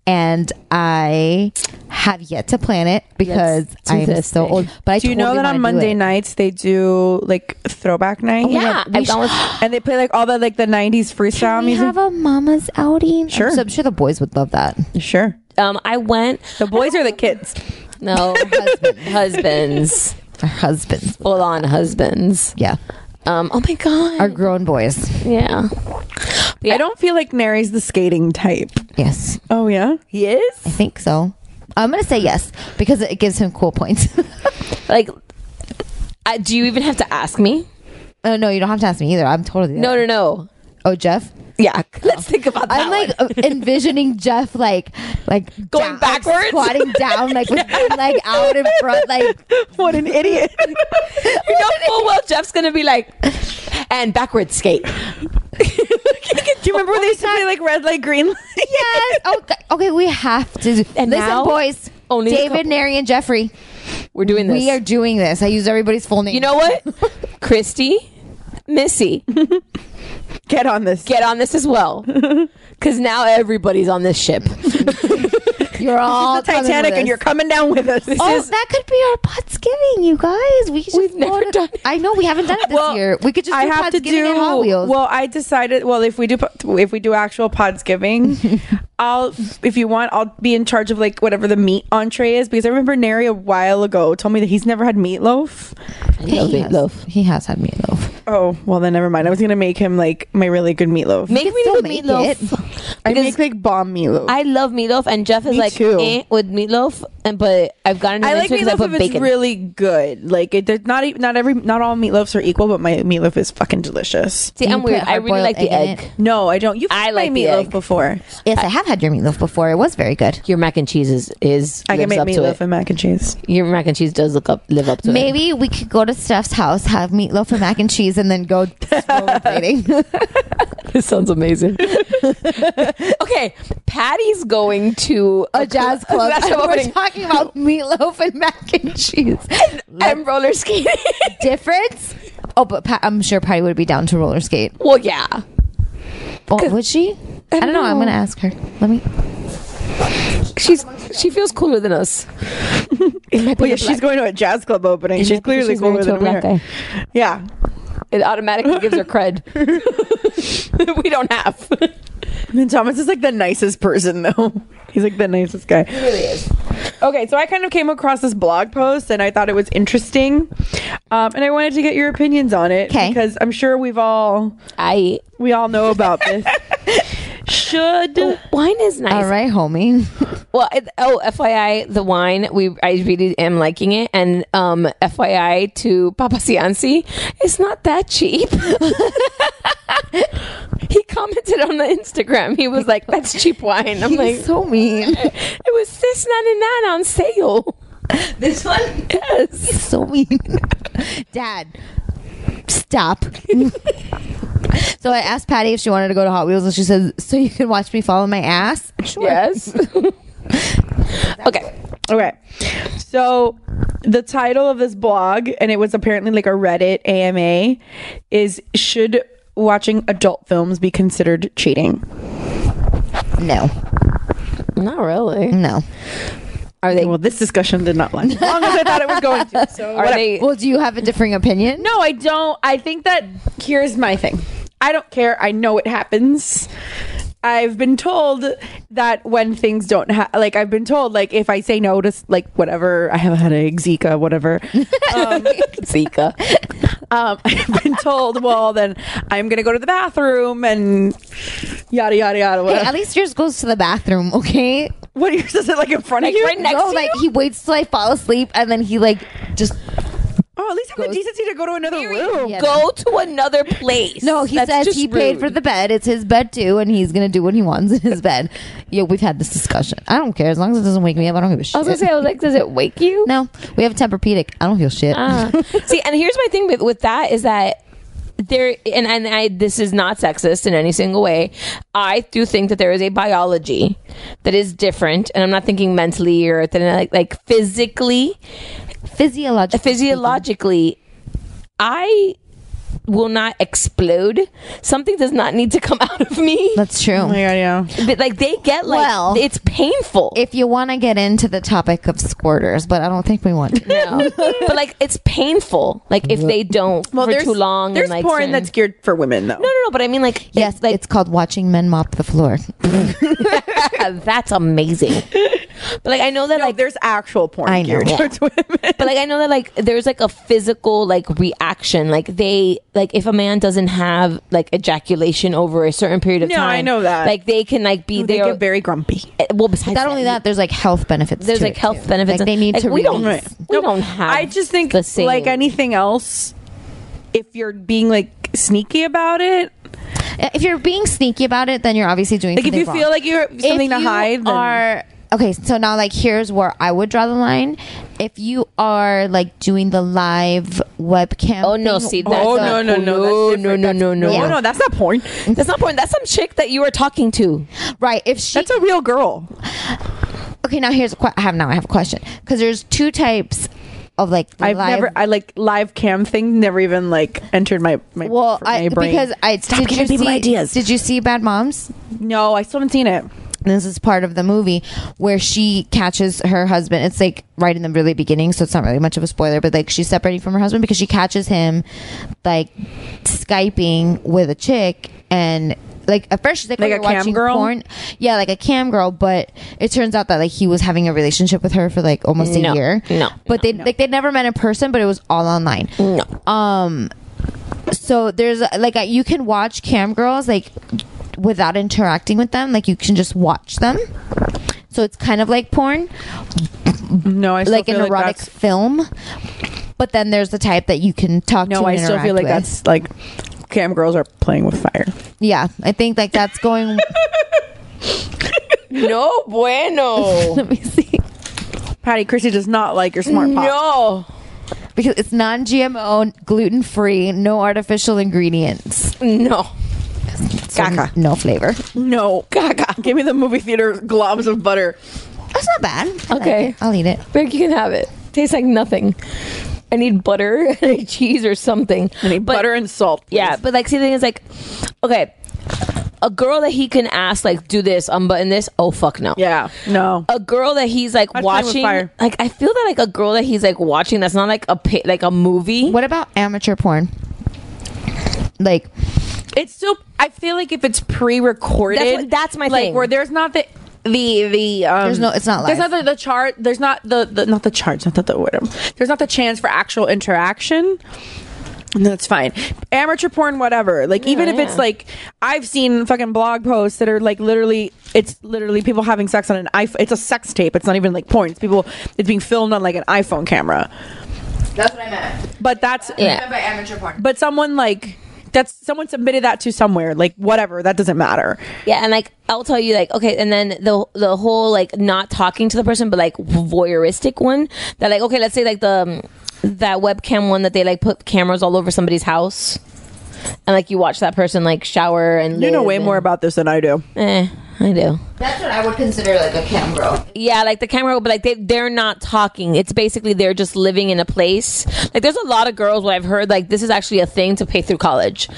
[SPEAKER 4] And I have yet to plan it because
[SPEAKER 8] Yes, to
[SPEAKER 4] I am
[SPEAKER 8] this
[SPEAKER 4] so
[SPEAKER 8] day.
[SPEAKER 4] old. But I
[SPEAKER 8] do you know
[SPEAKER 4] totally
[SPEAKER 8] that on
[SPEAKER 4] wanna do
[SPEAKER 8] Monday
[SPEAKER 4] it.
[SPEAKER 8] nights they do like throwback night?
[SPEAKER 4] Oh my Yeah, God, we I've should- always-
[SPEAKER 8] and they play like all the like the '90s freestyle
[SPEAKER 4] Can we
[SPEAKER 8] music.
[SPEAKER 4] have a mama's outing?
[SPEAKER 8] Sure.
[SPEAKER 4] I'm, so- I'm sure the boys would love
[SPEAKER 8] *laughs*
[SPEAKER 4] that.
[SPEAKER 8] sure.
[SPEAKER 9] Um, I went.
[SPEAKER 8] The boys or the kids?
[SPEAKER 9] No, husbands.
[SPEAKER 4] Our husbands.
[SPEAKER 9] Full on husbands.
[SPEAKER 4] Yeah.
[SPEAKER 9] Um. Oh my god.
[SPEAKER 4] Our grown boys.
[SPEAKER 9] Yeah.
[SPEAKER 8] I don't feel like Mary's the skating type.
[SPEAKER 4] Yes.
[SPEAKER 8] Oh yeah, he is.
[SPEAKER 4] I think so. I'm going to say yes because it gives him cool points. *laughs*
[SPEAKER 9] Like, I, do you even have to ask me?
[SPEAKER 4] oh, no, you don't have to ask me either. I'm totally.
[SPEAKER 9] No, no, no.
[SPEAKER 4] Oh, Jeff?
[SPEAKER 9] Yeah. Let's think about that.
[SPEAKER 4] I'm like uh, envisioning Jeff like like
[SPEAKER 9] Going
[SPEAKER 4] down- like,
[SPEAKER 9] backwards?
[SPEAKER 4] squatting down, like
[SPEAKER 9] *laughs*
[SPEAKER 4] with one leg out in front, like
[SPEAKER 8] what an idiot!
[SPEAKER 9] you know full well Jeff's gonna be like, and backward skate. *laughs*
[SPEAKER 8] Do you remember when they used to play like red light, green *laughs* light?
[SPEAKER 4] yes. Okay, okay, we have to. do- Listen,
[SPEAKER 9] now,
[SPEAKER 4] boys.
[SPEAKER 9] only the
[SPEAKER 4] David,
[SPEAKER 9] couple.
[SPEAKER 4] Nary, and Jeffrey.
[SPEAKER 9] We're doing this.
[SPEAKER 4] We are doing this. I use everybody's full name.
[SPEAKER 9] You know *laughs* what? Christy, Missy,
[SPEAKER 8] Get on this.
[SPEAKER 9] get on this as *laughs* well, because now everybody's on this ship.
[SPEAKER 4] You're all
[SPEAKER 8] the Titanic, and you're coming down with us.
[SPEAKER 4] Oh, that could be our pots giving, you guys. We should
[SPEAKER 9] We've never
[SPEAKER 4] go to-
[SPEAKER 9] done it.
[SPEAKER 4] I know we haven't done it this year. We could just
[SPEAKER 8] I
[SPEAKER 4] do
[SPEAKER 8] have to
[SPEAKER 4] Potsgiving
[SPEAKER 8] do
[SPEAKER 4] and Hot Wheels.
[SPEAKER 8] well. I decided. Well, if we do, if we do actual Podsgiving, I'll. If you want, I'll be in charge of like whatever the meat entree is because I remember Nary a while ago told me that he's never had meatloaf.
[SPEAKER 4] Yeah, he, has, he has had meatloaf.
[SPEAKER 8] Oh well, then never mind. I was gonna make him like my really good meatloaf.
[SPEAKER 9] Make me do
[SPEAKER 4] still make
[SPEAKER 9] meatloaf.
[SPEAKER 8] I
[SPEAKER 9] Because
[SPEAKER 8] make like bomb meatloaf.
[SPEAKER 9] I love meatloaf, and Jeff is
[SPEAKER 8] Me
[SPEAKER 9] like
[SPEAKER 8] too.
[SPEAKER 9] eh, with meatloaf, and but I've gotten him
[SPEAKER 8] I like
[SPEAKER 9] into it 'cause I
[SPEAKER 8] meatloaf
[SPEAKER 9] put
[SPEAKER 8] if it's
[SPEAKER 9] bacon.
[SPEAKER 8] really good. Like it, there's not e- not every not all meatloafs are equal, but my meatloaf is fucking delicious.
[SPEAKER 9] See,
[SPEAKER 4] You
[SPEAKER 9] I'm
[SPEAKER 4] put
[SPEAKER 9] weird. I really
[SPEAKER 4] hard-boiled
[SPEAKER 9] like the
[SPEAKER 4] egg in
[SPEAKER 9] egg.
[SPEAKER 4] it.
[SPEAKER 8] No, I don't. You've
[SPEAKER 9] I
[SPEAKER 8] had
[SPEAKER 9] like
[SPEAKER 8] my
[SPEAKER 9] the
[SPEAKER 8] meatloaf
[SPEAKER 9] egg.
[SPEAKER 8] before.
[SPEAKER 4] Yes, I have had your meatloaf before. It was very good.
[SPEAKER 9] Your mac and cheese is is
[SPEAKER 8] I can
[SPEAKER 9] lives
[SPEAKER 8] make
[SPEAKER 9] up to it.
[SPEAKER 8] meatloaf and mac and *laughs* cheese.
[SPEAKER 9] Your mac and cheese does look up live up to it.
[SPEAKER 4] Maybe we could go to Steph's house, have meatloaf and mac and cheese, and
[SPEAKER 9] *laughs*
[SPEAKER 4] then go slowly plating.
[SPEAKER 9] This sounds amazing. okay, Patty's going to
[SPEAKER 4] a jazz
[SPEAKER 9] *laughs*
[SPEAKER 4] club.
[SPEAKER 9] That's
[SPEAKER 4] and
[SPEAKER 9] what
[SPEAKER 4] we're
[SPEAKER 9] I'm
[SPEAKER 4] talking about meatloaf and mac and cheese.
[SPEAKER 9] and roller skating.
[SPEAKER 4] Difference? Oh, but Pat, I'm sure Patty would be down to roller skate.
[SPEAKER 9] *laughs* well, yeah.
[SPEAKER 4] Oh, would she? I don't know. I'm gonna ask her. Let me.
[SPEAKER 9] She's she feels cooler than us. it might
[SPEAKER 8] Well, yeah, she's going to a jazz club opening. She's clearly
[SPEAKER 9] she's
[SPEAKER 8] cooler
[SPEAKER 9] married to a
[SPEAKER 8] than we
[SPEAKER 9] black
[SPEAKER 8] are.
[SPEAKER 9] guy.
[SPEAKER 8] Yeah, *laughs*
[SPEAKER 9] It automatically gives her *laughs* cred. we don't have.
[SPEAKER 8] and Thomas is like the nicest person though. *laughs* He's like the nicest guy. He really is. Okay, so I kind of came across this blog post and I thought it was interesting, um, and I wanted to get your opinions on it
[SPEAKER 4] 'Kay.
[SPEAKER 8] because I'm sure we've all
[SPEAKER 9] I
[SPEAKER 8] we all know about *laughs* this. Should
[SPEAKER 9] wine is nice.
[SPEAKER 4] All right, homie. *laughs*
[SPEAKER 9] Well, it, oh, FYI, the wine we I really am liking it, and um, FYI to Papa Cianci, it's not that cheap. *laughs* he commented on the Instagram. He was like, "That's cheap wine." I'm like,
[SPEAKER 4] He's so mean.
[SPEAKER 9] "It was six ninety nine on sale." This one, yes.
[SPEAKER 4] so mean. *laughs* Dad, stop. *laughs* so I asked Patty if she wanted to go to Hot Wheels, and she said, "So you can watch me follow my ass." Sure.
[SPEAKER 9] Yes. *laughs* Okay.
[SPEAKER 8] Okay. So the title of this blog, and it was apparently like a Reddit AMA, is Should Watching Adult Films Be Considered Cheating?
[SPEAKER 4] No.
[SPEAKER 9] Not really.
[SPEAKER 4] No.
[SPEAKER 9] Are they?
[SPEAKER 8] Well, this discussion did not last.
[SPEAKER 9] long as I thought it was going to.
[SPEAKER 8] So
[SPEAKER 9] Are they?
[SPEAKER 4] Well, do you have a differing opinion?
[SPEAKER 8] No, I don't. I think that here's my thing. I don't care. I know it happens. I've been told that when things don't ha- like I've been told like if I say no to s- like whatever I have a headache Zika
[SPEAKER 9] *laughs*
[SPEAKER 8] whatever um,
[SPEAKER 9] Zika
[SPEAKER 8] um, *laughs* I've been told well then I'm gonna go to the bathroom and yada yada yada
[SPEAKER 4] Hey,
[SPEAKER 8] whatever.
[SPEAKER 4] at least yours goes to the bathroom, okay?
[SPEAKER 8] What do you *laughs* does it like in front
[SPEAKER 9] Like,
[SPEAKER 8] of you?
[SPEAKER 9] right next
[SPEAKER 4] no,
[SPEAKER 9] to
[SPEAKER 4] like
[SPEAKER 9] you?
[SPEAKER 4] he waits till I fall asleep and then he like just
[SPEAKER 8] oh at least have the decency to go to another room.
[SPEAKER 4] Yeah.
[SPEAKER 9] go to another place.
[SPEAKER 4] No, he
[SPEAKER 9] Oh, That's
[SPEAKER 4] says
[SPEAKER 9] just
[SPEAKER 4] he paid for
[SPEAKER 9] rude.
[SPEAKER 4] the bed. It's his bed too, and he's gonna do what he wants in his bed. Yeah, we've had this discussion. I don't care as long as it doesn't wake me up. I don't give a shit.
[SPEAKER 9] I was gonna say, I was like, does it wake you?
[SPEAKER 4] no, we have a Tempur-Pedic. I don't feel shit.
[SPEAKER 9] Uh.
[SPEAKER 8] *laughs*
[SPEAKER 9] See, and here's my thing with, with that is that there and and I this is not sexist in any single way. I do think that there is a biology that is different, and I'm not thinking mentally or than like like physically,
[SPEAKER 4] Physiological.
[SPEAKER 9] physiologically. I will not explode. Something does not need to come *laughs* out of me.
[SPEAKER 4] That's
[SPEAKER 8] Oh
[SPEAKER 4] true.
[SPEAKER 8] my god, yeah.
[SPEAKER 9] But, like they get like
[SPEAKER 4] Well-
[SPEAKER 9] it's painful.
[SPEAKER 4] If you want to get into the topic of squirters, but I don't think we want to.
[SPEAKER 9] *laughs* No. but like it's painful. Like if they don't for
[SPEAKER 8] there's-
[SPEAKER 9] too long. and,
[SPEAKER 8] There's
[SPEAKER 9] like,
[SPEAKER 8] porn
[SPEAKER 9] certain-
[SPEAKER 8] that's geared for women though.
[SPEAKER 9] no, no, no. But I mean, like it-
[SPEAKER 4] Yes,
[SPEAKER 9] like
[SPEAKER 4] it's called watching men mop the floor.
[SPEAKER 9] that's amazing. But like I know that
[SPEAKER 8] No,
[SPEAKER 9] like
[SPEAKER 8] there's actual porn
[SPEAKER 4] I know.
[SPEAKER 8] geared
[SPEAKER 4] Yeah.
[SPEAKER 8] towards women.
[SPEAKER 9] but like I know that like there's like a physical like reaction. Like they like if a man doesn't have like ejaculation over a certain period of
[SPEAKER 8] No,
[SPEAKER 9] time.
[SPEAKER 8] I know that.
[SPEAKER 9] Like they can like be
[SPEAKER 8] they
[SPEAKER 9] there.
[SPEAKER 8] get very grumpy.
[SPEAKER 9] well, besides
[SPEAKER 4] Not only that, there's like health benefits.
[SPEAKER 9] there's
[SPEAKER 4] to
[SPEAKER 9] like
[SPEAKER 4] it,
[SPEAKER 9] health
[SPEAKER 4] too.
[SPEAKER 9] benefits.
[SPEAKER 4] Like, they need
[SPEAKER 9] Like,
[SPEAKER 4] to.
[SPEAKER 9] we don't
[SPEAKER 4] read.
[SPEAKER 9] we
[SPEAKER 8] Nope.
[SPEAKER 9] don't have.
[SPEAKER 8] I just think
[SPEAKER 9] the same.
[SPEAKER 8] like anything else, if you're being like sneaky about it,
[SPEAKER 4] If you're being sneaky about it, then you're obviously doing.
[SPEAKER 8] like if
[SPEAKER 4] something
[SPEAKER 8] you
[SPEAKER 4] wrong.
[SPEAKER 8] feel like you're something
[SPEAKER 4] if
[SPEAKER 8] to
[SPEAKER 4] you
[SPEAKER 8] hide, then-
[SPEAKER 4] Are okay. So now, like, here's where I would draw the line. If you are like doing the live webcam.
[SPEAKER 9] Oh no!
[SPEAKER 4] thing-
[SPEAKER 9] See, that's
[SPEAKER 8] oh
[SPEAKER 9] not-
[SPEAKER 8] no no no
[SPEAKER 9] no
[SPEAKER 8] that's
[SPEAKER 9] no
[SPEAKER 8] different.
[SPEAKER 9] no
[SPEAKER 8] That's-
[SPEAKER 9] no no
[SPEAKER 8] no no that's not porn.
[SPEAKER 9] *laughs* That's not porn. That's some chick that you are talking to.
[SPEAKER 4] right. If she
[SPEAKER 8] That's a real girl.
[SPEAKER 4] okay. Now here's a que- I have now I have a question because there's two types of like the
[SPEAKER 8] I've
[SPEAKER 4] live.
[SPEAKER 8] never I like live cam thing never even like entered my my,
[SPEAKER 4] well,
[SPEAKER 8] my
[SPEAKER 4] I,
[SPEAKER 8] brain.
[SPEAKER 4] because I did
[SPEAKER 8] giving
[SPEAKER 4] you
[SPEAKER 8] people
[SPEAKER 4] see,
[SPEAKER 8] ideas.
[SPEAKER 4] Did you see Bad Moms?
[SPEAKER 8] no, I still haven't seen it.
[SPEAKER 4] this is part of the movie where she catches her husband. It's like right in the really beginning, so it's not really much of a spoiler, but like she's separating from her husband because she catches him like Skyping with a chick and like at first she's like,
[SPEAKER 8] Like
[SPEAKER 4] oh,
[SPEAKER 8] a
[SPEAKER 4] you're
[SPEAKER 8] cam
[SPEAKER 4] watching
[SPEAKER 8] girl?
[SPEAKER 4] porn. Yeah, like a cam girl, but it turns out that like he was having a relationship with her for like almost
[SPEAKER 9] No.
[SPEAKER 4] a year.
[SPEAKER 9] No.
[SPEAKER 4] But they like they never met in person, but it was all online Um,
[SPEAKER 9] No.
[SPEAKER 4] so there's like you can watch cam girls like without interacting with them like you can just watch them so it's kind of like porn
[SPEAKER 8] No, I still
[SPEAKER 4] like an
[SPEAKER 8] feel
[SPEAKER 4] erotic
[SPEAKER 8] that's-
[SPEAKER 4] film but then there's the type that you can talk to
[SPEAKER 8] No, I
[SPEAKER 4] and
[SPEAKER 8] still feel
[SPEAKER 4] interact
[SPEAKER 8] like
[SPEAKER 4] with.
[SPEAKER 8] that's like cam girls are playing with fire.
[SPEAKER 4] yeah i think like
[SPEAKER 8] *laughs*
[SPEAKER 4] that's going
[SPEAKER 9] No bueno.
[SPEAKER 4] *laughs* let me see
[SPEAKER 8] Patty, Chrissy does not like your smart pop.
[SPEAKER 9] no.
[SPEAKER 4] because it's non-gmo gluten-free no artificial ingredients
[SPEAKER 9] No.
[SPEAKER 4] so
[SPEAKER 8] Gaga.
[SPEAKER 4] no flavor
[SPEAKER 8] No. Gaga. Give me the movie theater globs of butter.
[SPEAKER 4] that's not bad I like
[SPEAKER 9] Okay.
[SPEAKER 4] it. i'll eat it
[SPEAKER 9] Rick, you can have it. Tastes like nothing. I need butter, *laughs* I need cheese or something.
[SPEAKER 8] I need
[SPEAKER 9] But-
[SPEAKER 8] butter and salt. please.
[SPEAKER 9] Yeah, but like, see, the thing is, like, okay, a girl that he can ask, like, do this, unbutton this, oh, fuck no.
[SPEAKER 8] Yeah. No.
[SPEAKER 9] A girl that he's like
[SPEAKER 8] I'd play with
[SPEAKER 9] watching,
[SPEAKER 8] fire.
[SPEAKER 9] like I feel that like a girl that he's like watching that's not like a pi- like a movie.
[SPEAKER 4] what about amateur porn like
[SPEAKER 8] It's still. I feel like if it's pre-recorded,
[SPEAKER 9] That's what- that's my
[SPEAKER 8] like,
[SPEAKER 9] thing.
[SPEAKER 8] Where there's not the the the um,
[SPEAKER 4] There's no- it's not
[SPEAKER 8] There's
[SPEAKER 4] live.
[SPEAKER 8] not the, the chart. There's not the, the not the charts. Not the, the whatever. There's not the chance for actual interaction. That's fine. Amateur porn, whatever. Like even if it's like I've seen fucking blog posts that are like literally, it's literally people having sex on an iPhone. It's a sex tape. It's not even like porn. It's people. It's being filmed on like an iPhone camera.
[SPEAKER 4] that's what i meant
[SPEAKER 8] But that's
[SPEAKER 9] Yeah.
[SPEAKER 4] by amateur porn
[SPEAKER 8] But someone like that's someone submitted that to somewhere. Like whatever. That doesn't matter.
[SPEAKER 9] Yeah, and like I'll tell you, like okay, and then the the whole like not talking to the person, but like voyeuristic one. That like okay, let's say like the um, that webcam one that they like put cameras all over somebody's house, and like you watch that person like shower and
[SPEAKER 8] You know
[SPEAKER 9] live
[SPEAKER 8] way
[SPEAKER 9] and-
[SPEAKER 8] more about this than I do.
[SPEAKER 9] Eh, I do.
[SPEAKER 4] That's what I would consider like a cam bro.
[SPEAKER 9] Yeah, like the camera, but like they they're not talking. It's basically they're just living in a place. Like there's a lot of girls what I've heard like this is actually a thing to pay through college.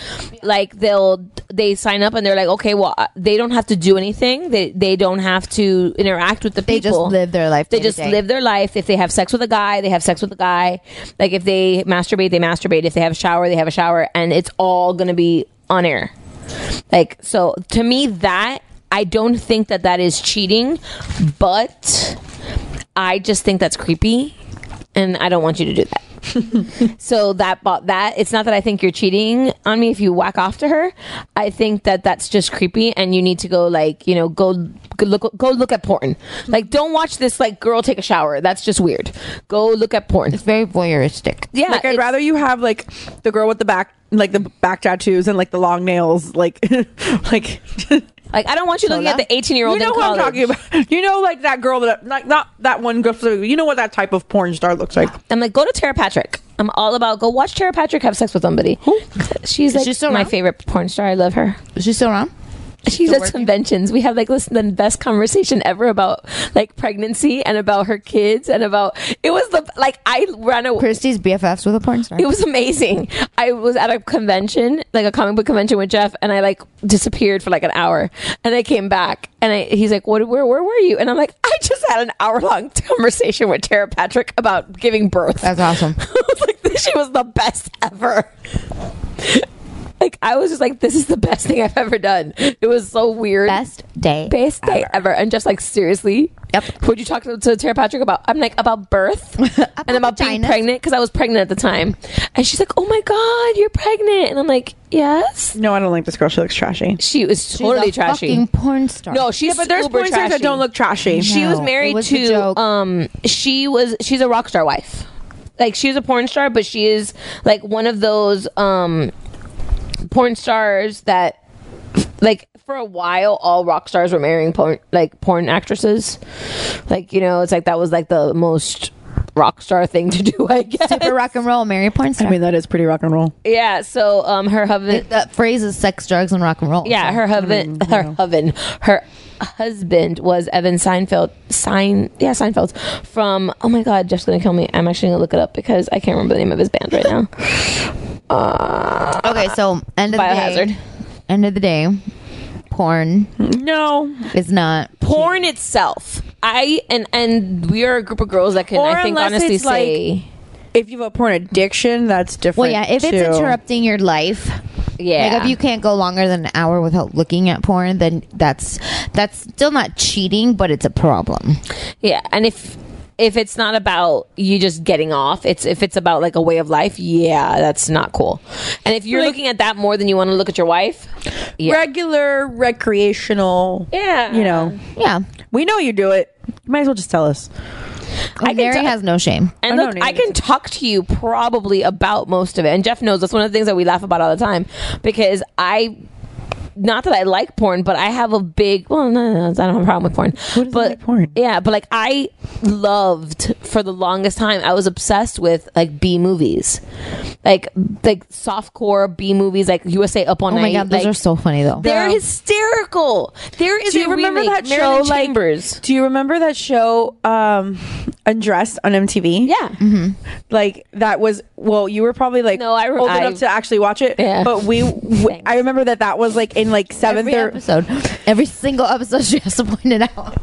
[SPEAKER 9] Like they'll they sign up and they're like, okay, well I- they don't have to do anything. They they don't have to interact with the people.
[SPEAKER 4] They just live their life
[SPEAKER 9] They
[SPEAKER 4] day to
[SPEAKER 9] just
[SPEAKER 4] day.
[SPEAKER 9] live their life. If they have sex with a guy, they have sex with a guy. Like if they masturbate, they masturbate. If they have a shower, they have a shower, and it's all gonna be on air. Like so, to me, that I don't think that that is cheating, but I just think that's creepy, and I don't want you to do that. so that bo- that it's not that I think you're cheating on me if you whack off to her. I think that that's just creepy, and you need to go like you know go, go look go look at porn. Like don't watch this like girl take a shower. That's just weird. Go look at porn. It's
[SPEAKER 4] very voyeuristic.
[SPEAKER 9] Yeah,
[SPEAKER 8] like I'd rather you have like the girl with the back, like the back tattoos and like the long nails, like *laughs* like
[SPEAKER 9] Like I don't want you looking at the eighteen year old.
[SPEAKER 8] You know
[SPEAKER 9] in
[SPEAKER 8] what
[SPEAKER 9] college.
[SPEAKER 8] I'm talking about. You know, like that girl that like not that one girl. You know what that type of porn star looks like.
[SPEAKER 9] I'm like, go to Tara Patrick. I'm all about go watch Tara Patrick have sex with somebody. She's like my favorite porn star. I love her.
[SPEAKER 4] Is she still around?
[SPEAKER 9] *laughs* She's at conventions. We have like listen the best conversation ever about like pregnancy and about her kids and about it was the like I ran a
[SPEAKER 4] Christie's BFFs with a porn star.
[SPEAKER 9] it was amazing. I was at a convention, like a comic book convention with Jeff, and I like disappeared for like an hour, and I came back, and I, he's like, "What? Where? Where were you?" And I'm like, "I just had an hour long *laughs* conversation with Tara Patrick about giving birth." That's
[SPEAKER 4] awesome.
[SPEAKER 9] *laughs* I was like, this- "She was the best ever." like I was just like, "This is the best thing I've ever done." It was so weird. Best
[SPEAKER 4] day,
[SPEAKER 9] best day ever, and just like seriously. Yep. Would you talk to, to Tara Patrick about? I'm like about
[SPEAKER 8] *laughs*
[SPEAKER 9] birth and about being pregnant because I was pregnant at the time, and she's like, "Oh my god, you're pregnant," and I'm like, "Yes."
[SPEAKER 8] No, I don't like this girl. She looks trashy.
[SPEAKER 9] She was totally trashy.
[SPEAKER 4] porn star.
[SPEAKER 9] No, she's
[SPEAKER 8] Yeah, but there's
[SPEAKER 9] uber
[SPEAKER 8] porn stars that
[SPEAKER 9] trashy.
[SPEAKER 8] don't look trashy.
[SPEAKER 9] She was married to um she was she's a rock star wife. Like she's a porn star, but she is like one of those um porn stars that like for a while all rock stars were marrying porn like porn actresses. Like, you know, it's like that was like the most rock star thing to do, I guess.
[SPEAKER 4] Super rock and roll, Mary porn star.
[SPEAKER 8] I mean, that is pretty rock and roll.
[SPEAKER 9] Yeah, so um her husband
[SPEAKER 4] That phrase is sex, drugs, and rock and roll.
[SPEAKER 9] Yeah, her husband, her husband, her husband was Evan Seinfeld. Sein, yeah, Seinfeld from. Oh my God, Jeff's gonna kill me. I'm actually gonna look it up because I can't remember the name of his band right now. Uh,
[SPEAKER 4] okay, so end of the
[SPEAKER 9] Biohazard.
[SPEAKER 4] day, end of the day, porn.
[SPEAKER 8] No,
[SPEAKER 4] it's not.
[SPEAKER 9] *laughs* Porn itself, I and and we are a group of girls that can. I think honestly say.
[SPEAKER 8] if you have a porn addiction, that's
[SPEAKER 4] Well,
[SPEAKER 8] different.
[SPEAKER 4] yeah, if
[SPEAKER 8] too.
[SPEAKER 4] it's interrupting your life.
[SPEAKER 9] Yeah.
[SPEAKER 4] Like if you can't go longer than an hour without looking at porn, then that's that's still not cheating, but it's a problem.
[SPEAKER 9] Yeah, and if if it's not about you just getting off, it's if it's about like a way of life, yeah, that's not cool. And if you're looking at that more than you want to look at your wife, yeah.
[SPEAKER 8] regular recreational.
[SPEAKER 9] Yeah,
[SPEAKER 8] you know.
[SPEAKER 4] Yeah,
[SPEAKER 8] we know you do it. You might as well just tell us.
[SPEAKER 4] I Mary has no shame.
[SPEAKER 9] And look, I can talk to you probably about most of it. And Jeff knows that's one of the things that we laugh about all the time because I. Not that I like porn, but I have a big well, no, no, no I don't have a problem with porn. but
[SPEAKER 8] porn?
[SPEAKER 9] Yeah, but like I loved for the longest time. I was obsessed with like B movies, like like softcore B movies, like USA Up on
[SPEAKER 4] Oh
[SPEAKER 9] Night.
[SPEAKER 4] my god, those
[SPEAKER 9] like,
[SPEAKER 4] are so funny though.
[SPEAKER 9] they're hysterical. There is
[SPEAKER 8] Do you
[SPEAKER 9] a
[SPEAKER 8] remember
[SPEAKER 9] remake,
[SPEAKER 8] that
[SPEAKER 9] Marilyn
[SPEAKER 8] show? Like,
[SPEAKER 9] Chambers.
[SPEAKER 8] do you remember that show, um, Undressed on MTV?
[SPEAKER 9] Yeah,
[SPEAKER 8] like that was. Well, you were probably like no, I
[SPEAKER 9] re-
[SPEAKER 8] old
[SPEAKER 9] I-
[SPEAKER 8] enough to actually watch it.
[SPEAKER 9] Yeah.
[SPEAKER 8] but we. w- I remember that that was like in like seventh
[SPEAKER 4] every
[SPEAKER 8] or
[SPEAKER 4] episode, every single episode, she has to point it out.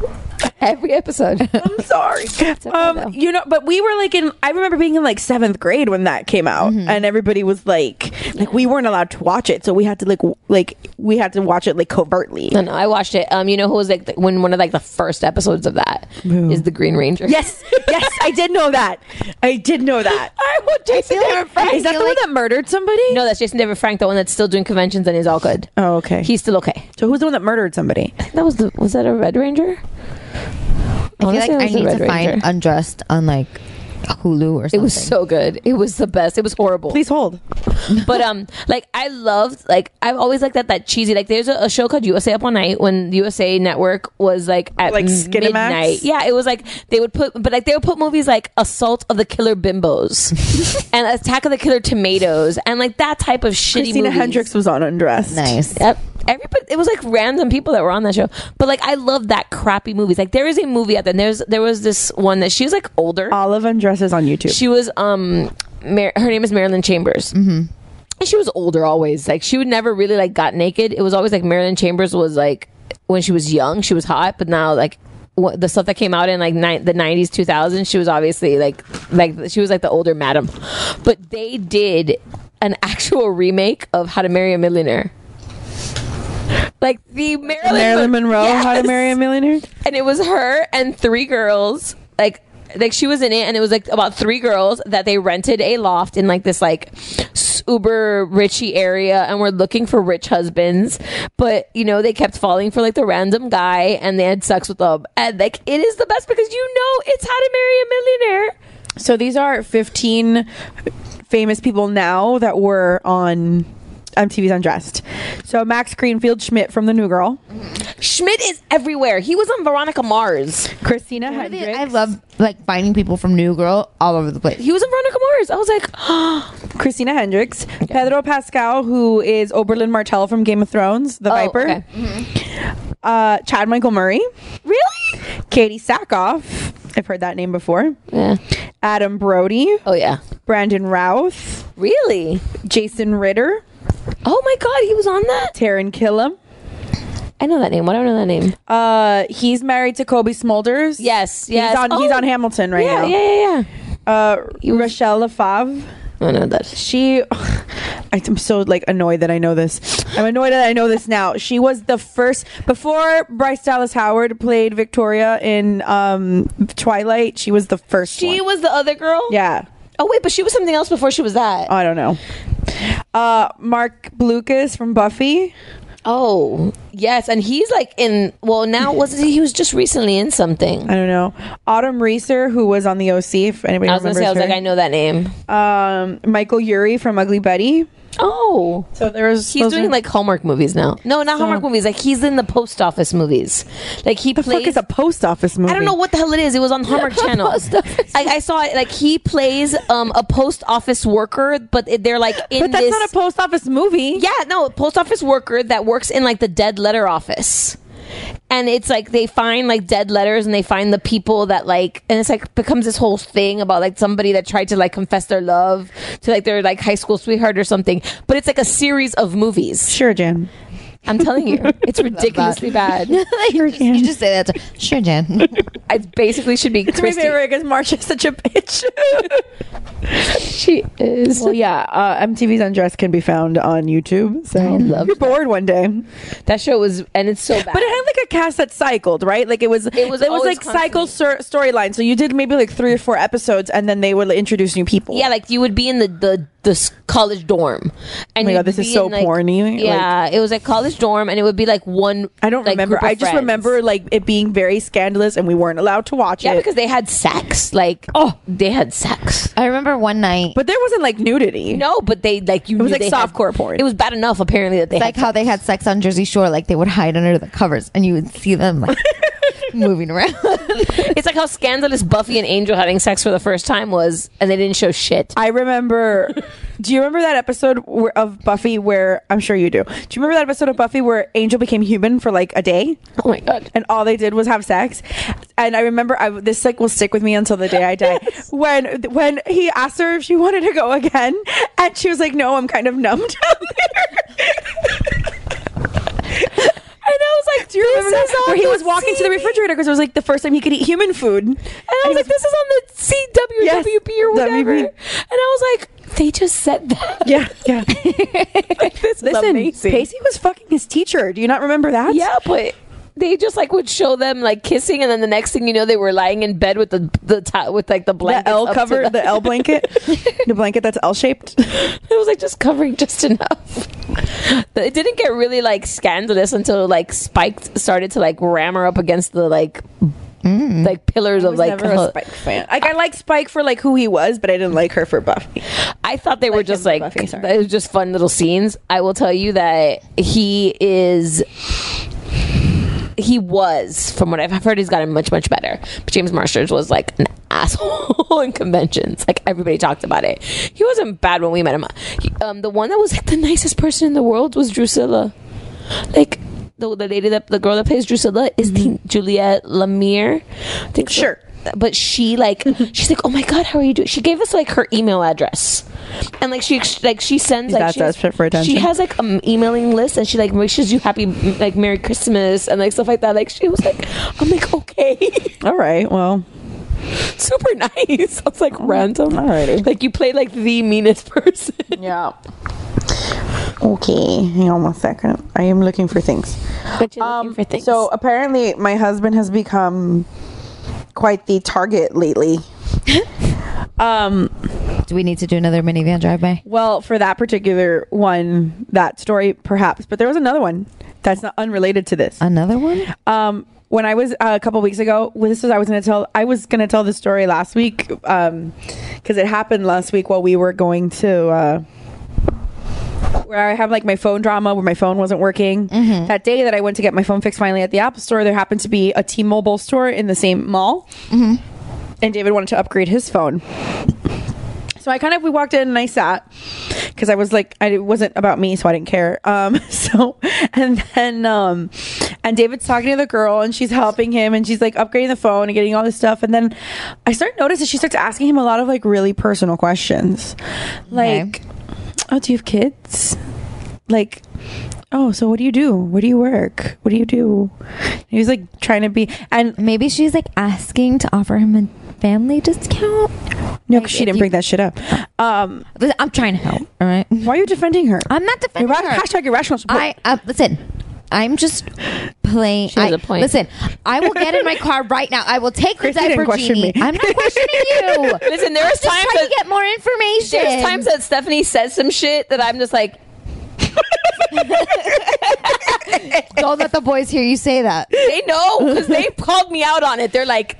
[SPEAKER 9] every episode.
[SPEAKER 8] *laughs* I'm sorry. Um, you know, but we were like in. I remember being in like seventh grade when that came out,
[SPEAKER 9] Mm-hmm.
[SPEAKER 8] and everybody was like, like we weren't allowed to watch it, so we had to like, w- like we had to watch it like covertly.
[SPEAKER 9] No, no, I watched it. Um, you know who was like the, when one of like the first episodes of that is the Green Ranger.
[SPEAKER 8] Yes, yes, I did know that. I did know that.
[SPEAKER 9] *laughs* I want Jason David Frank.
[SPEAKER 8] Is that the one that murdered somebody?
[SPEAKER 9] No, that's Jason David Frank, the one that's still doing conventions and is all good.
[SPEAKER 8] Oh, okay.
[SPEAKER 9] He's still okay.
[SPEAKER 8] So who's the one that murdered somebody?
[SPEAKER 9] That was the was that a Red Ranger?
[SPEAKER 4] I feel like
[SPEAKER 9] Honestly, it
[SPEAKER 4] I
[SPEAKER 9] was the
[SPEAKER 4] need
[SPEAKER 9] Red
[SPEAKER 4] to find
[SPEAKER 9] Ranger.
[SPEAKER 4] undressed on like Hulu or something.
[SPEAKER 9] It was so good. It was the best. It was horrible.
[SPEAKER 8] Please hold.
[SPEAKER 9] But um, like I loved like I've always liked that that cheesy like there's a, a show called USA Up All Night when USA Network was like at
[SPEAKER 8] Like Skinemax?
[SPEAKER 9] midnight. Yeah, it was like they would put but like they would put movies like Assault of the
[SPEAKER 8] *laughs*
[SPEAKER 9] Killer Bimbos and Attack of the Killer Tomatoes and like that type of shitty
[SPEAKER 8] Christina
[SPEAKER 9] movies.
[SPEAKER 8] Hendricks was on Undressed.
[SPEAKER 4] Nice.
[SPEAKER 9] Yep. Everybody, it was like random people that were on that show, but like I love that crappy movies. Like there is a movie out there. And there's there was this one that she was like older.
[SPEAKER 8] Olive Undresses on YouTube.
[SPEAKER 9] She was um, Mar- her name is Marilyn Chambers. Mm-hmm. And she was older always. Like she would never really like got naked. It was always like Marilyn Chambers was like when she was young, she was hot, but now like what, the stuff that came out in like ni- the 90s 2000s she was obviously like like she was like the older madam but they did an actual remake of how to marry a millionaire like the Marilyn,
[SPEAKER 8] Marilyn Monroe, How to
[SPEAKER 9] Yes.
[SPEAKER 8] Marry a Millionaire.
[SPEAKER 9] and it was her and three girls like like she was in it and it was like about three girls that they rented a loft in like this like s- uber richy area and were looking for rich husbands but you know they kept falling for like the random guy and they had sex with them and like it is the best because you know it's how to marry a millionaire
[SPEAKER 8] So these are 15 famous people now that were on MTV's Undressed. So Max Greenfield Schmidt from The New Girl.
[SPEAKER 9] Schmidt is everywhere. He was on Veronica Mars.
[SPEAKER 8] Christina
[SPEAKER 9] Hendricks.
[SPEAKER 4] I love like finding people from New Girl all over the place.
[SPEAKER 9] He was on Veronica Mars. I was like,
[SPEAKER 8] Christina Hendricks, Pedro Pascal, who is Oberlin Martell from Game of Thrones, the Viper.
[SPEAKER 9] Oh, okay.
[SPEAKER 8] Uh, Chad Michael Murray.
[SPEAKER 9] Really?
[SPEAKER 8] Katie Sackhoff. I've heard that name before.
[SPEAKER 9] Yeah.
[SPEAKER 8] Adam Brody.
[SPEAKER 9] Oh yeah.
[SPEAKER 8] Brandon Routh.
[SPEAKER 9] Really?
[SPEAKER 8] Jason Ritter.
[SPEAKER 9] Oh my God, he was on that.
[SPEAKER 8] Taryn Killam.
[SPEAKER 9] I know that name. Why don't I know that name?
[SPEAKER 8] Uh, he's married to Kobe Smulders.
[SPEAKER 9] Yes,
[SPEAKER 8] He's
[SPEAKER 9] yes.
[SPEAKER 8] on, he's
[SPEAKER 9] Oh.
[SPEAKER 8] on Hamilton right
[SPEAKER 9] Yeah,
[SPEAKER 8] now.
[SPEAKER 9] yeah, yeah,
[SPEAKER 8] yeah. Uh, Rochelle Lefavre.
[SPEAKER 9] I know that.
[SPEAKER 8] She, *laughs* I'm so like annoyed that I know this. I'm annoyed that I know this now. She was the first before Bryce Dallas Howard played Victoria in um, Twilight. She was the first.
[SPEAKER 9] She was the other girl.
[SPEAKER 8] Yeah.
[SPEAKER 9] Oh wait, but she was something else before she was that.
[SPEAKER 8] I don't know. Uh, Mark Lucas from Buffy.
[SPEAKER 9] Oh yes, and he's like in. Well, now wasn't he? He was just recently in something.
[SPEAKER 8] I don't know. Autumn Reeser, who was on the OC. If anybody
[SPEAKER 9] I was gonna
[SPEAKER 8] remembers
[SPEAKER 9] say, I was
[SPEAKER 8] her.
[SPEAKER 9] like, I know that name.
[SPEAKER 8] Um, Michael Yuri from Ugly Betty.
[SPEAKER 9] Oh,
[SPEAKER 8] so there's
[SPEAKER 9] he's
[SPEAKER 8] those
[SPEAKER 9] doing
[SPEAKER 8] are-
[SPEAKER 9] like Hallmark movies now. No, not Hallmark movies. Like he's in the post office movies. Like he
[SPEAKER 8] The
[SPEAKER 9] plays.
[SPEAKER 8] fuck is a post office movie?
[SPEAKER 9] I don't know what the hell it is. It was
[SPEAKER 8] *laughs*
[SPEAKER 9] on Hallmark Channel. I, I saw it. Like he plays um, a post office worker, but it- they're like in.
[SPEAKER 8] But that's
[SPEAKER 9] this-
[SPEAKER 8] not a post office movie.
[SPEAKER 9] Yeah, no, post office worker that works in like the dead letter office. And it's like they find like dead letters and they find the people that like and it's like becomes this whole thing about like somebody that tried to like confess their love to like their like high school sweetheart or something. But it's like a series of movies.
[SPEAKER 8] Sure,
[SPEAKER 9] *laughs*
[SPEAKER 8] Jan.
[SPEAKER 9] I'm
[SPEAKER 8] *laughs*
[SPEAKER 9] telling you, it's ridiculously bad.
[SPEAKER 4] you,
[SPEAKER 9] *laughs*
[SPEAKER 4] just, you just say that. to- Sure, Jen. *laughs*
[SPEAKER 9] It basically should be
[SPEAKER 8] It's my favorite because Marsha's such a bitch.
[SPEAKER 9] *laughs* she is.
[SPEAKER 8] Well, yeah. Uh, MTV's Undressed can be found on YouTube. So I
[SPEAKER 9] love
[SPEAKER 8] you're bored one day.
[SPEAKER 9] That show was and it's so bad.
[SPEAKER 8] But it had like a cast that cycled, right? Like it was, it
[SPEAKER 9] was
[SPEAKER 8] it was
[SPEAKER 9] always
[SPEAKER 8] like cycle sur- storyline. So you did maybe like three or four episodes, and then they would like, introduce new people.
[SPEAKER 9] Yeah, like you would be in the the, the s- college dorm.
[SPEAKER 8] Oh
[SPEAKER 9] And
[SPEAKER 8] my
[SPEAKER 9] you'd
[SPEAKER 8] God, this is
[SPEAKER 9] be
[SPEAKER 8] so
[SPEAKER 9] in, like-
[SPEAKER 8] porny, like-
[SPEAKER 9] Yeah, it was like college dorm, and it would be like one.
[SPEAKER 8] I don't remember. I just remember like it being very scandalous, and we weren't allowed to watch
[SPEAKER 9] Yeah,
[SPEAKER 8] it.
[SPEAKER 9] because they had sex. Like oh, they had sex.
[SPEAKER 4] I remember one night.
[SPEAKER 8] but there wasn't like nudity.
[SPEAKER 9] No, but they like you.
[SPEAKER 8] It was
[SPEAKER 9] knew
[SPEAKER 8] like
[SPEAKER 9] they had-
[SPEAKER 8] softcore porn.
[SPEAKER 9] It was bad enough apparently that they
[SPEAKER 4] It's like
[SPEAKER 9] had
[SPEAKER 4] how they had sex on Jersey Shore, like they would hide under the covers and you would see them *laughs* like moving around.
[SPEAKER 9] it's like how scandalous Buffy and Angel having sex for the first time was, and they didn't show shit.
[SPEAKER 8] I
[SPEAKER 9] *laughs*
[SPEAKER 8] remember. do you remember that episode where, of Buffy where I'm sure you do? Do you remember that episode of Buffy where Angel became human for like a day?
[SPEAKER 9] Oh my god!
[SPEAKER 8] and all they did was have sex. And I remember I, this like will stick with me until the day I *laughs* die. When when he asked her if she wanted to go again, and she was like, "No, I'm kind of numb *laughs* down there." *laughs* And I was like, "Do you remember
[SPEAKER 9] is
[SPEAKER 8] that?
[SPEAKER 9] on
[SPEAKER 8] Where he
[SPEAKER 9] the
[SPEAKER 8] was walking to the refrigerator because it was like the first time he could eat human food. And
[SPEAKER 9] And I was like, this is on the CW
[SPEAKER 8] Yes,
[SPEAKER 9] WP or whatever.
[SPEAKER 8] WP.
[SPEAKER 9] And I was like, they just said that.
[SPEAKER 8] yeah, yeah.
[SPEAKER 9] *laughs*
[SPEAKER 8] *laughs*
[SPEAKER 9] this
[SPEAKER 8] Listen, Pacey was fucking his teacher. Do you not remember that?
[SPEAKER 9] Yeah, but they just like would show them like kissing, and then the next thing you know, they were lying in bed with the the top with like the
[SPEAKER 8] the
[SPEAKER 9] blanket
[SPEAKER 8] L cover, the L
[SPEAKER 9] *laughs*
[SPEAKER 8] blanket, the blanket that's L shaped.
[SPEAKER 9] It was like just covering just enough. But it didn't get really like scandalous until like Spike started to like ram her up against the like like pillars
[SPEAKER 8] Mm. I
[SPEAKER 9] of
[SPEAKER 8] was
[SPEAKER 9] like
[SPEAKER 8] never a Spike fan. Like I like Spike for like who he was, but I didn't like her for Buffy.
[SPEAKER 9] I thought they were just like it was just fun little scenes. I will tell you that he is he was from what I've heard he's gotten much much better. But James Marsters was like an asshole *laughs* in conventions. Like everybody talked about it. He wasn't bad when we met him. He- um, the one that was like the nicest person in the world was Drusilla. Like the, the lady that the girl that plays Drusilla is the Juliette Lemire. I think Mm-hmm. sure. But she *laughs* like she's like oh my god how are you doing? She gave us like her email address, and like she ex- like she sends
[SPEAKER 8] She's
[SPEAKER 9] like
[SPEAKER 8] that
[SPEAKER 9] she has-
[SPEAKER 8] desperate for
[SPEAKER 9] She
[SPEAKER 8] attention.
[SPEAKER 9] has like an emailing list, and she like wishes you happy m- like Merry Christmas and like stuff like that. Like she was like I'm like okay, *laughs*
[SPEAKER 8] All right, well,
[SPEAKER 9] super nice. I was like random. Alrighty, like you played like the meanest *laughs* person.
[SPEAKER 8] Yeah. Okay, hang on one second. I am looking for things. um, So apparently, my husband has become quite the target lately. um,
[SPEAKER 4] Do we need to do another minivan drive-by?
[SPEAKER 8] well, for that particular one, that story perhaps, but there was another one that's not unrelated to this.
[SPEAKER 4] Another one?
[SPEAKER 8] Um, when I was uh, a couple weeks ago, well, this is I was going to tell. I was going to tell this story last week because it happened last week while we were going to. Uh, where I have like my phone drama where my phone wasn't working. That day that I went to get my phone fixed finally at the Apple store, there happened to be a T Mobile store in the same mall. And David wanted to upgrade his phone. So I kind of we walked in and I sat because I was like I, it wasn't about me, so I didn't care. Um, *laughs* so and then um, and David's talking to the girl and she's helping him and she's like upgrading the phone and getting all this stuff. And then I start noticing she starts asking him a lot of like really personal questions, like, "Oh, do you have kids?" Like, "Oh, so what do you do? Where do you work? What do you do?" He was like trying to be and
[SPEAKER 4] maybe she's like asking to offer him a family discount.
[SPEAKER 8] No, because she didn't bring that shit up. Um,
[SPEAKER 4] I'm trying to help. All right.
[SPEAKER 8] Why are you defending her?
[SPEAKER 4] I'm not defending
[SPEAKER 8] You're
[SPEAKER 4] her.
[SPEAKER 8] Hashtag irrational support.
[SPEAKER 4] I uh, listen. I'm just playing.
[SPEAKER 8] She has
[SPEAKER 4] I-
[SPEAKER 8] a point.
[SPEAKER 4] Listen, I will get in my *laughs* car right now. I will take
[SPEAKER 9] Christy
[SPEAKER 4] the
[SPEAKER 9] didn't
[SPEAKER 4] diaper
[SPEAKER 9] question me.
[SPEAKER 4] genie. I'm not questioning *laughs* you.
[SPEAKER 9] Listen, there
[SPEAKER 4] I'm
[SPEAKER 9] was
[SPEAKER 4] just
[SPEAKER 9] times
[SPEAKER 4] trying
[SPEAKER 9] that-
[SPEAKER 4] to get more information.
[SPEAKER 9] There's times that Stephanie says some shit that I'm just like
[SPEAKER 4] Don't let the boys hear you
[SPEAKER 9] *laughs*
[SPEAKER 4] say that.
[SPEAKER 9] they know because they called me out on it. They're like,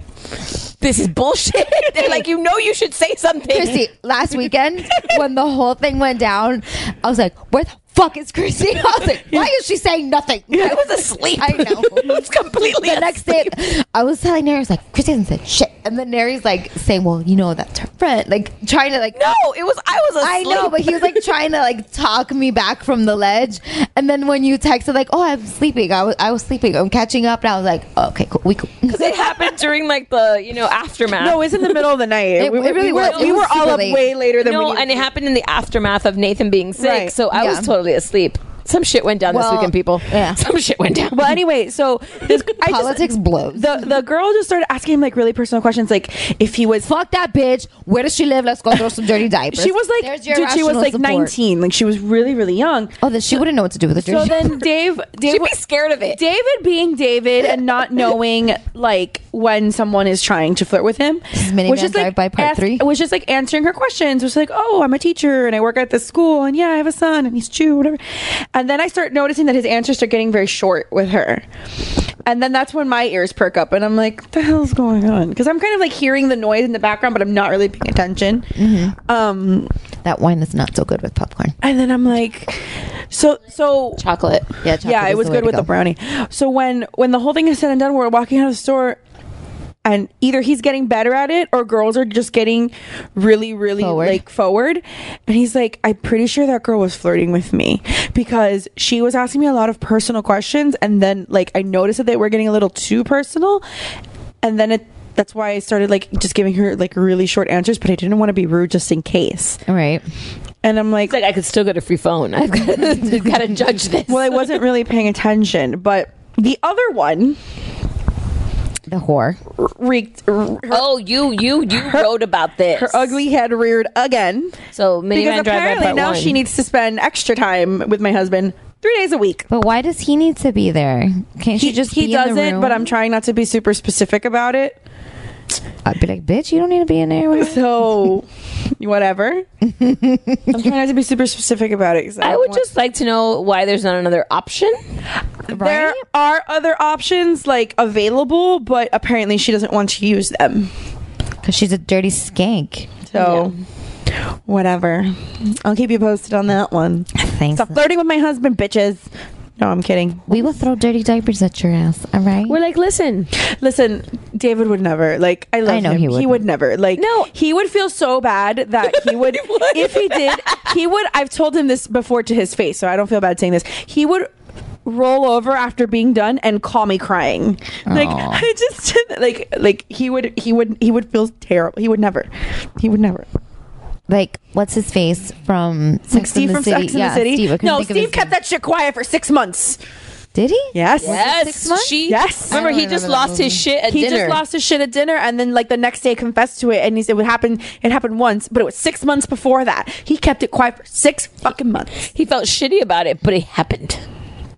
[SPEAKER 9] this is bullshit. *laughs* They're like, you know, you should say something. *laughs*
[SPEAKER 4] Chrissy, last weekend when the whole thing went down, I was like, "Where the fuck is Chrissy?" *laughs* I was like, "Why is she saying nothing?" I
[SPEAKER 9] was *laughs* asleep.
[SPEAKER 4] I know.
[SPEAKER 9] It's completely
[SPEAKER 4] *laughs* the next day. I was telling Nary, I was like, "Chrissy hasn't said shit," and then Nary's like saying, "Well, you know that's her friend," like trying to like.
[SPEAKER 9] No, it was I was.
[SPEAKER 4] I know,
[SPEAKER 9] asleep.
[SPEAKER 4] but he was like trying to like talk me back from the ledge, and then when you texted like, "Oh, I'm sleeping," I was I was sleeping. I'm catching up, and I was like, oh, "Okay, cool, we cool."
[SPEAKER 9] Because *laughs* it happened during like the you know aftermath.
[SPEAKER 8] No, it was in the middle of the night.
[SPEAKER 4] It-
[SPEAKER 8] we,
[SPEAKER 4] it
[SPEAKER 8] we- we
[SPEAKER 4] really
[SPEAKER 8] were,
[SPEAKER 4] was. It
[SPEAKER 8] We
[SPEAKER 4] was
[SPEAKER 8] were all
[SPEAKER 4] super
[SPEAKER 8] up
[SPEAKER 4] late.
[SPEAKER 8] way later than
[SPEAKER 9] no,
[SPEAKER 8] we.
[SPEAKER 9] and it happened in the aftermath of Nathan being sick.
[SPEAKER 8] Right.
[SPEAKER 9] So I
[SPEAKER 8] Yeah.
[SPEAKER 9] was totally asleep. Some shit went down
[SPEAKER 8] Well,
[SPEAKER 9] this weekend, people. Yeah, *laughs* some shit went down.
[SPEAKER 8] Well,
[SPEAKER 9] *laughs*
[SPEAKER 8] anyway, so this I
[SPEAKER 4] Politics
[SPEAKER 8] just,
[SPEAKER 4] blows.
[SPEAKER 8] The the girl just started asking him like really personal questions, like if he was
[SPEAKER 4] fuck that bitch. Where does she live? Let's go throw some dirty diapers.
[SPEAKER 8] She was like,
[SPEAKER 4] There's your
[SPEAKER 8] dude, she was
[SPEAKER 4] rational
[SPEAKER 8] like
[SPEAKER 4] support.
[SPEAKER 8] nineteen, like she was really really young.
[SPEAKER 4] Oh, then she wouldn't know what to do with a dirty.
[SPEAKER 8] So then Dave,
[SPEAKER 4] *laughs*
[SPEAKER 8] Dave
[SPEAKER 9] She'd be scared
[SPEAKER 8] *laughs*
[SPEAKER 9] of it.
[SPEAKER 8] David being David and not knowing like when someone is trying to flirt with him,
[SPEAKER 4] Minivan
[SPEAKER 8] which is like
[SPEAKER 4] Drive-By Part
[SPEAKER 8] ask- was just like answering her questions. Was like, oh, I'm a teacher and I work at this school and yeah, I have a son and he's Jew, whatever. And then I start noticing that his answers are getting very short with her. And then that's when my ears perk up and I'm like, what the hell's going on? Because I'm kind of like hearing the noise in the background, but I'm not really paying attention.
[SPEAKER 4] Mm-hmm.
[SPEAKER 8] Um,
[SPEAKER 4] that wine is not so good with popcorn.
[SPEAKER 8] and then I'm like, so so
[SPEAKER 9] chocolate.
[SPEAKER 4] Yeah, chocolate
[SPEAKER 8] yeah,
[SPEAKER 4] is
[SPEAKER 8] it was
[SPEAKER 4] the way
[SPEAKER 8] good
[SPEAKER 4] to
[SPEAKER 8] with
[SPEAKER 4] go.
[SPEAKER 8] the brownie. So when when the whole thing is said and done, we're walking out of the store, and either he's getting better at it or girls are just getting really really like forward. And he's like, I'm pretty sure that girl was flirting with me because she was asking me a lot of personal questions, and then like I noticed that they were getting a little too personal, and then it. That's why I started like just giving her like really short answers, but I didn't want to be rude just in case.
[SPEAKER 4] Right.
[SPEAKER 8] And I'm like,
[SPEAKER 9] It's like I could still get a free phone. I've got to judge this.
[SPEAKER 8] well, I wasn't really paying attention, but the other one
[SPEAKER 4] The whore.
[SPEAKER 8] reeked. Her,
[SPEAKER 9] oh, you you you wrote about this.
[SPEAKER 8] Her ugly head reared again.
[SPEAKER 9] So
[SPEAKER 8] because
[SPEAKER 9] minivan drive
[SPEAKER 8] apparently now she needs to spend extra time with my husband three days a week.
[SPEAKER 4] But why does he need to be there? Can't she just
[SPEAKER 8] He
[SPEAKER 4] be in the
[SPEAKER 8] doesn't, but
[SPEAKER 4] room?
[SPEAKER 8] I'm trying not to be super specific about it.
[SPEAKER 4] I'd be like, bitch, you don't need to be in
[SPEAKER 8] *laughs*
[SPEAKER 4] there. With *laughs*
[SPEAKER 8] so, whatever. I'm trying not to be super specific about it. 'cause
[SPEAKER 9] I would just like to know why there's not another option.
[SPEAKER 8] There are other options like available, but apparently she doesn't want to use them.
[SPEAKER 4] Because she's a dirty skank.
[SPEAKER 8] So, whatever. I'll keep you posted on that one.
[SPEAKER 4] Thanks.
[SPEAKER 8] Stop flirting with my husband, bitches. No, I'm kidding.
[SPEAKER 4] We will throw dirty diapers at your ass, all right?
[SPEAKER 9] We're like, listen,
[SPEAKER 8] listen. David would never. Like, I love
[SPEAKER 4] I know
[SPEAKER 8] him.
[SPEAKER 4] he
[SPEAKER 8] He
[SPEAKER 4] wouldn't.
[SPEAKER 8] would never. Like, no, he would feel so bad that he
[SPEAKER 4] *laughs*
[SPEAKER 8] would. if he did, he would. I've told him this before to his face, so I don't feel bad saying this. He would roll over after being done and call me crying. Like,
[SPEAKER 1] Aw.
[SPEAKER 8] I just did like like he would he would he would feel terrible. He would never. He would never.
[SPEAKER 4] Like, what's his face from Sex
[SPEAKER 8] Like
[SPEAKER 4] and
[SPEAKER 8] Steve
[SPEAKER 4] the
[SPEAKER 8] from
[SPEAKER 4] City?
[SPEAKER 8] Sex in
[SPEAKER 4] yeah,
[SPEAKER 8] the City.
[SPEAKER 4] Steve. I couldn't
[SPEAKER 8] no,
[SPEAKER 4] think of his
[SPEAKER 8] Steve kept that shit quiet for six months.
[SPEAKER 4] Did he?
[SPEAKER 8] Yes.
[SPEAKER 9] Yes. She.
[SPEAKER 8] Yes.
[SPEAKER 9] Remember, he just lost his shit at
[SPEAKER 8] he
[SPEAKER 9] dinner.
[SPEAKER 8] just lost his shit at dinner, and then like the next day confessed to it, and he said it happened. It happened once, but it was six months before that. He kept it quiet for six fucking months.
[SPEAKER 9] He felt shitty about it, but it happened,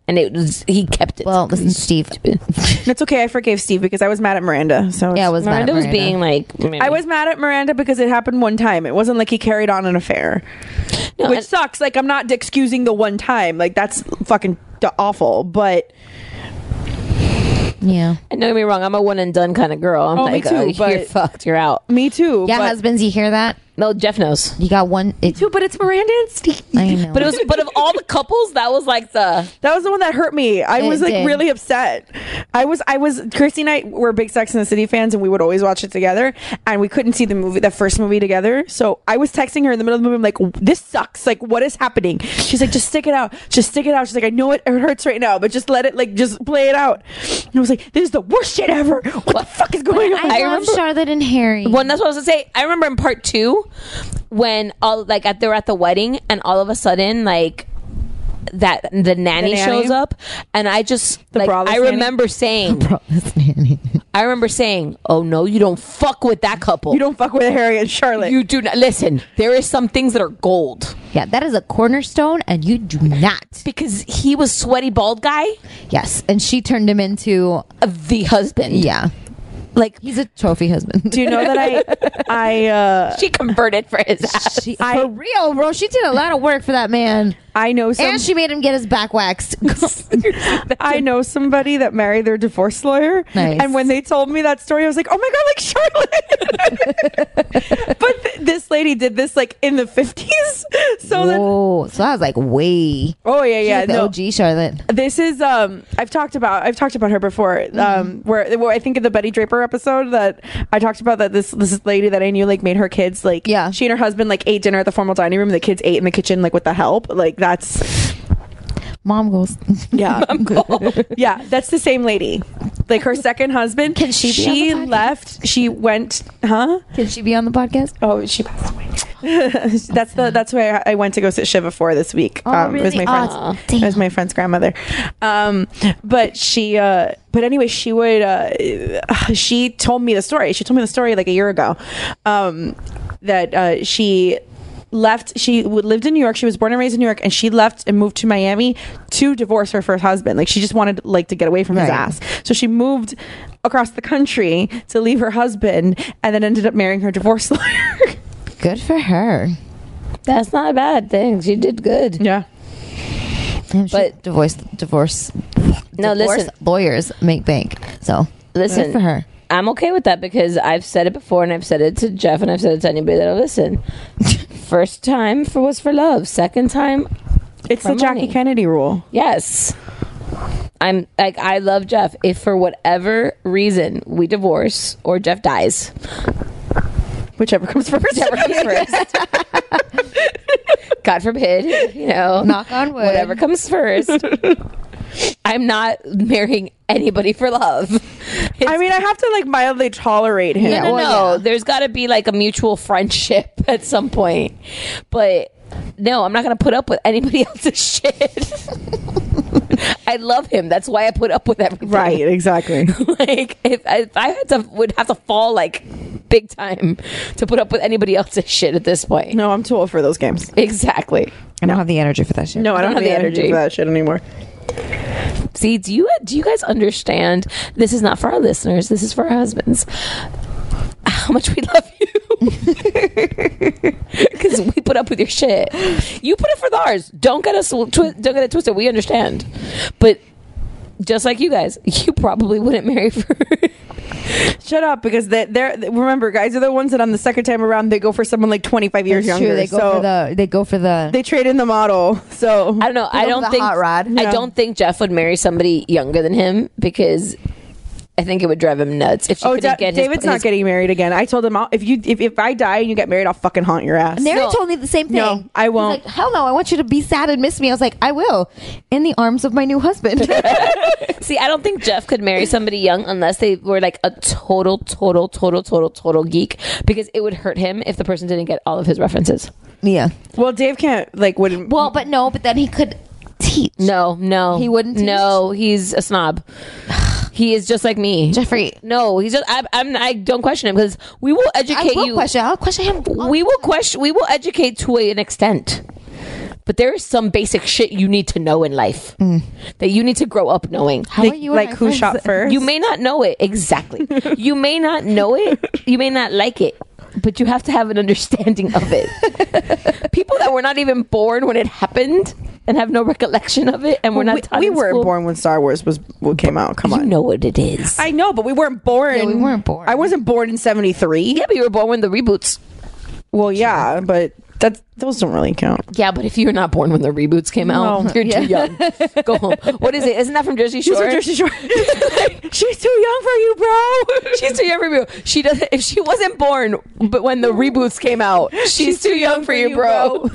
[SPEAKER 9] and it was he kept it. Well,
[SPEAKER 8] *laughs*
[SPEAKER 4] listen, Steve.
[SPEAKER 8] It's okay. I forgave Steve because I was mad at Miranda. So yeah, I
[SPEAKER 9] was mad at Miranda was Miranda. being, like, Mary.
[SPEAKER 8] I was mad at Miranda because it happened one time. It wasn't like he carried on an affair, which sucks. Like I'm not excusing the one time. Like that's fucking d- awful. But
[SPEAKER 4] Yeah.
[SPEAKER 9] And don't get me wrong, I'm a one and done kind of girl. I'm
[SPEAKER 8] Oh, me
[SPEAKER 9] like,
[SPEAKER 8] too,
[SPEAKER 9] oh, you're
[SPEAKER 8] but-
[SPEAKER 9] fucked, you're out.
[SPEAKER 8] Me too.
[SPEAKER 4] Yeah, husbands, you hear that?
[SPEAKER 9] No, Jeff knows.
[SPEAKER 4] You got one. It,
[SPEAKER 8] too, but it's Miranda and Steve.
[SPEAKER 4] I know.
[SPEAKER 9] But it was, but of all the couples, that was like the
[SPEAKER 8] That was the one that hurt me. I
[SPEAKER 9] It
[SPEAKER 8] was like
[SPEAKER 9] did.
[SPEAKER 8] really upset. I was, I was, Christy and I were big Sex and the City fans and we would always watch it together. And we couldn't see the movie, that first movie together. So I was texting her in the middle of the movie. I'm like, this sucks. Like, what is happening? She's like, just stick it out. Just stick it out. She's like, I know it, it hurts right now, but just let it, like, just play it out. And I was like, this is the worst shit ever. What, the fuck is going on?
[SPEAKER 4] I, love
[SPEAKER 8] *laughs*
[SPEAKER 4] Charlotte and Harry.
[SPEAKER 9] Well, that's what I was gonna say. I remember in part two when all like at, they were at the wedding, and all of a sudden like that the
[SPEAKER 8] nanny?
[SPEAKER 9] nanny, shows up, and I just like
[SPEAKER 8] braless
[SPEAKER 9] I
[SPEAKER 8] nanny?
[SPEAKER 9] remember saying
[SPEAKER 4] nanny.
[SPEAKER 9] I remember saying, "Oh no, you don't fuck with that couple. You
[SPEAKER 8] don't fuck with Harry and Charlotte.
[SPEAKER 9] You do not listen. There is some things that are gold
[SPEAKER 4] *laughs* Yeah, that is a cornerstone, and you do not.
[SPEAKER 9] because he was sweaty bald guy.
[SPEAKER 4] Yes, and she turned him into
[SPEAKER 9] the husband.
[SPEAKER 4] Yeah,
[SPEAKER 9] like
[SPEAKER 4] he's a trophy husband.
[SPEAKER 8] Do you know that I,
[SPEAKER 4] *laughs*
[SPEAKER 8] I, uh,
[SPEAKER 9] she converted for his ass.
[SPEAKER 8] I-
[SPEAKER 4] for real, bro? She did a lot of work for that man.
[SPEAKER 8] I know some-
[SPEAKER 4] and she made him get his back waxed.
[SPEAKER 8] *laughs* I know somebody that married their divorce lawyer.
[SPEAKER 4] Nice.
[SPEAKER 8] And when they told me that story, I was like, oh my God, like Charlotte. *laughs* but th- this lady did this like in the 50s. *laughs* *laughs* So then.
[SPEAKER 4] oh, so I was like, way.
[SPEAKER 8] Oh yeah,
[SPEAKER 4] She's
[SPEAKER 8] yeah.
[SPEAKER 4] like the
[SPEAKER 8] no.
[SPEAKER 4] OG Charlotte.
[SPEAKER 8] This is um I've talked about I've talked about her before um
[SPEAKER 4] Mm-hmm.
[SPEAKER 8] where, where I think in the Betty Draper episode that I talked about that this this lady that I knew like made her kids like yeah she and her husband like ate dinner at the formal dining room the kids ate in the kitchen like with the help like that's
[SPEAKER 4] Mom goes. *laughs*
[SPEAKER 8] *laughs* Yeah. yeah, that's the same lady. Like her second husband. Can she?
[SPEAKER 4] be on
[SPEAKER 8] She left. She went. Huh?
[SPEAKER 4] Can she be on the podcast?
[SPEAKER 8] Oh, she passed away. *laughs* that's the that's where I went to go sit Shiva for this week.
[SPEAKER 4] Oh,
[SPEAKER 8] It was my
[SPEAKER 4] really?
[SPEAKER 8] friend's.
[SPEAKER 4] Aw,
[SPEAKER 8] It was my friend's grandmother. Um, but she. Uh, but anyway, she would. Uh, she told me the story. She told me the story like a year ago. Um, that uh, she left she w- lived in new york she was born and raised in new york and she left and moved to miami to divorce her first husband like she just wanted like to get away from his ass so she moved across the country to leave her husband and then ended up marrying her divorce *laughs* lawyer
[SPEAKER 4] Good for her.
[SPEAKER 9] That's not a bad thing. She did good.
[SPEAKER 8] Yeah.
[SPEAKER 4] but divorce, divorce.
[SPEAKER 9] No,
[SPEAKER 4] divorce
[SPEAKER 9] listen.
[SPEAKER 4] Lawyers make bank. So
[SPEAKER 9] Listen
[SPEAKER 4] good for her.
[SPEAKER 9] I'm okay with that because I've said it before, and I've said it to Jeff, and I've said it to anybody that'll listen. *laughs* First time for was for love. Second time,
[SPEAKER 8] it's
[SPEAKER 9] for
[SPEAKER 8] the jackie
[SPEAKER 9] money.
[SPEAKER 8] kennedy rule
[SPEAKER 9] Yes, I'm like I love Jeff. If for whatever reason we divorce or Jeff dies,
[SPEAKER 8] whichever comes *laughs* first,
[SPEAKER 9] whichever comes first. God forbid, *laughs* you know.
[SPEAKER 4] Knock on wood.
[SPEAKER 9] Whatever comes first. I'm not marrying anybody for love.
[SPEAKER 8] i mean i have to like mildly tolerate him
[SPEAKER 9] no, no, no. There's got to be like a mutual friendship *laughs* at some point. But no, I'm not going to put up with anybody *laughs* else's shit. *laughs* I love him. That's why I put up with everything.
[SPEAKER 8] right exactly
[SPEAKER 9] *laughs* like if, if I had to would have to fall like big time to put up with anybody else's shit at this
[SPEAKER 8] *laughs*
[SPEAKER 9] point.
[SPEAKER 8] no i'm too old for those games
[SPEAKER 9] Exactly.
[SPEAKER 4] I don't have the energy for that shit.
[SPEAKER 8] no i don't, have, the energy. for that shit anymore
[SPEAKER 9] See, do you do you guys understand? This is not for our listeners. This is for our husbands. how much we love *laughs* you because we put up with your shit. You put up with ours. Don't get us twi- don't get it twisted. We understand, but just like you guys, you probably wouldn't marry for *laughs*
[SPEAKER 8] Shut up, because they, they're remember, guys are the ones that on the second time around they go for someone like twenty five years
[SPEAKER 4] That's
[SPEAKER 8] younger.
[SPEAKER 4] They go
[SPEAKER 8] so
[SPEAKER 4] for the. They go for the.
[SPEAKER 8] they trade in the model. So
[SPEAKER 9] I don't know. I don't think I don't think Jeff would marry somebody younger than him because I think it would drive him nuts if she
[SPEAKER 8] Oh,
[SPEAKER 9] couldn't
[SPEAKER 8] Da-
[SPEAKER 9] get his-
[SPEAKER 8] David's not
[SPEAKER 9] his-
[SPEAKER 8] getting married again. I told him I'll, if you if, if I die and you get married, I'll fucking haunt your ass.
[SPEAKER 4] Nary told me the same thing.
[SPEAKER 8] No, I
[SPEAKER 4] He's
[SPEAKER 8] won't.
[SPEAKER 4] like, Hell no! I want you to be sad and miss me. I was like, I will, in the arms of my new
[SPEAKER 8] *laughs*
[SPEAKER 4] husband.
[SPEAKER 9] See, I don't think Jeff could marry somebody young unless they were like a total, total, total, total, total geek because it would hurt him if the person didn't get all of his references.
[SPEAKER 4] yeah.
[SPEAKER 8] Well, Dave can't like wouldn't.
[SPEAKER 4] Well, but no, but then he could teach.
[SPEAKER 9] No, no, he wouldn't. No, he's a snob. *sighs* He is just like me,
[SPEAKER 4] Jeffrey.
[SPEAKER 9] No, he's just. I, I'm. I don't question him because we will educate
[SPEAKER 4] will
[SPEAKER 9] you.
[SPEAKER 4] question- I'll question him.
[SPEAKER 9] We will question. We will educate to an extent, but there is some basic shit you need to know in life that you need to grow up knowing.
[SPEAKER 8] How Like- are you and like my who friends? shot first?
[SPEAKER 9] You may not know it *laughs* exactly. you may not know it. You may not like it. But you have to have an understanding of it. *laughs* People that were not even born when it happened and have no recollection of it, and we're not.
[SPEAKER 8] we,
[SPEAKER 9] taught
[SPEAKER 8] we
[SPEAKER 9] in
[SPEAKER 8] weren't
[SPEAKER 9] school.
[SPEAKER 8] born when Star Wars was what came out. Come on,
[SPEAKER 9] know what it is.
[SPEAKER 8] I know, but we weren't born. we weren't
[SPEAKER 4] born.
[SPEAKER 8] I wasn't born in '73.
[SPEAKER 9] Yeah, but you were born when the reboots.
[SPEAKER 8] Well, yeah, but that's those don't really count.
[SPEAKER 9] Yeah, but if you're not born when the reboots came out,
[SPEAKER 8] No.
[SPEAKER 4] *laughs*
[SPEAKER 9] you're
[SPEAKER 8] Yeah.
[SPEAKER 9] too young. Go home. What is it? Isn't that from Jersey
[SPEAKER 8] She's
[SPEAKER 9] Shore?
[SPEAKER 8] from Jersey
[SPEAKER 9] *laughs*
[SPEAKER 8] Shore. She's too young for you, bro.
[SPEAKER 9] She's too young for you. She doesn't. If she wasn't born, but when the reboots came out, she's, too, young, for you, bro.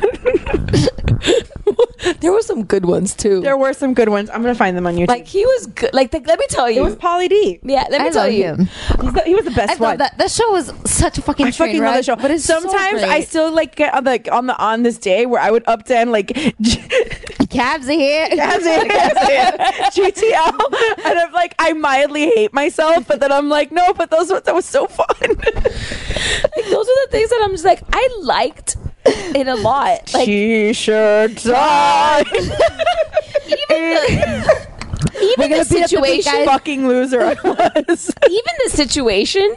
[SPEAKER 9] there were some good ones too.
[SPEAKER 8] There were some good ones. I'm gonna find them on YouTube.
[SPEAKER 9] Like he was good. Like the, let me tell you,
[SPEAKER 8] it was Polly D.
[SPEAKER 9] Yeah, let me
[SPEAKER 4] I
[SPEAKER 9] tell
[SPEAKER 4] love
[SPEAKER 9] you.
[SPEAKER 4] him.
[SPEAKER 8] He's the- he was the best
[SPEAKER 4] I
[SPEAKER 8] one.
[SPEAKER 4] love that. That show was such a fucking
[SPEAKER 8] I
[SPEAKER 4] train
[SPEAKER 8] fucking love
[SPEAKER 4] wreck,
[SPEAKER 8] the show.
[SPEAKER 4] But it's so
[SPEAKER 8] sometimes I
[SPEAKER 4] great.
[SPEAKER 8] still like get on the on the on this day where I would up to end like *laughs*
[SPEAKER 4] Cabs are here. *laughs*
[SPEAKER 8] Cabs are here. Cabs are here. GTL, and I'm like I mildly hate myself, but then I'm like no, but those were- that was so fun. *laughs*
[SPEAKER 9] Like, those are the things that I'm just like I liked it a
[SPEAKER 4] *laughs*
[SPEAKER 9] lot. Like
[SPEAKER 8] she sure
[SPEAKER 9] *laughs*
[SPEAKER 8] died.
[SPEAKER 9] even the situation,
[SPEAKER 8] fucking loser I was.
[SPEAKER 9] even the situation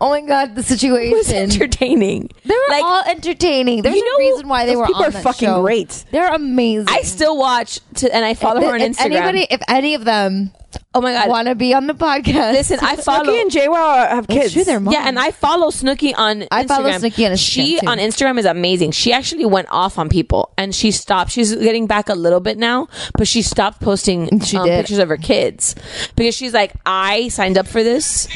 [SPEAKER 4] Oh my god, the situation
[SPEAKER 9] was entertaining.
[SPEAKER 4] They were
[SPEAKER 9] Like-
[SPEAKER 4] all entertaining. There's
[SPEAKER 9] You know,
[SPEAKER 4] a reason why they
[SPEAKER 8] those
[SPEAKER 4] were
[SPEAKER 8] people
[SPEAKER 4] on
[SPEAKER 8] are
[SPEAKER 4] that
[SPEAKER 8] fucking
[SPEAKER 4] show.
[SPEAKER 8] great.
[SPEAKER 4] They're amazing.
[SPEAKER 9] I still watch to, and I follow her on
[SPEAKER 4] if
[SPEAKER 9] Instagram.
[SPEAKER 4] Anybody, if any of them
[SPEAKER 9] oh my god!
[SPEAKER 4] want to be on the podcast,
[SPEAKER 9] Listen, I follow.
[SPEAKER 8] Snooki and JWoww have
[SPEAKER 4] It's
[SPEAKER 8] kids.
[SPEAKER 4] true, they're mom.
[SPEAKER 9] Yeah, and I follow Snooki on.
[SPEAKER 4] I follow
[SPEAKER 9] Instagram.
[SPEAKER 4] Snooki on Instagram,
[SPEAKER 9] She
[SPEAKER 4] too.
[SPEAKER 9] on Instagram is amazing. She actually went off on people, and she stopped. She's getting back a little bit now, but she stopped posting
[SPEAKER 4] She
[SPEAKER 9] um,
[SPEAKER 4] did.
[SPEAKER 9] pictures of her kids because she's like, I signed up for this.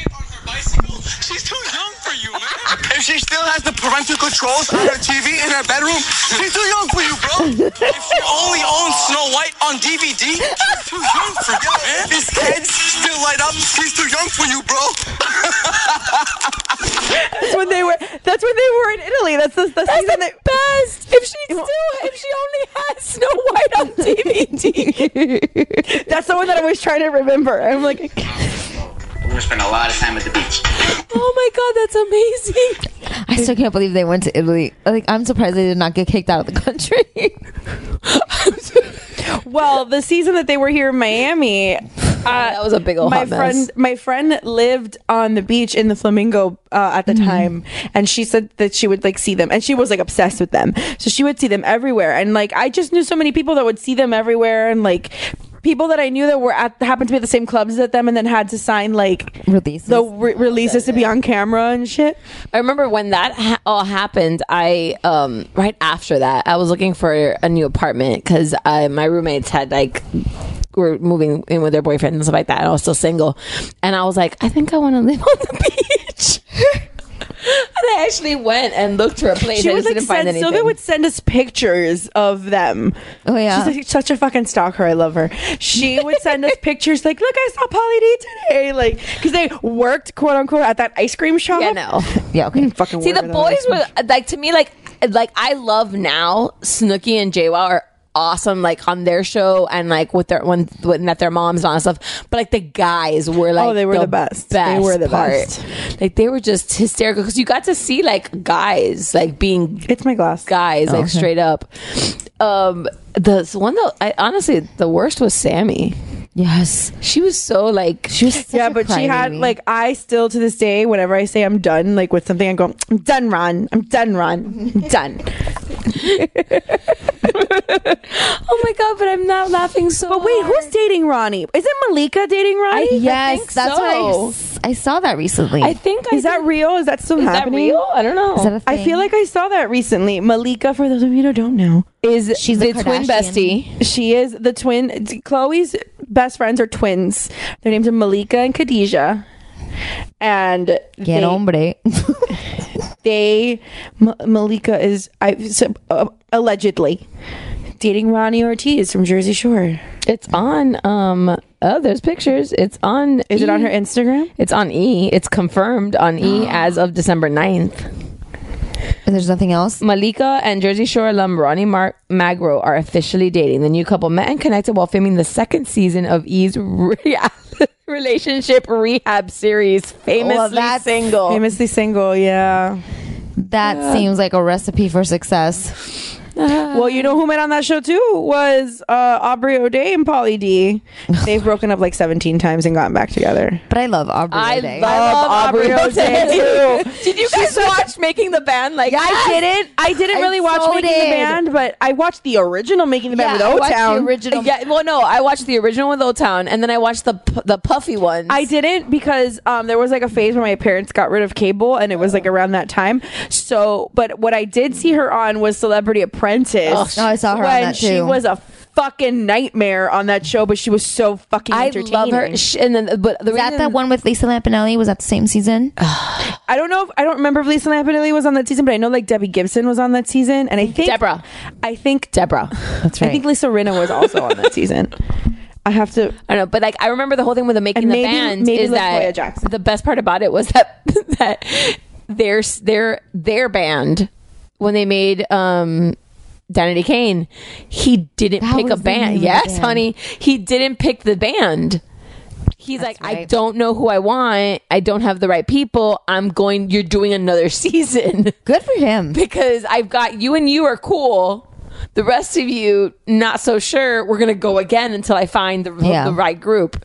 [SPEAKER 12] She's too young for you, man. *laughs* If she still has the parental controls on her TV in her bedroom, she's too young for you, bro. If she only owns Snow White on DVD, she's too young for you, man. These kids still light up. She's too young for you, bro.
[SPEAKER 8] That's when they were. That's when they were in Italy. That's the, the season that
[SPEAKER 9] Best if she still if she only has Snow White on *laughs* DVD.
[SPEAKER 8] That's the one that I was trying to remember. I'm like,
[SPEAKER 13] We're gonna spend a lot of time at the beach.
[SPEAKER 9] oh my god, that's amazing.
[SPEAKER 4] I still can't believe they went to Italy. Like, I'm surprised they did not get kicked out of the
[SPEAKER 9] *laughs*
[SPEAKER 4] country.
[SPEAKER 8] well, the season that they were here in Miami, uh, that
[SPEAKER 9] was a big ol'
[SPEAKER 8] my
[SPEAKER 9] Oh, hot mess.
[SPEAKER 8] friend. My friend lived on the beach in the Flamingo uh, at the
[SPEAKER 9] Mm-hmm.
[SPEAKER 8] time, and she said that she would like see them, and she was like obsessed with them. So she would see them everywhere, and like I just knew so many people that would see them everywhere, and like. People that I knew that were at happened to be at the same clubs that them, and then had to sign like
[SPEAKER 4] Releases.
[SPEAKER 8] the re- releases to be on camera and shit.
[SPEAKER 9] I remember when that ha- all happened. I um right after that, I was looking for a new apartment because my roommates had like were moving in with their boyfriend and stuff like that, and I was still single. And I was like, I think I want to live on the beach. *laughs* and I actually went and looked for a place.
[SPEAKER 8] She
[SPEAKER 9] I
[SPEAKER 8] would
[SPEAKER 9] just
[SPEAKER 8] like
[SPEAKER 9] didn't find
[SPEAKER 8] send,
[SPEAKER 9] anything.
[SPEAKER 8] Sylvia would send us pictures of them.
[SPEAKER 4] Oh yeah.
[SPEAKER 8] She's like such a fucking stalker. I love her. She would send us pictures like, "Look, I saw Polly D today." Like, because they worked quote unquote at that ice cream shop.
[SPEAKER 9] Yeah, no.
[SPEAKER 4] yeah. Okay.
[SPEAKER 8] Fucking
[SPEAKER 9] See,
[SPEAKER 8] work
[SPEAKER 9] the
[SPEAKER 8] at that
[SPEAKER 9] boys
[SPEAKER 8] ice cream
[SPEAKER 9] were like to me, like like I love now. Snooki and JWoww are awesome, like on their show and like with their when when that their moms and all that stuff. But like the guys were like,
[SPEAKER 8] Oh, they were the best. They were the best.
[SPEAKER 9] Like they were just hysterical because you got to see like guys like being
[SPEAKER 8] It's my glass.
[SPEAKER 9] guys like straight up. Um, the one that I honestly the worst was Sammy.
[SPEAKER 4] Yes.
[SPEAKER 9] She was so like
[SPEAKER 4] she was
[SPEAKER 8] yeah, but she had like I still to this day, whenever I say I'm done, like with something, I go, I'm done, Ron. I'm done, Ron. I'm done.
[SPEAKER 9] oh my god! But I'm not laughing so.
[SPEAKER 8] But wait, who's dating Ronnie? Isn't Malika dating Ronnie?
[SPEAKER 4] yes, that's why I s- I, saw that recently.
[SPEAKER 9] I think
[SPEAKER 8] is that real? Is that still
[SPEAKER 9] Is that
[SPEAKER 8] happening?
[SPEAKER 9] real? I don't know. Is that a
[SPEAKER 8] I
[SPEAKER 9] thing?
[SPEAKER 8] feel like I saw that recently. Malika, for those of you who don't know, is
[SPEAKER 9] She's a the twin Kardashian. bestie.
[SPEAKER 8] She is the twin. Chloe's best friends are twins. Their names are Malika and Khadijah. And
[SPEAKER 4] Get hombre. *laughs*
[SPEAKER 8] they Ma- Malika is I so, uh, allegedly dating Ronnie Ortiz from Jersey Shore.
[SPEAKER 9] It's on. Um. Oh, there's pictures. It's on. E.
[SPEAKER 8] Is it on her Instagram?
[SPEAKER 9] It's on E. It's confirmed on E as of December 9th.
[SPEAKER 4] And there's nothing else?
[SPEAKER 9] Malika and Jersey Shore alum Ronnie Mar- Magro are officially dating. The new couple met and connected while filming the second season of E's *laughs* re- relationship rehab series, famously single.
[SPEAKER 8] Famously single, yeah.
[SPEAKER 9] Mm.
[SPEAKER 4] That seems like a recipe for success.
[SPEAKER 9] Uh.
[SPEAKER 8] well, you know who met on that show too was uh, Aubrey O'Day and Polly
[SPEAKER 9] *laughs*
[SPEAKER 8] D. They've broken up like 17 times and gotten back together.
[SPEAKER 4] But I love Aubrey
[SPEAKER 9] I
[SPEAKER 4] O'Day.
[SPEAKER 9] love Aubrey O'Day too. *laughs* Did you
[SPEAKER 8] *laughs*
[SPEAKER 9] guys
[SPEAKER 8] She's such-
[SPEAKER 9] watch Making the Band? Like
[SPEAKER 8] I didn't. I didn't
[SPEAKER 9] I
[SPEAKER 8] really watch
[SPEAKER 9] so
[SPEAKER 8] Making the
[SPEAKER 9] did.
[SPEAKER 8] Band, but I watched the original Making the Band
[SPEAKER 9] I
[SPEAKER 8] with O
[SPEAKER 9] watched
[SPEAKER 8] Town.
[SPEAKER 9] The original. Yeah, well, no, I watched the original with O Town, and then I watched the p- the puffy one.
[SPEAKER 8] I didn't because um, there was like a phase where my parents got rid of cable, and it was like around that time. So, but what I did see her on was Celebrity Apprentice.
[SPEAKER 4] Oh, sh- Oh, I saw her on
[SPEAKER 8] when
[SPEAKER 4] that,
[SPEAKER 8] She
[SPEAKER 4] too.
[SPEAKER 8] was a fucking nightmare on that show, but she was so fucking.
[SPEAKER 9] I
[SPEAKER 8] entertaining.
[SPEAKER 9] love her. Sh- And then, but the
[SPEAKER 4] Is that
[SPEAKER 9] reason
[SPEAKER 4] the one with Lisa Lampanelli? Was that the same season?
[SPEAKER 8] I don't know if I don't remember if Lisa Lampanelli was on that season, but I know like Debbie Gibson was on that season, and I think
[SPEAKER 9] Deborah.
[SPEAKER 8] I
[SPEAKER 3] *laughs*
[SPEAKER 8] think
[SPEAKER 9] Deborah. That's
[SPEAKER 8] I think Lisa Rinna was also on that season. I have to.
[SPEAKER 9] I don't know, but like I remember the whole thing with the making
[SPEAKER 8] And
[SPEAKER 9] the
[SPEAKER 8] maybe-
[SPEAKER 9] band
[SPEAKER 8] maybe
[SPEAKER 9] is
[SPEAKER 8] LaToya
[SPEAKER 9] that the best part about it was that *laughs* that their their their band when they made um Danity Kane, he didn't pick a
[SPEAKER 3] was the name
[SPEAKER 9] band.
[SPEAKER 3] of the
[SPEAKER 9] Yes,
[SPEAKER 3] band.
[SPEAKER 9] honey, he didn't pick the band. He's like, I don't know who I want. I don't have the right people. I'm going. You're doing another *laughs* season.
[SPEAKER 4] Good for him
[SPEAKER 9] because I've got you and you are cool. The rest of you, not so sure. We're gonna go again until I find the,
[SPEAKER 4] Yeah.
[SPEAKER 9] the right group.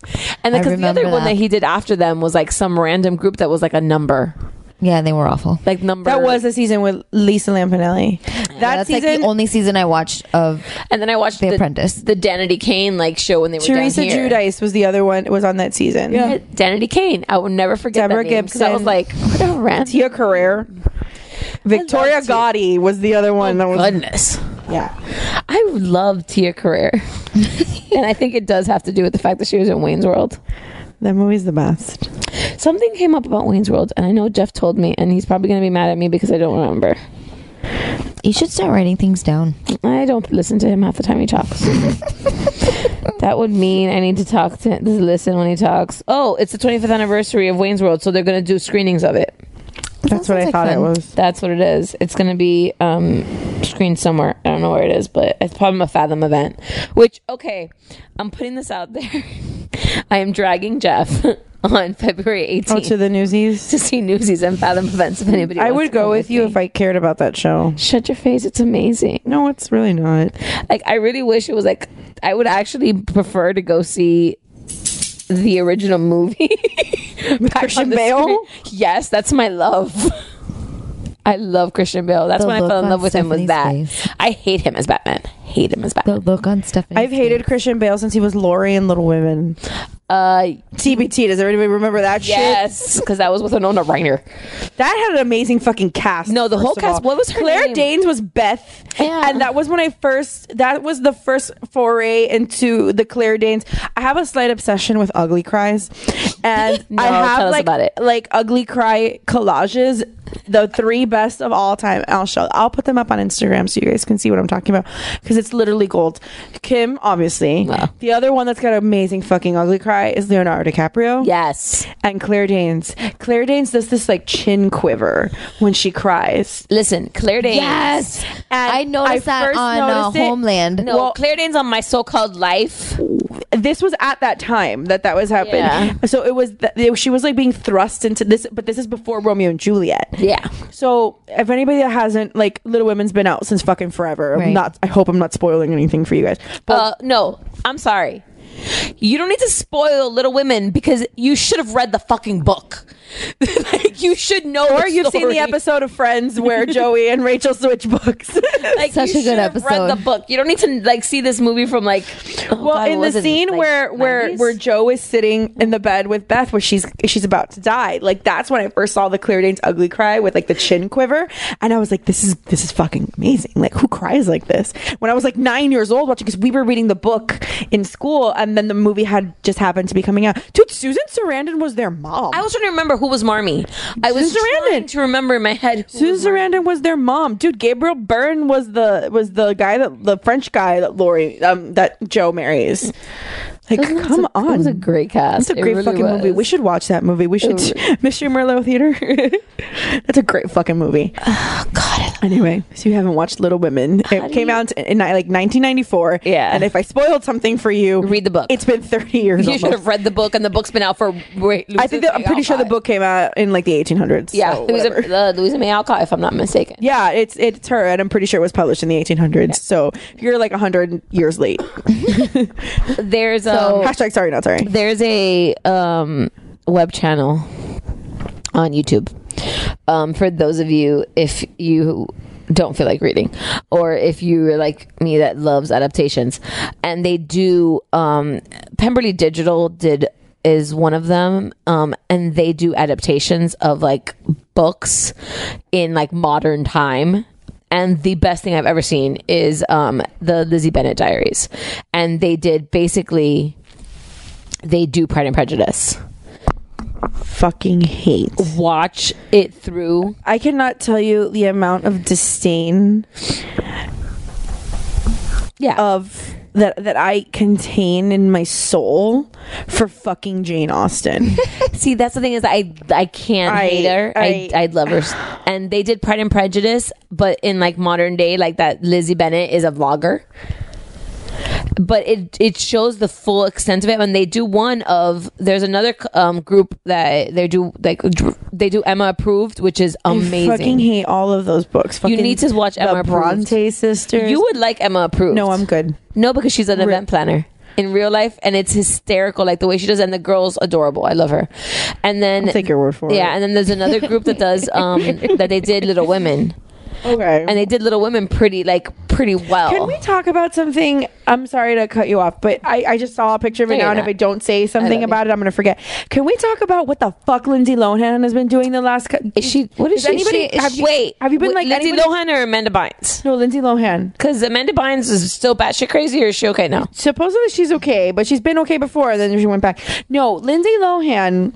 [SPEAKER 9] And
[SPEAKER 4] I
[SPEAKER 9] because the other
[SPEAKER 4] remember
[SPEAKER 9] one
[SPEAKER 4] that.
[SPEAKER 9] that he did after them was like some random group that was like a number,
[SPEAKER 4] Yeah, they were awful.
[SPEAKER 9] like number.
[SPEAKER 8] That was the season with Lisa Lampanelli. That
[SPEAKER 4] That's like
[SPEAKER 8] season,
[SPEAKER 4] the only season I watched of
[SPEAKER 9] And then I watched
[SPEAKER 4] The, Apprentice.
[SPEAKER 9] the Danity Kane like show when they were
[SPEAKER 8] Teresa
[SPEAKER 9] down here.
[SPEAKER 8] Judice was the other one. Was on that season.
[SPEAKER 9] Yeah. Danity Kane. I will never forget
[SPEAKER 8] Deborah
[SPEAKER 9] that name, 'cause
[SPEAKER 8] Gibson.
[SPEAKER 9] I was like, what a random.
[SPEAKER 8] Tia Carrere. Victoria Gotti was the other one. that was,
[SPEAKER 9] goodness.
[SPEAKER 8] Yeah.
[SPEAKER 9] I love Tia Career.
[SPEAKER 8] *laughs*
[SPEAKER 9] and I think it does have to do with the fact that she was in Wayne's World.
[SPEAKER 8] That movie's the best.
[SPEAKER 9] Something came up about Wayne's World, and I know Jeff told me, and he's probably going to be mad at me because I don't remember.
[SPEAKER 4] You should start writing things down.
[SPEAKER 9] I don't listen to him half the time
[SPEAKER 8] *laughs*
[SPEAKER 9] he talks. that would mean I need to talk to to listen when he talks. Oh, it's the 25th anniversary of Wayne's World, so they're going to do screenings of it.
[SPEAKER 8] That's what I thought it was.
[SPEAKER 9] That's what it is. It's going to be um, screened somewhere. I don't know where it is, but it's probably a Fathom event. Which, okay, I'm putting this out there. *laughs* I am dragging Jeff *laughs* on February 18th.
[SPEAKER 8] Oh, to the Newsies?
[SPEAKER 9] To see Newsies and Fathom events if anybody
[SPEAKER 8] I
[SPEAKER 9] wants
[SPEAKER 8] would
[SPEAKER 9] to come
[SPEAKER 8] go with you if I cared about that show.
[SPEAKER 9] Shut your face. It's amazing.
[SPEAKER 8] No, it's really not.
[SPEAKER 9] Like, I really wish it was like, I would actually prefer to go see the original movie. *laughs* Back
[SPEAKER 8] Christian
[SPEAKER 9] on the
[SPEAKER 8] Bale?
[SPEAKER 9] screen. Yes, that's my love. I love Christian Bale. That's
[SPEAKER 4] The
[SPEAKER 9] when I
[SPEAKER 4] look
[SPEAKER 9] fell
[SPEAKER 4] on
[SPEAKER 9] in love with him. Was
[SPEAKER 4] Stephanie's
[SPEAKER 9] that I hate him as Batman. Hate him as Batman.
[SPEAKER 4] The look on Stephanie.
[SPEAKER 8] I've hated Christian Bale since he was Laurie in Little Women.
[SPEAKER 9] Uh,
[SPEAKER 8] TBT. Does everybody remember that shit?
[SPEAKER 9] Yes, because that was with Winona Ryder.
[SPEAKER 8] That had an amazing fucking cast. No,
[SPEAKER 9] the whole cast- what was her
[SPEAKER 8] Claire
[SPEAKER 9] name?
[SPEAKER 8] Danes was Beth, and that was when I first. That was the first foray into the Claire Danes. I have a slight obsession with ugly cries, and
[SPEAKER 9] *laughs* No,
[SPEAKER 8] I have
[SPEAKER 9] tell us
[SPEAKER 8] like
[SPEAKER 9] about it.
[SPEAKER 8] like ugly cry collages, the three best of all time. I'll show. I'll put them up on Instagram so you guys can see what I'm talking about because it's literally gold. Kim, obviously. The other one that's got an amazing fucking ugly cry is Leonardo DiCaprio.
[SPEAKER 9] Yes.
[SPEAKER 8] And Claire Danes. Claire Danes does this like chin quiver when she cries.
[SPEAKER 9] Listen, Claire Danes.
[SPEAKER 4] Yes. I noticed that
[SPEAKER 9] first
[SPEAKER 4] on, uh,
[SPEAKER 9] noticed it-
[SPEAKER 4] Homeland.
[SPEAKER 9] No,
[SPEAKER 4] Well-
[SPEAKER 9] Claire Danes on my so-called life.
[SPEAKER 8] this was at that time that that was happening.
[SPEAKER 9] Yeah.
[SPEAKER 8] So it was th- it- she was like being thrust into this, but this is before Romeo and Juliet.
[SPEAKER 9] Yeah.
[SPEAKER 8] So if anybody that hasn't like Little Women's been out since fucking forever, I'm
[SPEAKER 9] Right.
[SPEAKER 4] *laughs*
[SPEAKER 8] not. I hope I'm not spoiling anything for you guys.
[SPEAKER 9] uh, no, I'm sorry. You don't need to spoil Little Women because you should have read the fucking book. *laughs* like you should know.
[SPEAKER 8] Or you've seen the episode of Friends where Joey and Rachel switch
[SPEAKER 4] *laughs*
[SPEAKER 8] books.
[SPEAKER 9] like
[SPEAKER 8] Such
[SPEAKER 9] you
[SPEAKER 8] a good
[SPEAKER 9] should have
[SPEAKER 8] episode.
[SPEAKER 9] Read the book. You don't need to like see this movie from like. oh,
[SPEAKER 8] well, in the scene where where where Joe is sitting in the bed with Beth, where she's she's about to die, like that's when I first saw the Claire Danes ugly cry with like the chin quiver, and I was like, this is this is fucking amazing. Like, who cries like this? When I was like nine years old watching, because we were reading the book in school, and then the movie had just happened to be coming out. Dude, Susan Sarandon was their mom.
[SPEAKER 9] I was trying to remember who was Marmy. I was trying to remember in my head. Who
[SPEAKER 8] Susan Sarandon was their mom, dude. Gabriel Byrne was the was the guy that the French guy that Lori um, that Joe marries. Like, come on, that was a
[SPEAKER 9] great cast.
[SPEAKER 8] That's a
[SPEAKER 9] It
[SPEAKER 8] great
[SPEAKER 9] really
[SPEAKER 8] fucking
[SPEAKER 9] was.
[SPEAKER 8] movie. We should watch that movie. We should *laughs* Mystery Merlot Theater. That's a great fucking movie. Oh
[SPEAKER 9] God.
[SPEAKER 8] Anyway, so you haven't watched Little Women? It came out in, in like 1994. Yeah. And if I spoiled something for you, read
[SPEAKER 9] the book.
[SPEAKER 8] It's been 30 years.
[SPEAKER 9] you should
[SPEAKER 8] almost.
[SPEAKER 9] have read the book, and the book's been out for. Wait,
[SPEAKER 8] I think that, I'm pretty sure the book came out in like the 1800s.
[SPEAKER 9] Yeah,
[SPEAKER 8] so
[SPEAKER 9] Louisa, uh, Louisa May Alcott, if I'm not mistaken.
[SPEAKER 8] Yeah, it's it's her, and I'm pretty sure it was published in the 1800s. So you're like 100 years late.
[SPEAKER 9] There's um, a
[SPEAKER 8] So- Hashtag sorry, not sorry.
[SPEAKER 9] There's a um, web channel on YouTube um, for those of you if you don't feel like reading or if you're like me that loves adaptations and they do um, Pemberley Digital did is one of them um, and they do adaptations of like books in like modern time and the best thing I've ever seen is um, the Lizzie Bennett Diaries, and they did basically they do Pride and Prejudice.
[SPEAKER 8] Fucking hate.
[SPEAKER 9] Watch it through.
[SPEAKER 8] I cannot tell you the amount of disdain.
[SPEAKER 9] Yeah.
[SPEAKER 8] Of that that I contain in my soul for fucking Jane
[SPEAKER 9] *laughs*
[SPEAKER 8] Austen.
[SPEAKER 9] See, that's the thing is I I can't
[SPEAKER 8] I-
[SPEAKER 9] hate her. I, I love her. And they did Pride and Prejudice, but in like modern day, like that Lizzie Bennett is a vlogger. But it it shows the full extent of it. And they do one of there's another um, group that they do like they do Emma approved, which is amazing.
[SPEAKER 8] I fucking hate all of those books. Fucking
[SPEAKER 9] you need to watch
[SPEAKER 8] the
[SPEAKER 9] Emma approved.
[SPEAKER 8] Bronte sisters.
[SPEAKER 9] You would like Emma approved. No, I'm
[SPEAKER 8] good.
[SPEAKER 9] No, because she's an event planner in real life, and it's hysterical, like the way she does. And the girl's adorable. I love her. And then
[SPEAKER 8] I'll take your word for it.
[SPEAKER 9] Yeah, and then there's another group
[SPEAKER 8] *laughs*
[SPEAKER 9] that does um that they did Little Women.
[SPEAKER 8] Okay.
[SPEAKER 9] And they did Little Women pretty like pretty well.
[SPEAKER 8] Can we talk about something? I'm sorry to cut you off, but I, I just saw a picture of it
[SPEAKER 9] No,
[SPEAKER 8] now,
[SPEAKER 9] you're
[SPEAKER 8] and if
[SPEAKER 9] not.
[SPEAKER 8] I don't say something about it, I'm gonna forget. Can we talk about what the fuck Lindsay Lohan has been doing the last? cou-
[SPEAKER 9] Is she? What
[SPEAKER 8] Does anybody? have you,
[SPEAKER 9] wait,
[SPEAKER 8] Have you been like
[SPEAKER 9] Lindsay
[SPEAKER 8] anybody-
[SPEAKER 9] Lohan or Amanda Bynes?
[SPEAKER 8] No, Lindsay Lohan.
[SPEAKER 9] Because Amanda Bynes is still batshit crazy, or is she okay now?
[SPEAKER 8] Supposedly she's okay, but she's been okay before. And then she went back. No, Lindsay Lohan.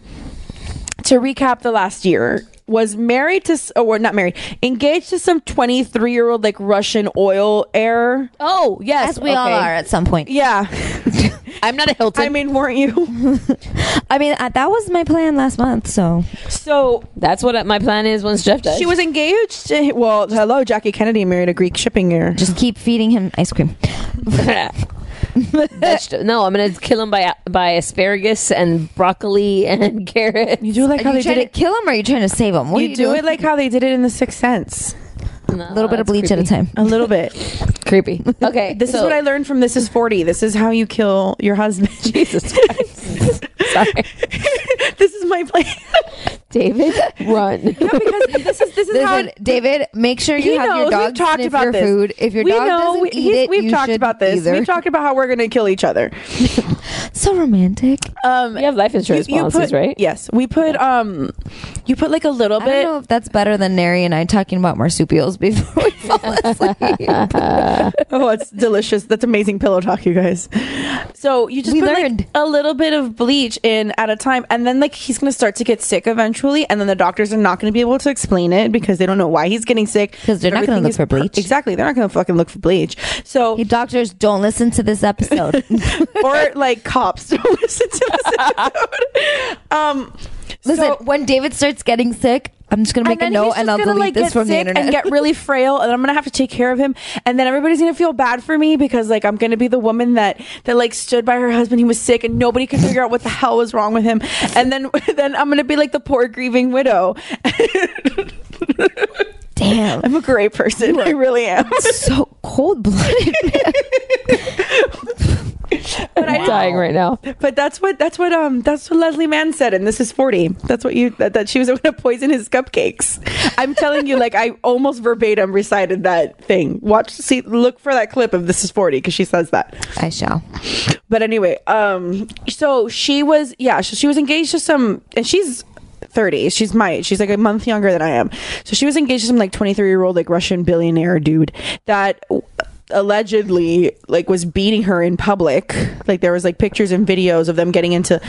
[SPEAKER 8] To recap, the last year was married to, s- oh, or not married, engaged to some 23 year old like Russian oil heir.
[SPEAKER 9] Oh yes,
[SPEAKER 4] As we all are at some point.
[SPEAKER 8] Yeah.
[SPEAKER 9] I'm not a
[SPEAKER 8] *laughs*
[SPEAKER 9] Hilton.
[SPEAKER 8] I mean, weren't you?
[SPEAKER 4] I mean, uh, that was my plan last month. So
[SPEAKER 8] So
[SPEAKER 9] that's what my plan is once Jeff does.
[SPEAKER 8] She
[SPEAKER 9] *laughs*
[SPEAKER 8] was engaged. To, well, hello, Jackie Kennedy married a Greek shipping heir.
[SPEAKER 4] Just keep feeding him ice cream.
[SPEAKER 9] Vegeta- no, I'm gonna kill him by by asparagus and broccoli and *laughs* carrots. You
[SPEAKER 8] do like
[SPEAKER 4] Are you trying to kill him or are you trying to save him? What
[SPEAKER 8] you,
[SPEAKER 4] are you
[SPEAKER 8] do
[SPEAKER 4] doing?
[SPEAKER 8] it like Oh, how they did it in The Sixth Sense.
[SPEAKER 9] a
[SPEAKER 4] little bit of bleach at a time.
[SPEAKER 8] A little bit.
[SPEAKER 9] creepy. *laughs* Okay,
[SPEAKER 8] *laughs* This is
[SPEAKER 9] so-
[SPEAKER 8] what I learned from This Is 40. This is how you kill your husband. *laughs* Jesus Christ.
[SPEAKER 9] *laughs* Sorry.
[SPEAKER 8] this is my plan.
[SPEAKER 9] David, *laughs* run.
[SPEAKER 8] *laughs* because this is this is how
[SPEAKER 4] Listen, David, make sure you
[SPEAKER 8] He
[SPEAKER 4] have your
[SPEAKER 8] knows.
[SPEAKER 4] dog sniff your food. If your
[SPEAKER 8] we
[SPEAKER 4] dog
[SPEAKER 8] know,
[SPEAKER 4] doesn't
[SPEAKER 8] we,
[SPEAKER 4] eat
[SPEAKER 8] he's-
[SPEAKER 4] it,
[SPEAKER 8] we've
[SPEAKER 4] you
[SPEAKER 8] talked
[SPEAKER 4] shouldn't
[SPEAKER 8] about this.
[SPEAKER 4] either.
[SPEAKER 8] We've talked about how we're going to kill each other.
[SPEAKER 4] so romantic.
[SPEAKER 8] Um,
[SPEAKER 9] you have life insurance
[SPEAKER 8] put,
[SPEAKER 9] policies, right?
[SPEAKER 8] Yes, we put um, you put like a little
[SPEAKER 4] I don't know if that's better than Neri and I talking about marsupials before we fall *laughs* asleep.
[SPEAKER 8] oh, that's delicious. That's amazing pillow talk, you guys. So you just put like a little bit of bleach in at a time, and then like he's gonna start to get sick eventually, and then the doctors are not gonna be able to explain it because they don't know why he's getting sick because
[SPEAKER 4] they're not gonna look for bleach.
[SPEAKER 8] Exactly, they're not gonna fucking look for bleach.
[SPEAKER 4] *laughs*
[SPEAKER 8] So
[SPEAKER 4] doctors don't listen to this *laughs* episode,
[SPEAKER 8] or like cops *laughs* don't listen to this episode. Um,
[SPEAKER 4] Listen,
[SPEAKER 8] so-
[SPEAKER 4] when David starts getting sick, I'm just gonna make a
[SPEAKER 8] then
[SPEAKER 4] note
[SPEAKER 8] he's
[SPEAKER 4] and
[SPEAKER 8] just
[SPEAKER 4] I'll
[SPEAKER 8] gonna,
[SPEAKER 4] delete
[SPEAKER 8] like,
[SPEAKER 4] this
[SPEAKER 8] get
[SPEAKER 4] from the
[SPEAKER 8] sick
[SPEAKER 4] internet.
[SPEAKER 8] and get really frail and i'm gonna have to take care of him and then everybody's gonna feel bad for me because like i'm gonna be the woman that that like stood by her husband he was sick and nobody could figure out what the hell was wrong with him and then *laughs* then i'm gonna be like the poor grieving widow
[SPEAKER 4] *laughs* *laughs* damn
[SPEAKER 8] i'm a great person i
[SPEAKER 4] *laughs*
[SPEAKER 8] really am
[SPEAKER 4] so cold blooded
[SPEAKER 8] but I didn't
[SPEAKER 9] dying right now.
[SPEAKER 8] But that's what that's what um that's what Leslie Mann said, and this is forty. That's what you that, that she was going to poison his cupcakes. I'm telling you, like I almost verbatim recited that thing. Watch, see, look for that clip of this is forty because she says that.
[SPEAKER 4] I shall.
[SPEAKER 8] But anyway, um, so she was yeah, so she was engaged to some, and she's 30. She's my she's like a month younger than I am. So she was engaged to some like 23 year old like Russian billionaire dude that allegedly like was beating her in public. Like there was like pictures and videos of them getting into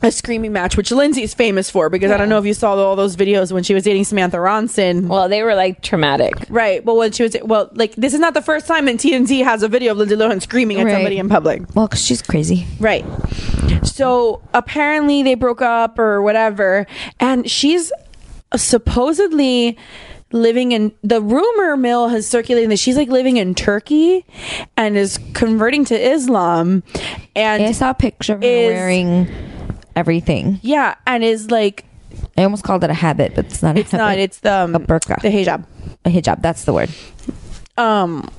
[SPEAKER 8] a screaming match, which Lindsay is famous for because I don't know if you saw all those videos when she was dating Samantha Ronson.
[SPEAKER 9] Well, they were like traumatic,
[SPEAKER 8] right? Well, when she was well, like this is not the first time that TMZ has a video of Lindsay Lohan screaming at
[SPEAKER 4] Right.
[SPEAKER 8] somebody in public.
[SPEAKER 4] Well, 'cause she's crazy.
[SPEAKER 8] Right. So apparently they broke up or whatever, and she's supposedly living in the rumor mill has circulated that she's like living in Turkey and is converting to Islam. And I
[SPEAKER 4] saw a picture of her wearing everything.
[SPEAKER 8] Yeah, and is like
[SPEAKER 4] I almost called it a habit, but it's not. *laughs*
[SPEAKER 8] It's
[SPEAKER 4] a habit.
[SPEAKER 8] not, it's the um,
[SPEAKER 4] a burqa, the
[SPEAKER 8] hijab,
[SPEAKER 4] a hijab. That's the word.
[SPEAKER 8] um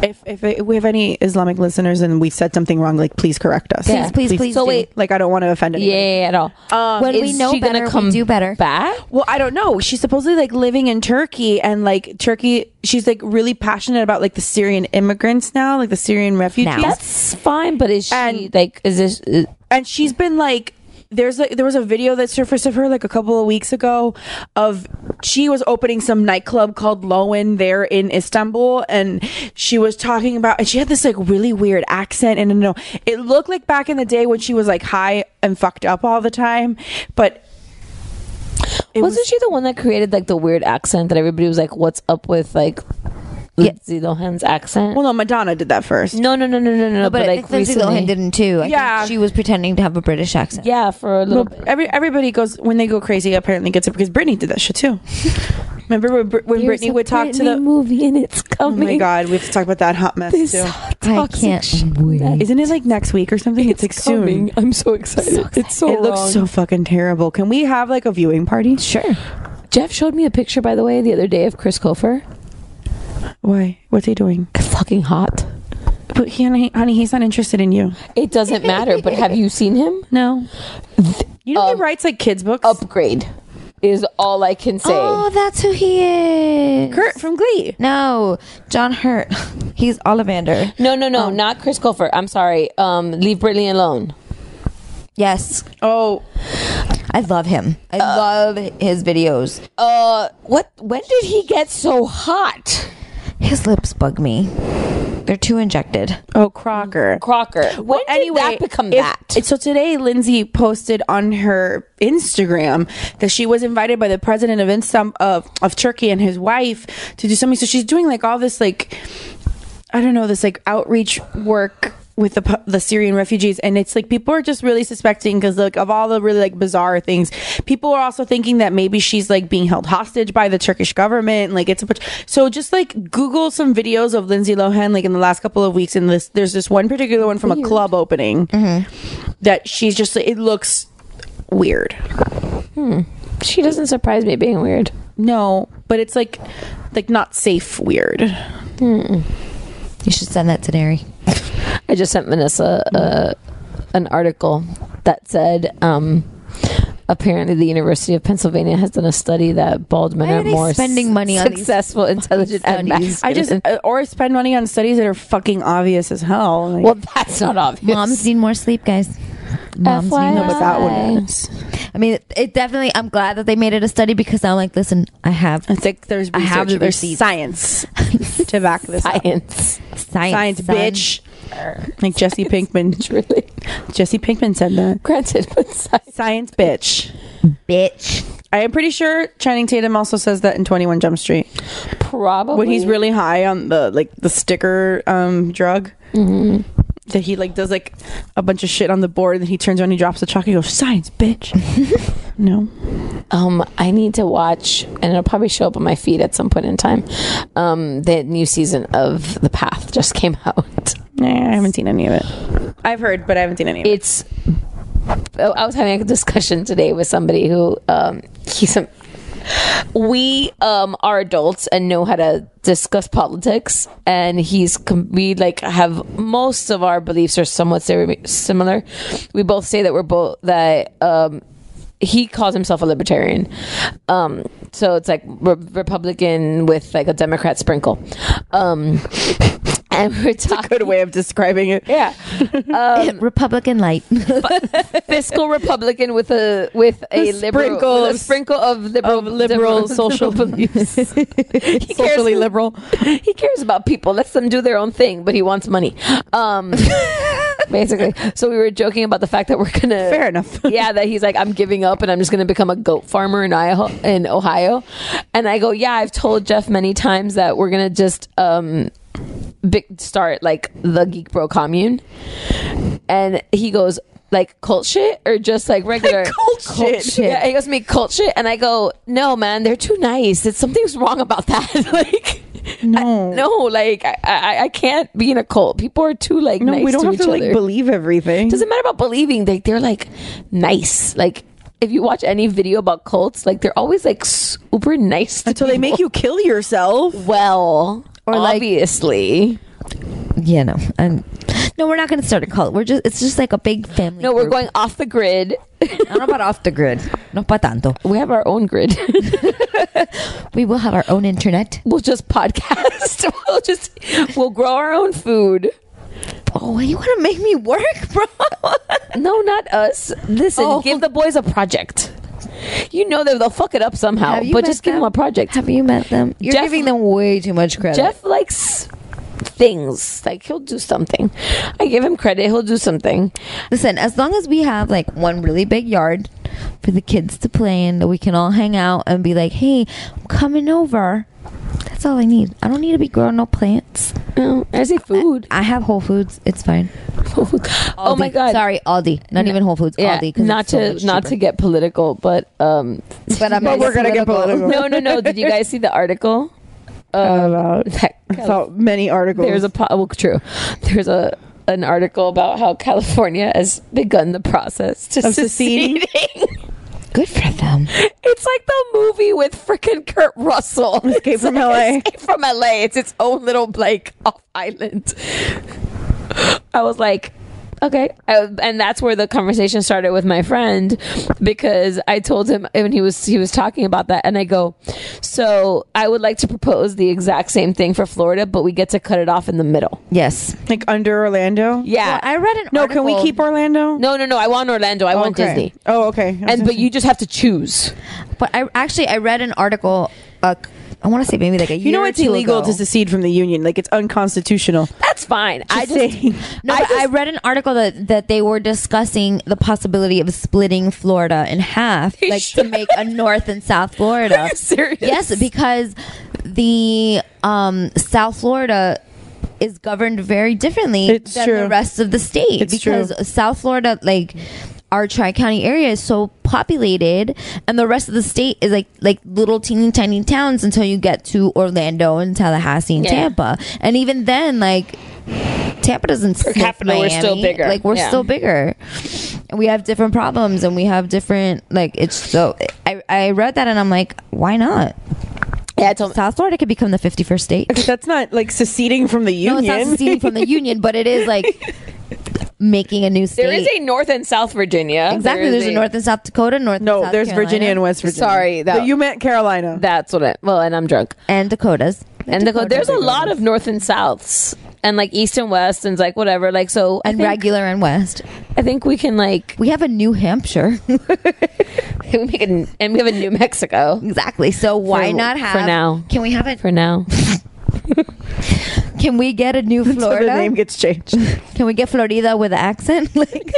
[SPEAKER 8] if, if if we have any Islamic listeners and we said something wrong, like please correct us.
[SPEAKER 4] Please, Yeah. please, please
[SPEAKER 8] So
[SPEAKER 4] do.
[SPEAKER 8] wait, like I don't want to offend anybody.
[SPEAKER 9] Yeah, at all.
[SPEAKER 8] Um,
[SPEAKER 4] When we know better, we do better.
[SPEAKER 9] Back?
[SPEAKER 8] Well, I don't know. She's supposedly like living in Turkey and like Turkey. She's like really passionate about like the Syrian immigrants now, like the Syrian refugees.
[SPEAKER 9] That's fine, but is she like? Is this? uh, Is,
[SPEAKER 8] and she's been like there's like there was a video that surfaced of her like a couple of weeks ago of she was opening some nightclub called Lowen there in Istanbul and she was talking about and she had this like really weird accent and no it looked like back in the day when she was like high and fucked up all the time but
[SPEAKER 9] wasn't she the one that created like the weird accent that everybody was like, "What's up with like Lindsay Lohan's accent?" Well,
[SPEAKER 8] no, Madonna did that first.
[SPEAKER 9] No, no, no, no, no, no.
[SPEAKER 4] No,
[SPEAKER 9] but,
[SPEAKER 4] but I
[SPEAKER 9] like
[SPEAKER 4] think Lindsay
[SPEAKER 9] recently-
[SPEAKER 4] Lohan didn't too. I yeah, think she was pretending to have a British accent.
[SPEAKER 9] Yeah, for a little.
[SPEAKER 8] Well, every everybody goes when they go crazy. Apparently, gets it because Britney did that shit *laughs* too. Remember when, Br- when
[SPEAKER 9] There's
[SPEAKER 8] Britney
[SPEAKER 9] a
[SPEAKER 8] would talk to the
[SPEAKER 9] Britney movie and it's coming.
[SPEAKER 8] Oh my
[SPEAKER 9] *laughs*
[SPEAKER 8] god, we have to talk about that hot mess
[SPEAKER 9] This
[SPEAKER 8] too.
[SPEAKER 4] I can't wait.
[SPEAKER 8] Isn't it like next week or something? It's, like
[SPEAKER 9] coming.
[SPEAKER 8] soon.
[SPEAKER 9] I'm so excited. It's so.
[SPEAKER 8] it looks
[SPEAKER 9] wrong.
[SPEAKER 8] so fucking terrible. Can we have like a viewing party?
[SPEAKER 4] Sure.
[SPEAKER 9] Jeff showed me a picture, by the way, the other day of Chris Kofer.
[SPEAKER 8] Why? What's he doing?
[SPEAKER 9] Fucking hot.
[SPEAKER 8] But he, honey, honey, he's not interested in you.
[SPEAKER 9] It doesn't matter, but have you seen him?
[SPEAKER 8] No. You know he writes like kids books.
[SPEAKER 9] Upgrade is all I can say. *gasps*
[SPEAKER 4] Oh, that's who he is.
[SPEAKER 8] Kurt from Glee.
[SPEAKER 4] No, John Hurt. *laughs* He's Ollivander.
[SPEAKER 9] No, no, no, not Chris Colfer. I'm sorry. Um, leave Britney alone.
[SPEAKER 4] Yes.
[SPEAKER 8] Oh,
[SPEAKER 4] I love him. I love his videos.
[SPEAKER 9] Uh, what? When did he get so hot?
[SPEAKER 4] His lips bug me. They're too injected.
[SPEAKER 8] Oh, Crocker.
[SPEAKER 9] Crocker. When
[SPEAKER 8] well, anyway,
[SPEAKER 9] did that become
[SPEAKER 8] if-
[SPEAKER 9] that?
[SPEAKER 8] So today, Lindsay posted on her Instagram that she was invited by the president of Instam- of, of Turkey and his wife to do something. So she's doing like all this like I don't know this like outreach work with the pu- the Syrian refugees, and it's like people are just really suspecting because like of all the really like bizarre things, people are also thinking that maybe she's like being held hostage by the Turkish government. Like it's a bunch. So just like Google some videos of Lindsay Lohan like in the last couple of weeks, and this there's this one particular one from a club opening that she's just it looks weird.
[SPEAKER 9] Hmm. She doesn't surprise me being weird.
[SPEAKER 8] No, but it's like like not safe weird.
[SPEAKER 4] You should send that to Neri.
[SPEAKER 9] I just sent Vanessa uh, an article that said um, apparently the University of Pennsylvania has done a study that bald men
[SPEAKER 4] Why
[SPEAKER 9] are,
[SPEAKER 4] are they
[SPEAKER 9] more
[SPEAKER 4] spending money on these
[SPEAKER 9] successful, intelligent, and
[SPEAKER 8] I just uh,
[SPEAKER 9] masculine.
[SPEAKER 8] or spend money on studies that are fucking obvious as hell. Like-
[SPEAKER 9] well, that's not obvious. *laughs*
[SPEAKER 4] Moms need more sleep, guys. Moms
[SPEAKER 9] FYI.
[SPEAKER 4] need
[SPEAKER 9] No,
[SPEAKER 4] more
[SPEAKER 9] but that one
[SPEAKER 4] sleep. I mean, it, it definitely. I'm glad that they made it a study because I'm like, listen, I have. *laughs*
[SPEAKER 8] It's like there's
[SPEAKER 4] I have the
[SPEAKER 8] research, there's
[SPEAKER 4] receipts.
[SPEAKER 8] science to back this
[SPEAKER 9] science.
[SPEAKER 8] up.
[SPEAKER 4] Science,
[SPEAKER 8] science,
[SPEAKER 4] son.
[SPEAKER 8] bitch. Like Jesse *laughs* Pinkman,
[SPEAKER 9] really.
[SPEAKER 8] Jesse Pinkman said that.
[SPEAKER 9] Granted, but science,
[SPEAKER 8] bitch,
[SPEAKER 4] bitch.
[SPEAKER 8] I am pretty sure Channing Tatum also says that in Twenty One Jump Street
[SPEAKER 9] Probably
[SPEAKER 8] when he's really high on the like the sticker um drug.
[SPEAKER 9] Mm-hmm.
[SPEAKER 8] That he like does like a bunch of shit on the board, and then he turns around, and he drops the chalk, and he goes, "Science,
[SPEAKER 9] *laughs*
[SPEAKER 8] bitch." no.
[SPEAKER 9] Um, I need to watch, and it'll probably show up on my feed at some point in time. Um, the new season of The Path just *laughs* came out.
[SPEAKER 8] Nah, I haven't seen any of it. I've heard, but I haven't seen any. Of it.
[SPEAKER 9] It's. oh, I was having a discussion today with somebody who um, he's a, we um are adults and know how to discuss politics and he's com- we like have most of our beliefs are somewhat seri- similar we both say that we're both that um he calls himself a libertarian um so it's like re- republican with like a democrat sprinkle um *laughs* and we're talking a good way
[SPEAKER 8] of describing it
[SPEAKER 9] yeah um,
[SPEAKER 4] *laughs* Republican light.
[SPEAKER 9] fiscal republican with a with a,
[SPEAKER 4] A
[SPEAKER 9] liberal
[SPEAKER 4] sprinkle
[SPEAKER 9] with a
[SPEAKER 4] of-
[SPEAKER 9] sprinkle of liberal
[SPEAKER 8] liberal
[SPEAKER 9] *laughs* demo-
[SPEAKER 8] social
[SPEAKER 9] beliefs. *laughs*
[SPEAKER 8] *laughs*
[SPEAKER 9] he
[SPEAKER 8] Socially
[SPEAKER 9] liberal. He cares about people. Lets them do their own thing, but he wants money. *laughs* Um, basically, so we were joking about the fact that we're gonna fair
[SPEAKER 8] enough.
[SPEAKER 9] *laughs*
[SPEAKER 8] *laughs*
[SPEAKER 9] yeah, that he's like, I'm giving up and I'm just gonna become a goat farmer in Ohio. In Ohio, and I go, yeah, I've told Jeff many times that we're gonna just um, big start like the Geek Bro commune, and he goes. Like cult shit or just like regular
[SPEAKER 8] *laughs* cult shit.
[SPEAKER 9] Yeah, he goes to me cult shit, and I go, no, man, they're too nice. It's something's wrong about that. *laughs* like,
[SPEAKER 8] no,
[SPEAKER 9] no, like I, I, I can't be in a cult. People are too like
[SPEAKER 8] No,
[SPEAKER 9] nice
[SPEAKER 8] we don't
[SPEAKER 9] to
[SPEAKER 8] have
[SPEAKER 9] each
[SPEAKER 8] to like
[SPEAKER 9] other.
[SPEAKER 8] believe everything.
[SPEAKER 9] Doesn't matter about believing. Like they're like nice. Like if you watch any video about cults, like they're always like super nice. To Until
[SPEAKER 8] they make you kill yourself.
[SPEAKER 9] Well,
[SPEAKER 4] Or, like-
[SPEAKER 9] obviously.
[SPEAKER 4] yeah, no. I'm, no, we're not going to start a cult. We're just it's just like a big family.
[SPEAKER 9] no, we're going off the grid.
[SPEAKER 4] I don't know about off the grid. No pa tanto.
[SPEAKER 9] *laughs* We have our own grid.
[SPEAKER 4] *laughs* we will have our own internet.
[SPEAKER 9] We'll just podcast. *laughs* we'll just we'll grow our own food.
[SPEAKER 4] Oh, you want to make me work, *laughs* bro?
[SPEAKER 9] no, not us. Listen,
[SPEAKER 4] Oh.
[SPEAKER 9] give the boys a project. You know that they'll fuck it up somehow,
[SPEAKER 4] Have you
[SPEAKER 9] but
[SPEAKER 4] met
[SPEAKER 9] just give
[SPEAKER 4] them?
[SPEAKER 9] them a project.
[SPEAKER 4] Have you met them? You're
[SPEAKER 9] Jeff-
[SPEAKER 4] giving them way too much credit.
[SPEAKER 9] Jeff likes things. Like he'll do something. I give him credit. He'll do something.
[SPEAKER 4] Listen, as long as we have like one really big yard for the kids to play in, that we can all hang out and be like, "Hey, I'm coming over." That's all I need. I don't need to be growing no plants.
[SPEAKER 9] No, I say food. *laughs*
[SPEAKER 4] I, have Whole Foods. It's fine.
[SPEAKER 9] Oh my
[SPEAKER 4] Aldi.
[SPEAKER 9] god!
[SPEAKER 4] Sorry, Aldi. Not even Whole Foods.
[SPEAKER 9] Yeah,
[SPEAKER 4] Aldi. 'cause
[SPEAKER 9] not
[SPEAKER 4] it's so
[SPEAKER 9] to
[SPEAKER 4] much
[SPEAKER 9] not
[SPEAKER 4] cheaper.
[SPEAKER 9] to get political, *laughs* but um,
[SPEAKER 4] But I'm But not we're gonna get political. political.
[SPEAKER 9] No, no, *laughs* no. Did you guys see the article? Um,
[SPEAKER 8] about
[SPEAKER 9] *laughs*
[SPEAKER 8] I saw many articles.
[SPEAKER 9] There's a po- well, true. There's a an article about how California has begun the process to *laughs*
[SPEAKER 8] Of
[SPEAKER 9] seceding.
[SPEAKER 8] seceding?
[SPEAKER 4] Good for them.
[SPEAKER 9] It's like the movie with freaking Kurt Russell. Escape
[SPEAKER 8] from LA.
[SPEAKER 9] Escape from LA. It's its own little like off island. I was like, okay, I, was- and that's where the conversation started with my friend because I told him and he was he was talking about that, and I go, so I would like to propose the exact same thing for Florida, but we get to cut it off in the middle.
[SPEAKER 4] Yes.
[SPEAKER 8] like under Orlando.
[SPEAKER 9] Yeah,
[SPEAKER 4] I read an.
[SPEAKER 8] No, can we keep Orlando?
[SPEAKER 9] No, no, no. I want Orlando. I want
[SPEAKER 8] Okay.
[SPEAKER 9] Disney.
[SPEAKER 8] Oh, okay.
[SPEAKER 9] And but you just have to choose.
[SPEAKER 4] But I actually I read an article. Uh, I want to say maybe like a year.
[SPEAKER 8] You know it's
[SPEAKER 4] or two
[SPEAKER 8] illegal
[SPEAKER 4] ago.
[SPEAKER 8] to secede from the union. Like it's unconstitutional.
[SPEAKER 9] That's fine. I just
[SPEAKER 4] No, but I, read an article that, that they were discussing the possibility of splitting Florida in half, like to make a North and South Florida.
[SPEAKER 9] serious?
[SPEAKER 4] Yes, because the um, South Florida is governed very differently
[SPEAKER 8] It's
[SPEAKER 4] than
[SPEAKER 8] true.
[SPEAKER 4] the rest of the state
[SPEAKER 8] It's
[SPEAKER 4] because
[SPEAKER 8] true.
[SPEAKER 4] South Florida, like our tri county area, is so populated, and the rest of the state is like like little teeny tiny towns until you get to Orlando and Tallahassee and
[SPEAKER 9] Yeah.
[SPEAKER 4] Tampa, and even then, like Tampa doesn't per
[SPEAKER 9] capita, we're still bigger.
[SPEAKER 4] Like we're
[SPEAKER 9] Yeah.
[SPEAKER 4] still bigger. And we have different problems, and we have different like it's so. I I read that, and I'm like, why not?
[SPEAKER 9] Yeah, I told
[SPEAKER 4] South Florida could become the
[SPEAKER 9] *laughs*
[SPEAKER 4] 51st state.
[SPEAKER 8] That's not like seceding from the
[SPEAKER 4] No,
[SPEAKER 8] union.
[SPEAKER 4] it's not seceding from the union, but it
[SPEAKER 9] *laughs*
[SPEAKER 4] is like making a new state.
[SPEAKER 9] There is a North and South Virginia.
[SPEAKER 4] exactly.
[SPEAKER 9] There is
[SPEAKER 4] there's a North and South Dakota, North.
[SPEAKER 8] *laughs* No,
[SPEAKER 4] and South
[SPEAKER 8] there's Virginia
[SPEAKER 4] Carolina,
[SPEAKER 8] and West Virginia.
[SPEAKER 9] Sorry, that-
[SPEAKER 8] But you meant Carolina.
[SPEAKER 9] That's what I. Well, and I'm drunk.
[SPEAKER 4] and Dakotas.
[SPEAKER 9] And Dakota, there's a lot of North and Souths, and like East and West, and like whatever. Like so, I
[SPEAKER 4] and
[SPEAKER 9] think-
[SPEAKER 4] regular and West.
[SPEAKER 9] I think we can like *laughs*
[SPEAKER 4] We have a New Hampshire. *laughs*
[SPEAKER 9] we make a, and we have a New Mexico.
[SPEAKER 4] exactly. So why
[SPEAKER 9] For-
[SPEAKER 4] not
[SPEAKER 9] for
[SPEAKER 4] have
[SPEAKER 9] now.
[SPEAKER 4] Can we have it?
[SPEAKER 9] For
[SPEAKER 4] *laughs*
[SPEAKER 9] now,
[SPEAKER 4] Can we get
[SPEAKER 9] *laughs*
[SPEAKER 4] a new
[SPEAKER 8] So the
[SPEAKER 4] Florida?
[SPEAKER 8] name gets changed.
[SPEAKER 4] Can we get Florida with an accent? *laughs* Like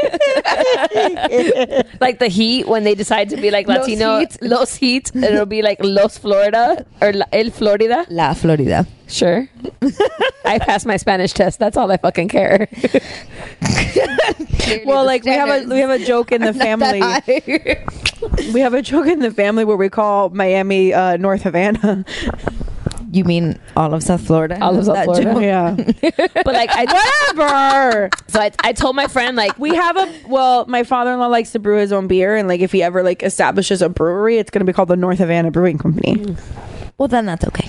[SPEAKER 9] like the heat when they decide to be like
[SPEAKER 4] *laughs* Los
[SPEAKER 9] Latino,
[SPEAKER 4] Heat.
[SPEAKER 9] Los Heat, and it'll be like Los Florida or La, El Florida.
[SPEAKER 4] La Florida.
[SPEAKER 9] Sure, *laughs* I passed my Spanish test. That's all I fucking
[SPEAKER 4] *laughs*
[SPEAKER 9] care. *laughs*
[SPEAKER 8] well, like we have a we have a joke in the family. We have a joke in the family where we call Miami uh, North Havana.
[SPEAKER 4] You mean all of South Florida?
[SPEAKER 9] All of South
[SPEAKER 4] That
[SPEAKER 9] Florida.
[SPEAKER 4] joke.
[SPEAKER 8] *laughs*
[SPEAKER 9] Yeah. but like
[SPEAKER 4] *laughs*
[SPEAKER 9] I
[SPEAKER 8] whatever.
[SPEAKER 9] So I, I told my friend like
[SPEAKER 8] we have a well, my father in law likes to brew his own beer, and like if he ever like establishes a brewery, it's going to be called the North Havana Brewing Company.
[SPEAKER 4] Well, then that's okay.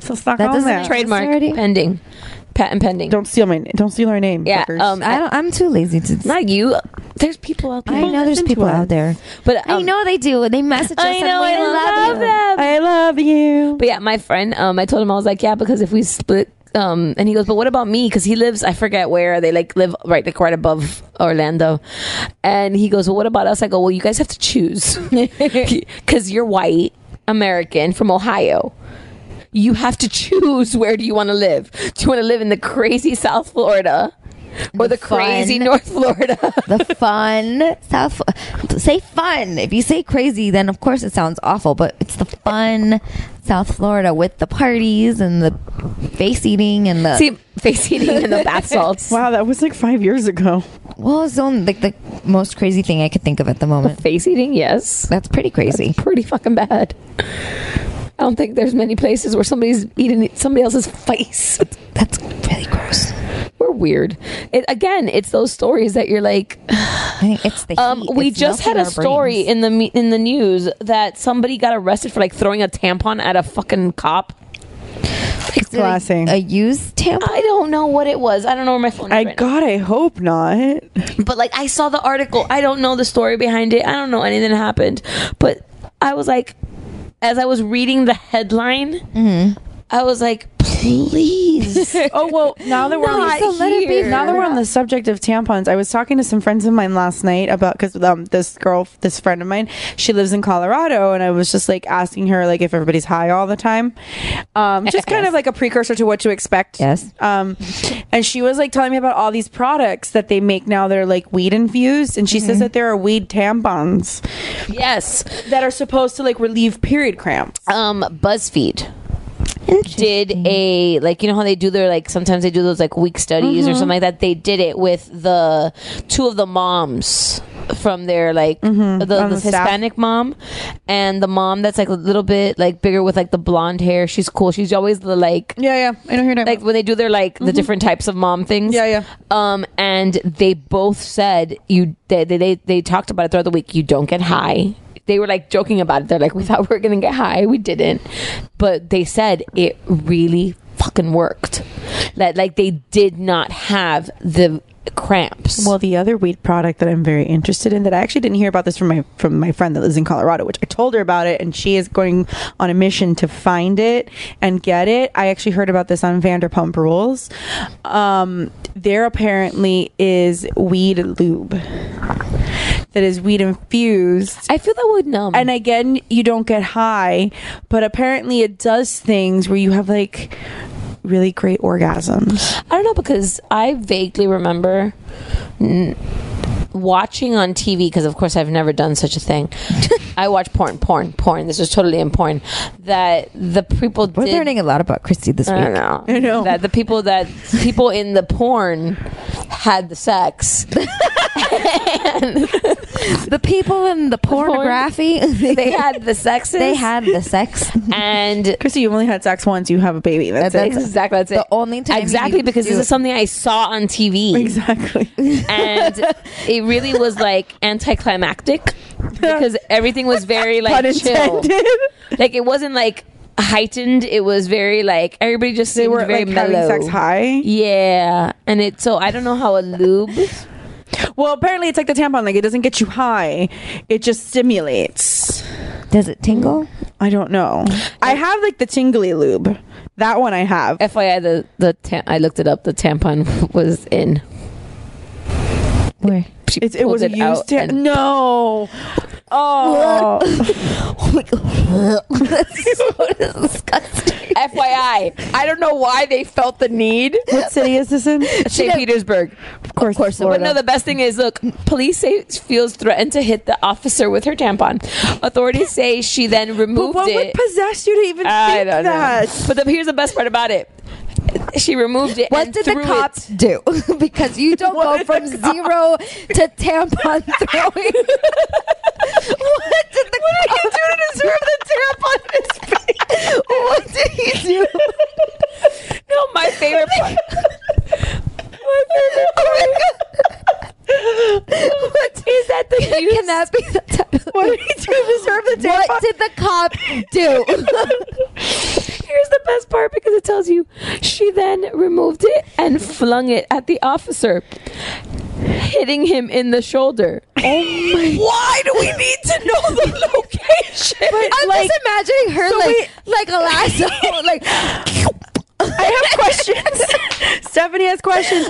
[SPEAKER 8] So it's not
[SPEAKER 9] That
[SPEAKER 8] going
[SPEAKER 9] doesn't
[SPEAKER 8] there.
[SPEAKER 9] exist Trademark already? pending, patent pending.
[SPEAKER 8] Don't steal my na- don't steal our name.
[SPEAKER 9] Yeah,
[SPEAKER 8] fuckers.
[SPEAKER 9] um, I don't-
[SPEAKER 4] I'm too lazy to.
[SPEAKER 9] Not you. There's people out there.
[SPEAKER 4] I know there's people out there. Um,
[SPEAKER 9] But um,
[SPEAKER 4] I know they do. They message us.
[SPEAKER 9] I
[SPEAKER 4] and
[SPEAKER 9] know.
[SPEAKER 4] we
[SPEAKER 9] I love,
[SPEAKER 4] you.
[SPEAKER 9] them.
[SPEAKER 8] I love you.
[SPEAKER 9] But yeah, my friend, um, I told him I was like, yeah, because if we split, um, and he goes, but what about me? Because he lives, I forget where they like live, right, like right above Orlando. And he goes, well, what about us? I go, well, you guys have to
[SPEAKER 4] *laughs*
[SPEAKER 9] choose because you're white American from Ohio. You have to choose where do you want to live. Do you want to live in the crazy South Florida or the, crazy
[SPEAKER 4] fun.
[SPEAKER 9] North Florida?
[SPEAKER 4] the fun South. Say fun. If you say crazy, then of course it sounds awful. But it's the fun South Florida with the parties and the face eating and the
[SPEAKER 9] See, face eating and the *laughs* bath salts.
[SPEAKER 8] Wow, that was like five years ago.
[SPEAKER 4] Well, it's only like the most crazy thing I could think of at the moment.
[SPEAKER 9] Face eating, yes.
[SPEAKER 4] That's pretty crazy.
[SPEAKER 9] pretty fucking bad. I don't think there's many places where somebody's eating somebody else's face.
[SPEAKER 4] That's really gross.
[SPEAKER 9] We're weird. It, again, it's those stories that you're like.
[SPEAKER 4] I think it's the
[SPEAKER 9] um, *laughs*
[SPEAKER 4] heat.
[SPEAKER 9] we
[SPEAKER 4] It's
[SPEAKER 9] just had
[SPEAKER 4] melting
[SPEAKER 9] a
[SPEAKER 4] our
[SPEAKER 9] story
[SPEAKER 4] brains.
[SPEAKER 9] in the me- in the news that somebody got arrested for like throwing a tampon at a fucking cop.
[SPEAKER 8] It's classy.
[SPEAKER 4] A used tampon.
[SPEAKER 9] I don't know what it was. I don't know where my phone. is
[SPEAKER 8] I
[SPEAKER 9] right now.
[SPEAKER 8] God, I hope not.
[SPEAKER 9] but like I saw the article. I don't know the story behind it. I don't know anything that happened. But I was like, as I was reading the headline, I was like, please.
[SPEAKER 8] *laughs* oh well, now that we're
[SPEAKER 9] Not
[SPEAKER 8] on,
[SPEAKER 9] here.
[SPEAKER 8] now that we're on the subject of tampons, I was talking to some friends of mine last night about because um, this girl, this friend of mine, she lives in Colorado, and I was just like asking her like if everybody's high all the time, um, just kind of like a precursor to what to expect.
[SPEAKER 4] Yes.
[SPEAKER 8] Um, and she was like telling me about all these products that they make now. They're like weed infused, and she says that there are weed tampons
[SPEAKER 9] *laughs* Yes.
[SPEAKER 8] that are supposed to like relieve period cramps.
[SPEAKER 9] Um, BuzzFeed did a like you know how they do their like sometimes they do those like week studies or
[SPEAKER 8] Mhm.
[SPEAKER 9] something like that. They did it with the two of the moms from their like the,
[SPEAKER 8] On
[SPEAKER 9] Mm-hmm. the
[SPEAKER 8] the staff.
[SPEAKER 9] Hispanic mom and the mom that's like a little bit like bigger with like the blonde hair. She's cool. She's always the like
[SPEAKER 8] yeah yeah I know you're
[SPEAKER 9] like when they do their like the different types of mom things. Yeah
[SPEAKER 8] yeah.
[SPEAKER 9] Um, and they both said you they they they, they talked about it throughout the week. You don't get high. They were like joking about it. They're like, we thought we were gonna get high, we didn't. But they said it really fucking worked. That like they did not have the cramps.
[SPEAKER 8] Well, the other weed product that I'm very interested in that I actually didn't hear about this from my from my friend that lives in Colorado, which I told her about it, and she is going on a mission to find it and get it. I actually heard about this on Vanderpump Rules. Um, there apparently is weed lube that is weed infused.
[SPEAKER 9] I feel that would numb.
[SPEAKER 8] And again, you don't get high, but apparently it does things where you have like really great orgasms.
[SPEAKER 9] I don't know because I vaguely remember n- watching on TV because, of course, I've never done such a *laughs* thing. I watch porn, porn, porn. This is totally in porn. That the people
[SPEAKER 4] We're
[SPEAKER 9] did,
[SPEAKER 4] learning a lot about Christy this week.
[SPEAKER 9] I know. that the people that people in the porn had the sex.
[SPEAKER 4] The people in the pornography.
[SPEAKER 9] *laughs*
[SPEAKER 4] *laughs*
[SPEAKER 9] they had the sexes.
[SPEAKER 4] They had the
[SPEAKER 9] *laughs*
[SPEAKER 4] sex.
[SPEAKER 9] And
[SPEAKER 8] Chrissy, you only had sex once, you have a baby. That's,
[SPEAKER 9] That's
[SPEAKER 8] it.
[SPEAKER 9] exactly that's it. The
[SPEAKER 4] only time
[SPEAKER 9] exactly
[SPEAKER 4] you
[SPEAKER 9] because
[SPEAKER 4] do
[SPEAKER 9] this
[SPEAKER 4] it.
[SPEAKER 9] is something I saw on TV
[SPEAKER 8] exactly, *laughs*
[SPEAKER 9] and it really was like
[SPEAKER 8] *laughs*
[SPEAKER 9] anticlimactic because everything was very
[SPEAKER 8] Pun
[SPEAKER 9] like chill.
[SPEAKER 8] intended.
[SPEAKER 9] *laughs* Like it wasn't like heightened. It was very like everybody
[SPEAKER 8] *laughs*
[SPEAKER 9] just
[SPEAKER 8] They
[SPEAKER 9] seemed
[SPEAKER 8] weren't,
[SPEAKER 9] very
[SPEAKER 8] like, having
[SPEAKER 9] mellow.
[SPEAKER 8] sex high?
[SPEAKER 9] Yeah, and it so I don't know how a lube.
[SPEAKER 8] Well, apparently it's like the tampon; like it doesn't get you high, it just stimulates.
[SPEAKER 4] Does it
[SPEAKER 9] *laughs*
[SPEAKER 4] tingle?
[SPEAKER 8] I don't know. I have like the tingly lube. That one I have.
[SPEAKER 9] FYI, the the tam- I looked it up. The tampon *laughs* was in.
[SPEAKER 4] Where *laughs*
[SPEAKER 8] It's, it was a used tam- no. *gasps* Oh.
[SPEAKER 9] FYI, I don't know why they felt the need.
[SPEAKER 8] what city is this
[SPEAKER 9] *laughs*
[SPEAKER 8] in?
[SPEAKER 9] St. Petersburg.
[SPEAKER 8] Of course,
[SPEAKER 9] But no, the best thing is, look, police say feels threatened to hit the officer with her tampon. Authorities say she then removed
[SPEAKER 8] what would
[SPEAKER 9] it.
[SPEAKER 8] possess you to even
[SPEAKER 9] I
[SPEAKER 8] think
[SPEAKER 9] don't know.
[SPEAKER 8] that?
[SPEAKER 9] But the, here's the best part about it. She removed it.
[SPEAKER 4] What
[SPEAKER 9] and
[SPEAKER 4] did the
[SPEAKER 9] threw
[SPEAKER 4] cop
[SPEAKER 9] it.
[SPEAKER 4] do?
[SPEAKER 9] *laughs*
[SPEAKER 4] because you don't go from zero to tampon throwing.
[SPEAKER 9] what did the what did he do to deserve the tap on his face? What did he do? *laughs* no, *laughs* my
[SPEAKER 8] *laughs*
[SPEAKER 9] favorite part. my favorite
[SPEAKER 8] Oh
[SPEAKER 9] part. what is that the Can that be the What did he do to deserve the tap? What did the cop do? Here's the best part because it tells you she then removed it and flung it at the officer, hitting him in the shoulder. Oh my! Why do we need to know *laughs* the location?
[SPEAKER 4] I'm just imagining her like like a lasso. *laughs* like
[SPEAKER 8] I have
[SPEAKER 4] *laughs*
[SPEAKER 8] questions. Stephanie has questions.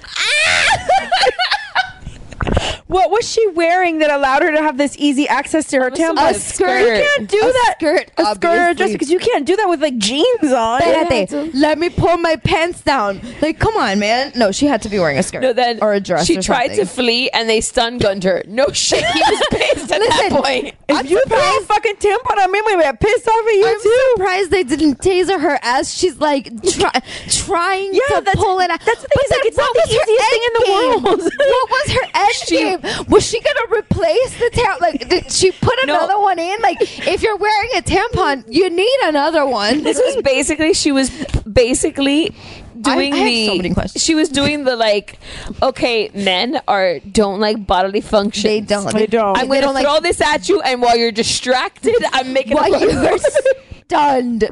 [SPEAKER 8] What was she wearing that allowed her to have this easy access to her tailbone?
[SPEAKER 4] A skirt.
[SPEAKER 8] You can't do
[SPEAKER 4] A
[SPEAKER 8] that.
[SPEAKER 4] skirt,
[SPEAKER 8] A skirt or a dress
[SPEAKER 4] obviously.
[SPEAKER 8] because you can't do that with like jeans on.
[SPEAKER 4] Espérate, let me pull my pants down. Like, come on, man. No, she had to be wearing a skirt
[SPEAKER 9] No, then
[SPEAKER 4] or a dress.
[SPEAKER 9] She
[SPEAKER 4] or
[SPEAKER 9] tried to
[SPEAKER 4] something.
[SPEAKER 9] flee and they stun gunned her. No shit, he *laughs* was pissed at that point.
[SPEAKER 8] If you throw a fucking tampon on me, we would have pissed off at you
[SPEAKER 4] I'm
[SPEAKER 8] too.
[SPEAKER 4] surprised they didn't taser her as she's like try, trying to pull it out. That's the thing. But then
[SPEAKER 8] it's not
[SPEAKER 4] what was
[SPEAKER 8] the easiest thing in the
[SPEAKER 4] her end game?
[SPEAKER 8] world.
[SPEAKER 4] what was
[SPEAKER 8] *laughs*
[SPEAKER 4] her end game? Was she gonna replace the tampon? Like, did she put
[SPEAKER 9] No.
[SPEAKER 4] another one in? Like, if you're wearing a tampon, you need another one.
[SPEAKER 9] This was basically she was basically doing
[SPEAKER 4] I have
[SPEAKER 9] the
[SPEAKER 4] so many questions.
[SPEAKER 9] she was doing the like okay men are don't like bodily functions they don't
[SPEAKER 8] They don't.
[SPEAKER 9] i'm
[SPEAKER 8] They
[SPEAKER 9] gonna
[SPEAKER 8] don't like-
[SPEAKER 9] throw this at you and while you're distracted i'm making
[SPEAKER 4] Why
[SPEAKER 9] a
[SPEAKER 4] you
[SPEAKER 8] *laughs*
[SPEAKER 4] were *laughs* stunned? *laughs*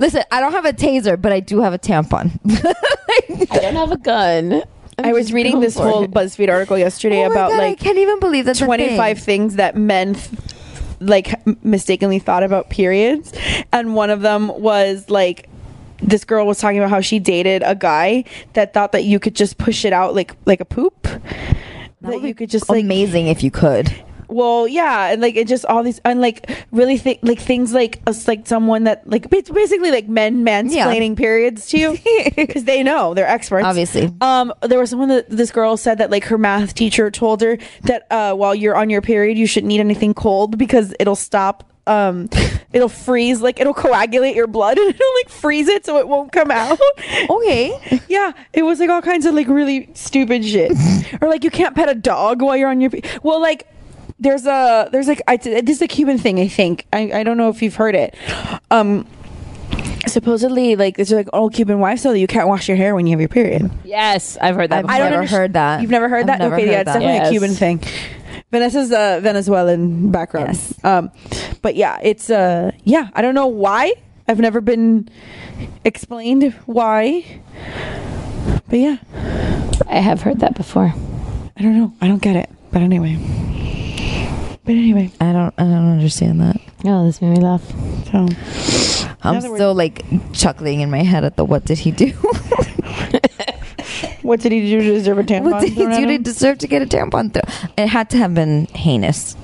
[SPEAKER 4] Listen, I don't have a taser, but I do have a tampon. *laughs*
[SPEAKER 9] i don't have a gun
[SPEAKER 8] I was reading this whole BuzzFeed article yesterday
[SPEAKER 4] Oh my
[SPEAKER 8] about
[SPEAKER 4] God, I
[SPEAKER 8] like
[SPEAKER 4] can't even believe that's a thing.
[SPEAKER 8] 25 things that men th- like m- mistakenly thought about periods and one of them was like this girl was talking about how she dated a guy that thought that you could just push it out like like a poop that you could just like
[SPEAKER 4] Amazing if you could.
[SPEAKER 8] well yeah and like it just all these and like really thi- like things like us like someone that like it's basically like men mansplaining periods to you because they know they're experts
[SPEAKER 4] Obviously.
[SPEAKER 8] um there was someone that this girl said that like her math teacher told her that uh while you're on your period you shouldn't eat anything cold because it'll stop um it'll freeze like it'll coagulate your blood *laughs* and it'll like freeze it so it won't come out
[SPEAKER 4] okay
[SPEAKER 8] *laughs* yeah it was like all kinds of like really stupid shit or like you can't pet a dog while you're on your pe- well like there's a there's like I, this is a cuban thing i think I, I don't know if you've heard it um supposedly like it's like all cuban wives so that you can't wash your hair when you have your period
[SPEAKER 9] yes i've heard that
[SPEAKER 4] I've
[SPEAKER 9] before.
[SPEAKER 4] never
[SPEAKER 8] underst-
[SPEAKER 4] heard that.
[SPEAKER 8] You've never heard
[SPEAKER 4] I've
[SPEAKER 8] that?
[SPEAKER 4] never
[SPEAKER 8] okay,
[SPEAKER 4] heard
[SPEAKER 8] yeah, it's
[SPEAKER 4] that.
[SPEAKER 8] definitely
[SPEAKER 9] Yes.
[SPEAKER 8] a Cuban thing. Vanessa's a Venezuelan background. Um, but yeah, it's uh, yeah. I don't know why. I've never been explained why. But yeah,
[SPEAKER 9] i have heard that before
[SPEAKER 8] I don't know. I don't get it. But anyway. But anyway,
[SPEAKER 4] I don't I don't understand that.
[SPEAKER 9] oh this made me laugh
[SPEAKER 8] so
[SPEAKER 4] I'm
[SPEAKER 8] other words-
[SPEAKER 4] still like chuckling in my head at the what did he do? *laughs*
[SPEAKER 8] what did he do to deserve a tampon?
[SPEAKER 4] what did he
[SPEAKER 8] thrown at
[SPEAKER 4] do to
[SPEAKER 8] him?
[SPEAKER 4] deserve to get a tampon through? It had to have been heinous.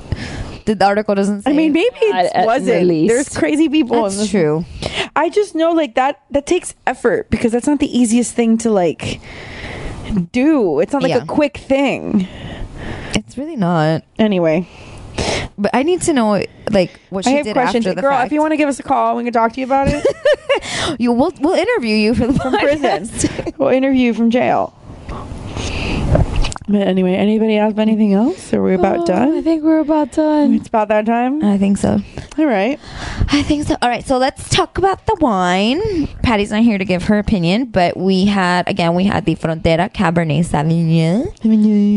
[SPEAKER 4] The the article doesn't say
[SPEAKER 8] I mean, maybe
[SPEAKER 9] At-
[SPEAKER 8] it
[SPEAKER 9] at
[SPEAKER 8] wasn't.
[SPEAKER 9] least.
[SPEAKER 8] There's crazy people. in
[SPEAKER 4] that's
[SPEAKER 8] this-
[SPEAKER 4] true.
[SPEAKER 8] I just know like that that takes effort because that's not the easiest thing to like do. It's not like
[SPEAKER 4] Yeah.
[SPEAKER 8] a quick thing.
[SPEAKER 4] It's really not.
[SPEAKER 8] Anyway,
[SPEAKER 4] But I need to know like what she
[SPEAKER 8] I have
[SPEAKER 4] did
[SPEAKER 8] questions.
[SPEAKER 4] after the
[SPEAKER 8] Girl,
[SPEAKER 4] fact.
[SPEAKER 8] if you want to give us a call, we can talk to you
[SPEAKER 4] *laughs*
[SPEAKER 8] about it
[SPEAKER 4] you we'll, we'll interview you for the
[SPEAKER 8] from prison. *laughs* we'll interview you from jail. But anyway, anybody else have anything else? Are we about
[SPEAKER 9] Oh, i
[SPEAKER 8] done?
[SPEAKER 9] think we're about done
[SPEAKER 8] It's about that time.
[SPEAKER 4] I think so.
[SPEAKER 8] All right.
[SPEAKER 4] I think so. All right, so let's talk about the wine. Patty's not here to give her opinion, but we had again we had the Frontera Cabernet Sauvignon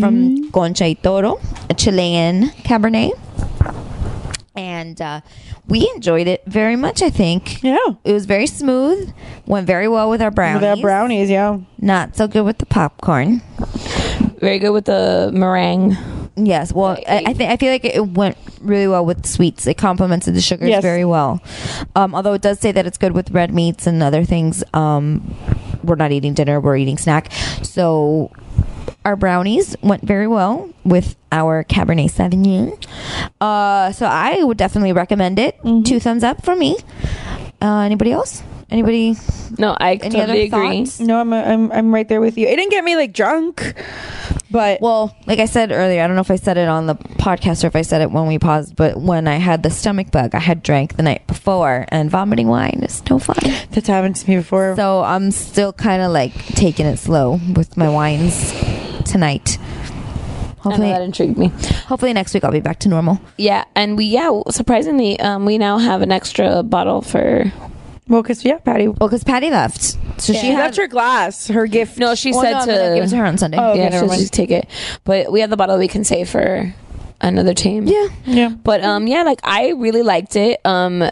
[SPEAKER 4] from Concha y Toro, a Chilean Cabernet, and uh, we enjoyed it very much. I think
[SPEAKER 8] Yeah.
[SPEAKER 4] it was very smooth, went very well with our brownies.
[SPEAKER 8] Brownies. brownies, yeah.
[SPEAKER 4] Not so good with the popcorn.
[SPEAKER 9] very good with the meringue
[SPEAKER 4] Yes, well, I, I think I feel like it went really well with sweets. It complemented the sugars
[SPEAKER 8] Yes.
[SPEAKER 4] very well. Um, although it does say that it's good with red meats and other things. Um, we're not eating dinner; we're eating snack. So our brownies went very well with our Cabernet Sauvignon. Uh, so I would definitely recommend it. Two thumbs up from me. Uh, anybody else? Anybody?
[SPEAKER 9] no i
[SPEAKER 4] Any
[SPEAKER 9] totally
[SPEAKER 4] other
[SPEAKER 9] agree
[SPEAKER 4] thoughts?
[SPEAKER 8] No, I'm, I'm I'm right there with you. It didn't get me like drunk, but
[SPEAKER 4] Well, like I said earlier, I don't know if I said it on the podcast or if I said it when we paused, but when I had the stomach bug, I had drank the night before, and vomiting wine is no fun.
[SPEAKER 8] that's happened to me before.
[SPEAKER 4] So I'm still kind of like taking it slow with my wines tonight. Hopefully,
[SPEAKER 9] that intrigued me.
[SPEAKER 4] Hopefully, next week I'll be back to normal.
[SPEAKER 9] Yeah, and we yeah surprisingly um, we now have an extra bottle for.
[SPEAKER 8] Well, because yeah, Patty.
[SPEAKER 4] Well, because Patty left, so
[SPEAKER 8] she left her glass, her gift.
[SPEAKER 9] No, she
[SPEAKER 8] Well,
[SPEAKER 9] said
[SPEAKER 8] no, I'm
[SPEAKER 9] to
[SPEAKER 8] gonna
[SPEAKER 4] give it to her on Sunday. Oh, okay,
[SPEAKER 9] yeah,
[SPEAKER 4] never
[SPEAKER 9] she'll
[SPEAKER 4] mind.
[SPEAKER 9] just take it. But we have the bottle we can save for another team.
[SPEAKER 4] Yeah,
[SPEAKER 8] yeah.
[SPEAKER 9] But um, yeah, like I really liked it. Um,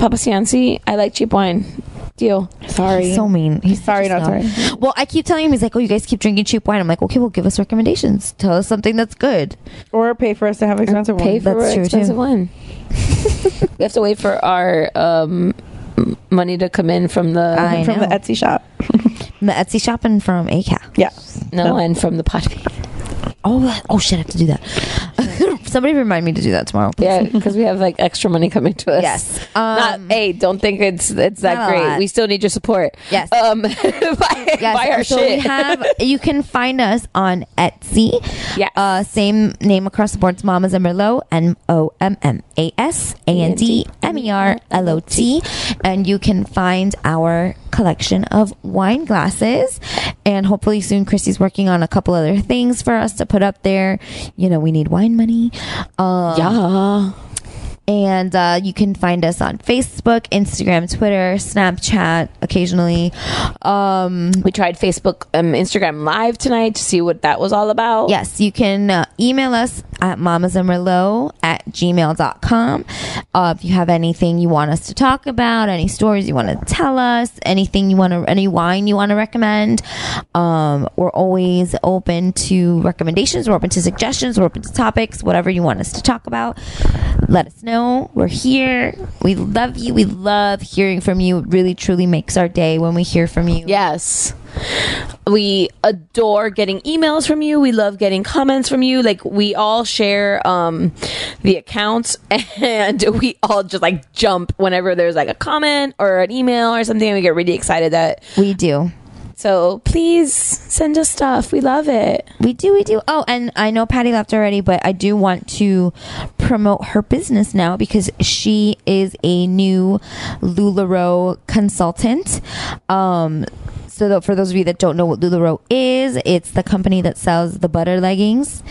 [SPEAKER 9] Papa Cianci, I like cheap wine. Deal. Sorry.
[SPEAKER 4] He's so mean. He's
[SPEAKER 9] Sorry,
[SPEAKER 4] such a
[SPEAKER 9] not
[SPEAKER 4] snob.
[SPEAKER 9] sorry.
[SPEAKER 4] Well, I keep telling him he's like, "Oh, you guys keep drinking cheap wine." I'm like, "Okay, well, give us recommendations. Tell us something that's good."
[SPEAKER 8] Or pay for us to have expensive
[SPEAKER 9] pay
[SPEAKER 8] ones.
[SPEAKER 9] for an expensive one. *laughs* we have to wait for our um, m- money to come in from the
[SPEAKER 4] I
[SPEAKER 9] from
[SPEAKER 4] know.
[SPEAKER 9] the
[SPEAKER 8] Etsy shop.
[SPEAKER 4] From the Etsy shop and from ACAP.
[SPEAKER 8] Yeah.
[SPEAKER 9] No, and from the
[SPEAKER 4] *laughs*
[SPEAKER 9] pot.
[SPEAKER 4] Oh, that- oh shit! I have to do that. *laughs* Somebody remind me to do that tomorrow.
[SPEAKER 9] Yeah, because we have like extra money coming to us.
[SPEAKER 4] Yes. Um,
[SPEAKER 9] Not, hey, don't think it's it's that
[SPEAKER 4] not a
[SPEAKER 9] great.
[SPEAKER 4] lot.
[SPEAKER 9] We still need your support.
[SPEAKER 4] Yes.
[SPEAKER 9] Um, *laughs* buy,
[SPEAKER 4] Yes,
[SPEAKER 9] buy our
[SPEAKER 4] so
[SPEAKER 9] shit.
[SPEAKER 4] we
[SPEAKER 9] *laughs*
[SPEAKER 4] have. You can find us on Etsy. Yeah. Uh, same name across the board. It's Mamas and Merlot. M O M M A S A N D M E R L O T. And you can find our collection of wine glasses. And hopefully soon, Christy's working on a couple other things for us to put up there. You know, we need wine money. Um,
[SPEAKER 9] yeah.
[SPEAKER 4] And uh, you can find us on Facebook, Instagram, Twitter, Snapchat, occasionally. Um,
[SPEAKER 9] we tried Facebook, um, Instagram Live tonight to see what that was all about.
[SPEAKER 4] Yes, you can uh, email us at mamasandmerlot at gmail.com. Uh, if you have anything you want us to talk about, any stories you want to tell us, anything you want to, any wine you want to recommend, um, we're always open to recommendations. We're open to suggestions. We're open to topics, whatever you want us to talk about. Let us know. We're here. We love you. We love hearing from you. It really, truly makes our day when we hear from you.
[SPEAKER 9] Yes. We adore getting emails from you. We love getting comments from you. Like we all share um the accounts *laughs* and we all just like jump whenever there's like a comment or an email or something. We get really excited that
[SPEAKER 4] We do.
[SPEAKER 9] so please send us stuff. We love it.
[SPEAKER 4] We do, we do. Oh, and I know Patty left already, but I do want to promote her business now because she is a new LuLaRoe consultant. Um, so tho- for those of you that don't know what LuLaRoe is, it's the company that sells the butter leggings,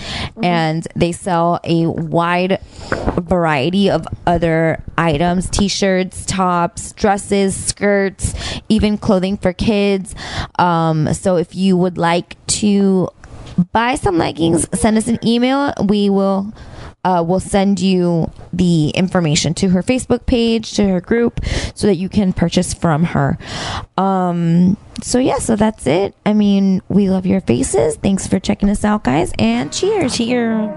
[SPEAKER 4] and they sell a wide variety of other items: t-shirts, tops, dresses, skirts, even clothing for kids. Um, so if you would like to buy some leggings send us an email we will uh, we'll send you the information to her facebook page to her group so that you can purchase from her um so yeah so that's it i mean we love your faces thanks for checking us out guys and cheers cheers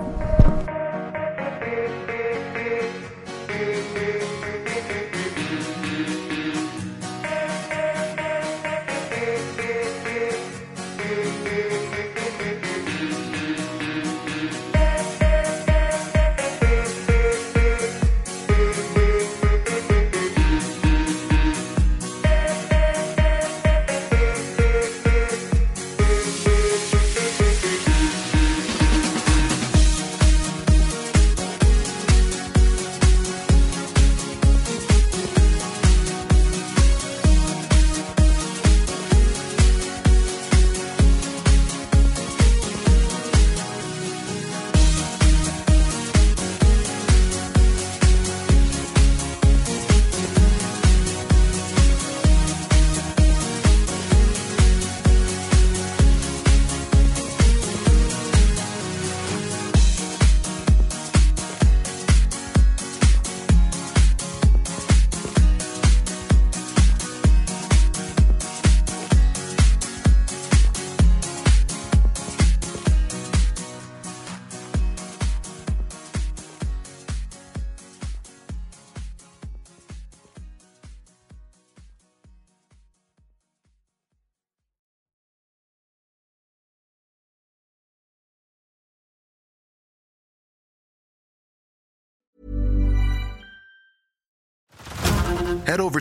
[SPEAKER 14] Head over